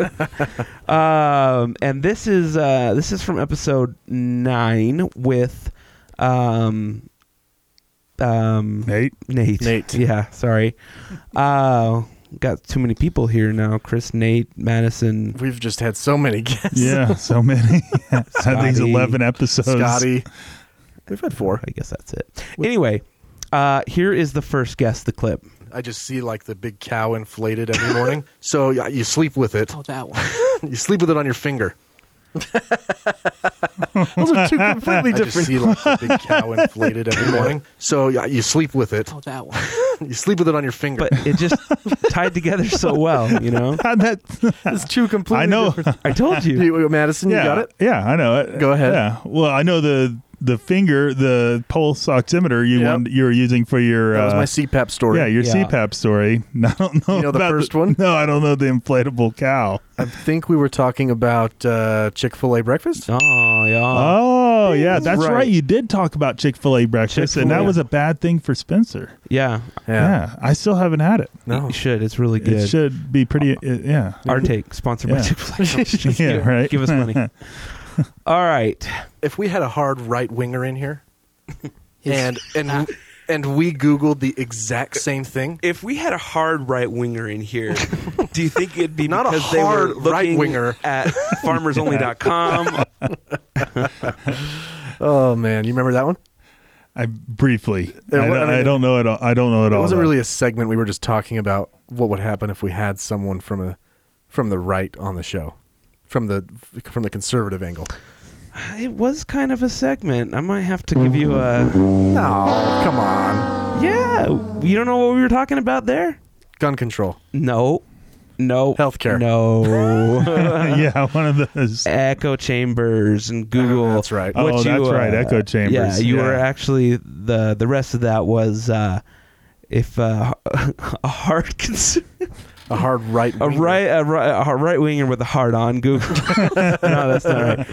um, and this is uh, this is from episode nine with um, um,
Nate.
Nate. Nate. Yeah. Sorry. Uh, got too many people here now. Chris, Nate, Madison.
We've just had so many guests.
Yeah, so many. Had these
Scotty.
eleven episodes.
Scotty. We've had four.
I guess that's it. Anyway, uh, here is the first guess. The clip.
I just see like the big cow inflated every morning. so y- you sleep with it. Oh, that one. you sleep with it on your finger. Those are two completely different. I just see like the big cow inflated every morning. So y- you sleep with it. Oh, that one. you sleep with it on your finger.
But it just tied together so well, you know.
Uh, that
it's two completely.
I know.
I told you.
Madison. You
yeah,
got it.
Yeah, I know it.
Go ahead.
Yeah. Well, I know the the finger, the pulse oximeter you wanted, you were using for your
That was
uh,
my CPAP story.
Yeah, your
Yeah.
CPAP story. No, I don't know.
You know the
about
first one?
No, I don't know the inflatable cow.
I think we were talking about uh, Chick Fil A breakfast.
Oh yeah.
Oh yeah,
Uh, That's
that's right.
right.
You did talk about Chick Fil A breakfast, and that
Chick-fil-A.
was a bad thing for Spencer.
Yeah.
Yeah, I still haven't had it.
You should. It's really good.
It should be pretty. it- yeah,
Our take, sponsored by
Yeah.
Chick-fil-A.
yeah, right.
Give us money. All right.
If we had a hard right winger in here, and and and we Googled the exact same thing,
If we had a hard right winger in here, do you think it'd be
Not a
because they were
hard
looking
right-winger.
at farmersonly.com?
oh man, you remember that one?
I briefly.
Yeah,
I,
well, I
don't- I
mean-
don't know it all. I don't know it,
Oh,
It
all.
wasn't
though.
really a segment. We were just talking about what would happen if we had someone from a from the right on the show, from the from the conservative angle.
it was kind of a segment. I might have to give you a. No,
come on.
Yeah, you don't know what we were talking about there.
Gun control.
No. No.
Healthcare.
No.
yeah, one of those
echo chambers and Google. that's right.
Oh, that's right, echo chambers.
Yeah, you were
Yeah.
actually the the rest of that was uh, if uh, a hard cons-
a hard right
a right a right a right winger with a hard on Google. no, that's not right.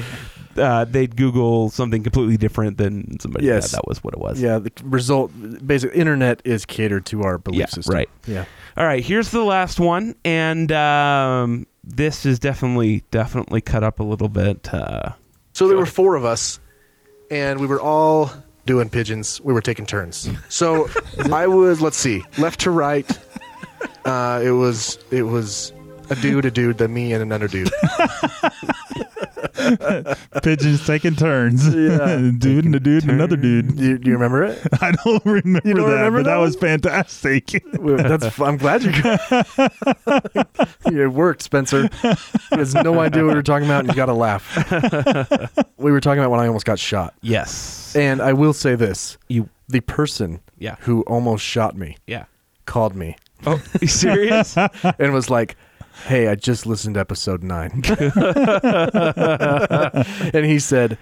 Uh, they'd Google something completely different than somebody.
Yes.
that, that was what it was.
Yeah, the result. Basic internet is catered to our belief
Yeah,
system.
right.
Yeah.
All right, here's the last one, and um, this is definitely definitely cut up a little bit. Uh,
So there were four of us, and we were all doing pigeons. We were taking turns. So I was, let's see, left to right. Uh, it was it was a dude, a dude, then me, and another dude.
Pigeons taking turns. dude and a dude and another dude.
Do you, do you remember it?
I don't remember
You don't
that,
remember
but that,
that
was fantastic.
Well, That's. I'm glad you. it worked, Spencer. He has no idea what we were talking about, and you got to laugh. we were talking about when I almost got shot.
Yes.
And I will say this:
you,
the person,
Yeah.
who almost shot me,
Yeah.
called me.
Oh, you serious?
and was like, "Hey, I just listened to episode nine. and he said,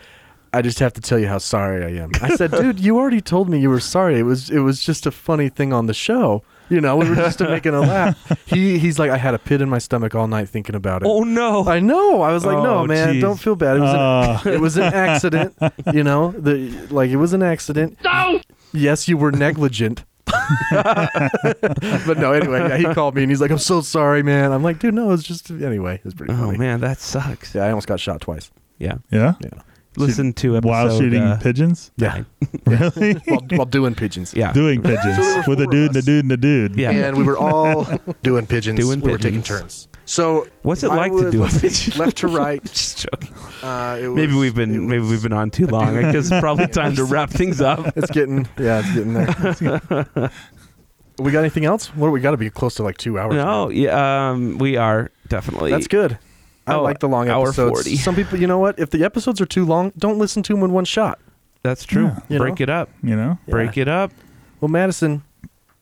"I just have to tell you how sorry I am." I said, "Dude, you already told me you were sorry. It was it was just a funny thing on the show. You know, we were just making a laugh." He he's like, "I had a pit in my stomach all night thinking about it."
Oh no!
I know. I was like,
Oh,
"No, man,
geez.
don't feel bad. It was,
Ah.
an, it was an accident. You know, the like it was an accident. Yes, you were negligent." but no, anyway, yeah, he called me and he's like, "I'm so sorry, man." I'm like, "Dude, no, it's just anyway, it's pretty funny."
Oh man, that sucks.
Yeah, I almost got shot twice.
Yeah.
Yeah.
Listen to episode uh,
While shooting pigeons?
Yeah.
Really?
while, while doing pigeons.
Yeah.
Doing pigeons with a dude and a dude and a dude.
Yeah.
And we were all doing pigeons.
Doing
we were taking
pigeons.
turns. So,
What's it
I
like to
was-
do a
let's see,
pigeon?
Left to right.
Just joking.
Uh, it
Maybe
was-
we've been maybe we've been on too long. I guess it's probably time to wrap things up.
It's getting yeah, it's getting there. we got anything else? What we got to be close to like two hours.
No, yeah, um, we are definitely.
That's good. I
Oh,
like the long
hour
episodes.
40.
Some people, you know what? If the episodes are too long, don't listen to them in one shot.
That's true.
You
Break
know?
it up.
You know?
Break it up.
Well, Madison,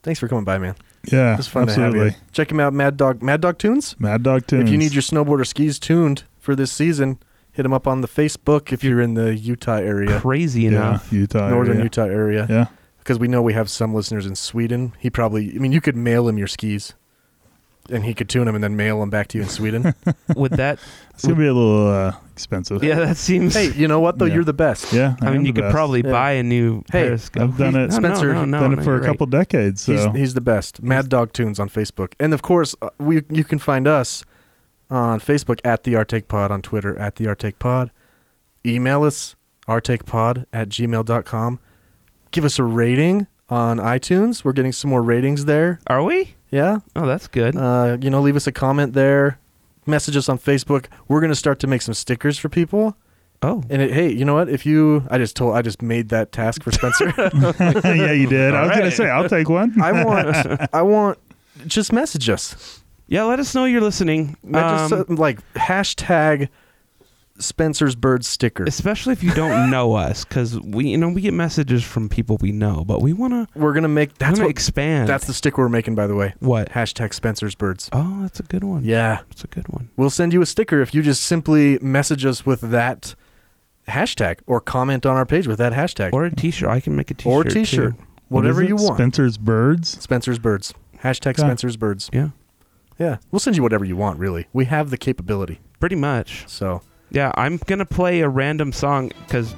thanks for coming by, man.
Yeah.
It's fun
absolutely.
to have you. Check him out, Mad Dog. Mad Dog Tunes.
Mad Dog Tunes.
If you need your snowboarder skis tuned for this season, hit him up on the Facebook if you're in the Utah area,
Crazy
yeah,
enough.
Utah.
northern
area.
Utah area.
Yeah.
because we know we have some listeners in Sweden. He probably, I mean, you could mail him your skis, and he could tune them and then mail them back to you in Sweden.
Would that?
It's going to be a little uh, expensive.
Yeah, that seems.
hey, you know what though?
Yeah.
You're the best.
Yeah.
I
am
mean, you
the
could
best.
probably
Yeah.
pair buy a new.
Hey,
periscope.
I've done it.
No, no,
Spencer,
no, no,
Done
no,
it for a
you're right.
couple decades. So.
He's, he's the best. Mad Dog Tunes on Facebook, and of course, uh, we you can find us on Facebook at the Artake Pod, on Twitter at the Artake Pod. Email us artakepod at gmail.com. Give us a rating on iTunes. We're getting some more ratings there.
Are we?
Yeah,
Oh, that's good.
Uh, you know, leave us a comment there. Message us on Facebook. We're gonna start to make some stickers for people.
oh,
And it, hey, you know what? If you, I just told, I just made that task for Spencer.
yeah, you did. I was going to say, I'll take one.
I want, I want, just message us.
yeah. Let us know you're listening.
Not just,
Um,
uh, like hashtag Spencer's bird sticker.
especially if you don't know us, because we you know we get messages from people we know, but we want to.
We're gonna make that's
gonna
what
expand.
That's the sticker we're making, by the way.
What?
hashtag Spencer's birds?
Oh, that's a good one.
Yeah,
that's a good one.
we'll send you a sticker if you just simply message us with that hashtag or comment on our page with that hashtag
Or a T-shirt. I can make a T-shirt.
or t-shirt,
too.
What
whatever
is it?
you want.
Spencer's Birds.
Spencer's Birds. Hashtag
Yeah.
Spencer's Birds.
Yeah,
Yeah. We'll send you whatever you want, really. We have the capability.
pretty much.
So,
Yeah, I'm gonna play a random song because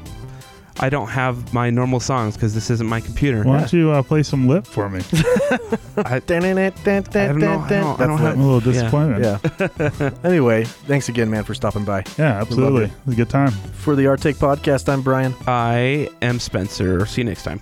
I don't have my normal songs because this isn't my computer.
Why don't you uh, play some lip for me?
I don't
I don't know. I don't, I don't
I'm a
have.
little
yeah.
disappointed.
Yeah. anyway, thanks again, man, for stopping by.
Yeah, absolutely. It was a good time.
For the Artake Podcast, I'm Brian.
I am Spencer. See you next time.